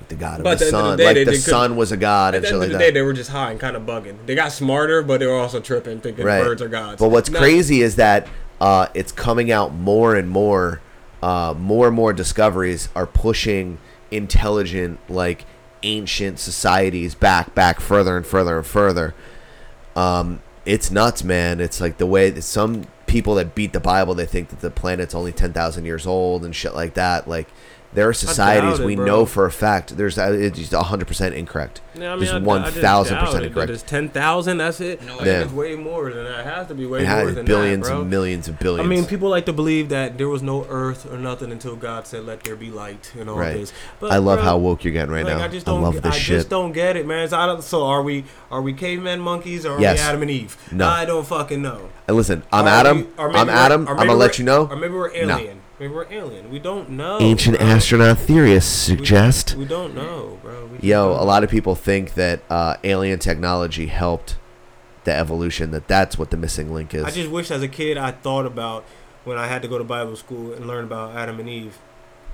Like the god of But at the the end of the sun. day, like they- the they could- sun was a god At and the shit end like of the that. day, they were just high and kind of bugging. They got smarter, but they were also tripping, thinking right. birds are gods. But what's Now- crazy is that uh, it's coming out more and more. Uh, more and more discoveries are pushing intelligent, like ancient societies back, back further and further and further. Um, it's nuts, man. It's like the way that some people that beat the Bible, they think that the planet's only ten thousand years old and shit like that. Like there are societies it, we bro. know for a fact. There's uh, it's hundred percent incorrect. Yeah, I mean, Just I- I one thousand doubt percent it, but incorrect. There's ten thousand. That's it. Like, Yeah. It's way more than that. It has to be way It has more than billions that, bro. and millions and billions. I mean, people like to believe that there was no Earth or nothing until God said, "Let there be light," and all Right. this. I love how woke you're getting right like, now. I, just I don't, love this I shit. just don't get it, man. It's, I don't, so are we? Are we caveman monkeys or are Yes. we Adam and Eve? No. I don't fucking know. And listen, I'm Are Adam. we- or maybe I'm we're- Adam. or I'm maybe gonna let we're- you know. Or maybe we're No. alien. Maybe we're alien. We don't know. Ancient bro. astronaut theorists We- suggest. We don't know, bro. We Yo, don't a know. lot of people think that uh, alien technology helped the evolution. That that's what the missing link is. I just wish as a kid I thought about when I had to go to Bible school and learn about Adam and Eve.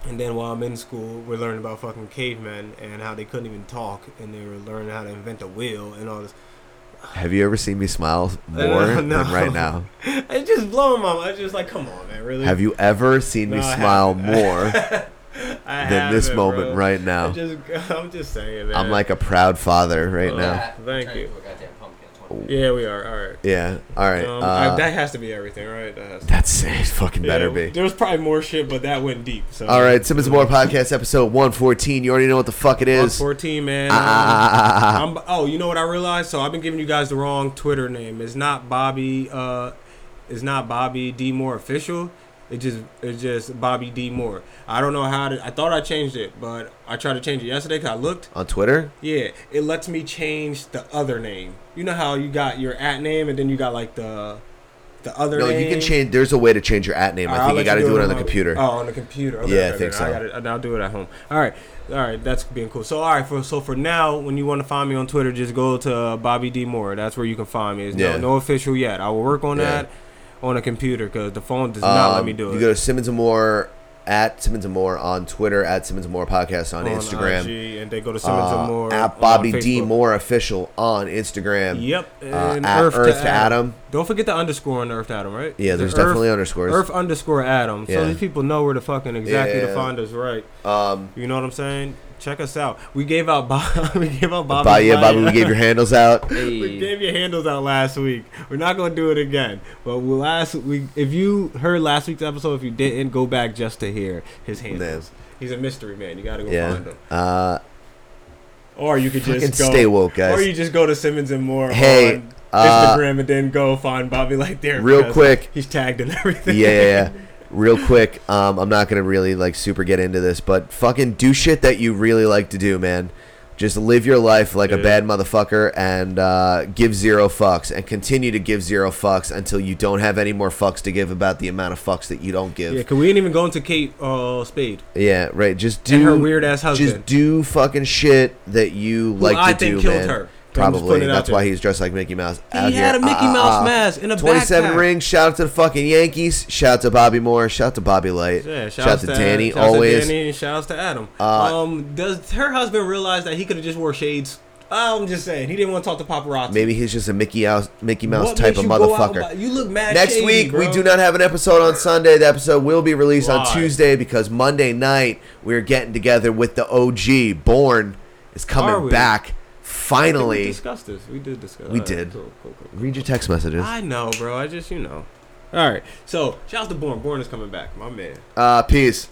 And then while I'm in school, we're learning about fucking cavemen and how they couldn't even talk and they were learning how to invent a wheel and all this. Have you ever seen me smile No, more no, no. than right now? It's just blowing my mind. It's just like, come on, man, really? Have you ever seen me No, I smile haven't. more I than this haven't, moment bro. right now? I just, I'm just saying, man. I'm like a proud father right Oh, now. Thank you. Yeah, we are. All right. Yeah. All right. Um, uh, I- that has to be everything, right? That has to that's it. Fucking better be. There was probably more shit, but that went deep. So. All right, Simmons and More podcast episode 114. You already know what the fuck it is. 14, man. Ah, ah, ah, ah, ah. I'm, oh, you know what I realized? So I've been giving you guys the wrong Twitter name. It's not Bobby. Uh, it's not Bobby D Moore official. It just it's just Bobby D Moore. I don't know how to. I thought I changed it, but I tried to change it yesterday because I looked. On Twitter? Yeah, it lets me change the other name. You know how you got your at name and then you got like the the other. No, name? you can change. There's a way to change your at name. All I right, I'll think you Uh, let got to do it on the my- computer. Oh, on the computer. Okay, Yeah, I okay, think so. okay. I got it. I'll do it at home. All right, all right. That's being cool. So, all right. For so for now, when you want to find me on Twitter, just go to uh, Bobby D Moore. That's where you can find me. It's Yeah. no, no official yet. I will work on Yeah. that on a computer because the phone does not let Um, me do You it. go to Simmons and More at Simmons and More on Twitter at Simmons and More podcast on, Instagram. IG, uh, and they go to Simmons uh, and Moore at on Bobby D Facebook. Moore official on Instagram. Yep. Uh, at Earth, to Adam. Don't forget the underscore on Earth to Adam, right? Yeah, The there's Earth- definitely underscores. Earth underscore Adam. So Yeah. these people know where to fucking exactly Yeah. to find us, right? Um, You know what I'm saying? Check us out. We gave out Bob. we gave out Bobby. Bobby, yeah, Bobby, we gave your handles out. we gave your handles out last week. We're not gonna do it again. But we'll last week, if you heard last week's episode, if you didn't, go back just to hear his handles. He's a mystery man. You gotta go Yeah. find him. Uh, Or you could Fucking just go, stay woke, guys. Or you just go to Simmons and More Hey, on uh, Instagram and then go find Bobby like there. real because quick. he's tagged in everything. yeah, yeah, yeah. Real quick, um, I'm not gonna really like super get into this, but fucking do shit that you really like to do, man. Just live your life like a Yeah. bad motherfucker and uh, give zero fucks, and continue to give zero fucks until you don't have any more fucks to give about the amount of fucks that you don't give. Yeah, cause we didn't even go into Kate uh, Spade. Yeah, right. Just do And her weird-ass Just husband. do fucking shit that you like I to think do, killed man. her. I'm just Probably. putting it out That's why there. he's dressed like Mickey Mouse. He out had here. a Mickey Ah, ah, Mouse ah. mask and a 27 backpack. rings. Shout out to the fucking Yankees. Shout out to Bobby Moore. Shout out to Bobby Light. Yeah, shout out to Danny. shouts always. To Danny, and shouts to Adam. Uh, um, does her husband realize that he could have just wore shades? I'm just saying he didn't want to talk to paparazzi. Maybe he's just a Mickey Mouse, Mickey Mouse What type makes of you go out motherfucker. by- you look mad. Next shady, week, we bro. do not have an episode on Sunday. The episode will be released on Why? Tuesday because Monday night we're getting together with the OG. Born is Are coming we? back. I think we Finally. discussed this. We did discuss. We all right, did. cool, cool, cool. Read your text messages. I know, bro. I just you know. All right. So shout out to Born. Born is coming back. My man. Uh, peace.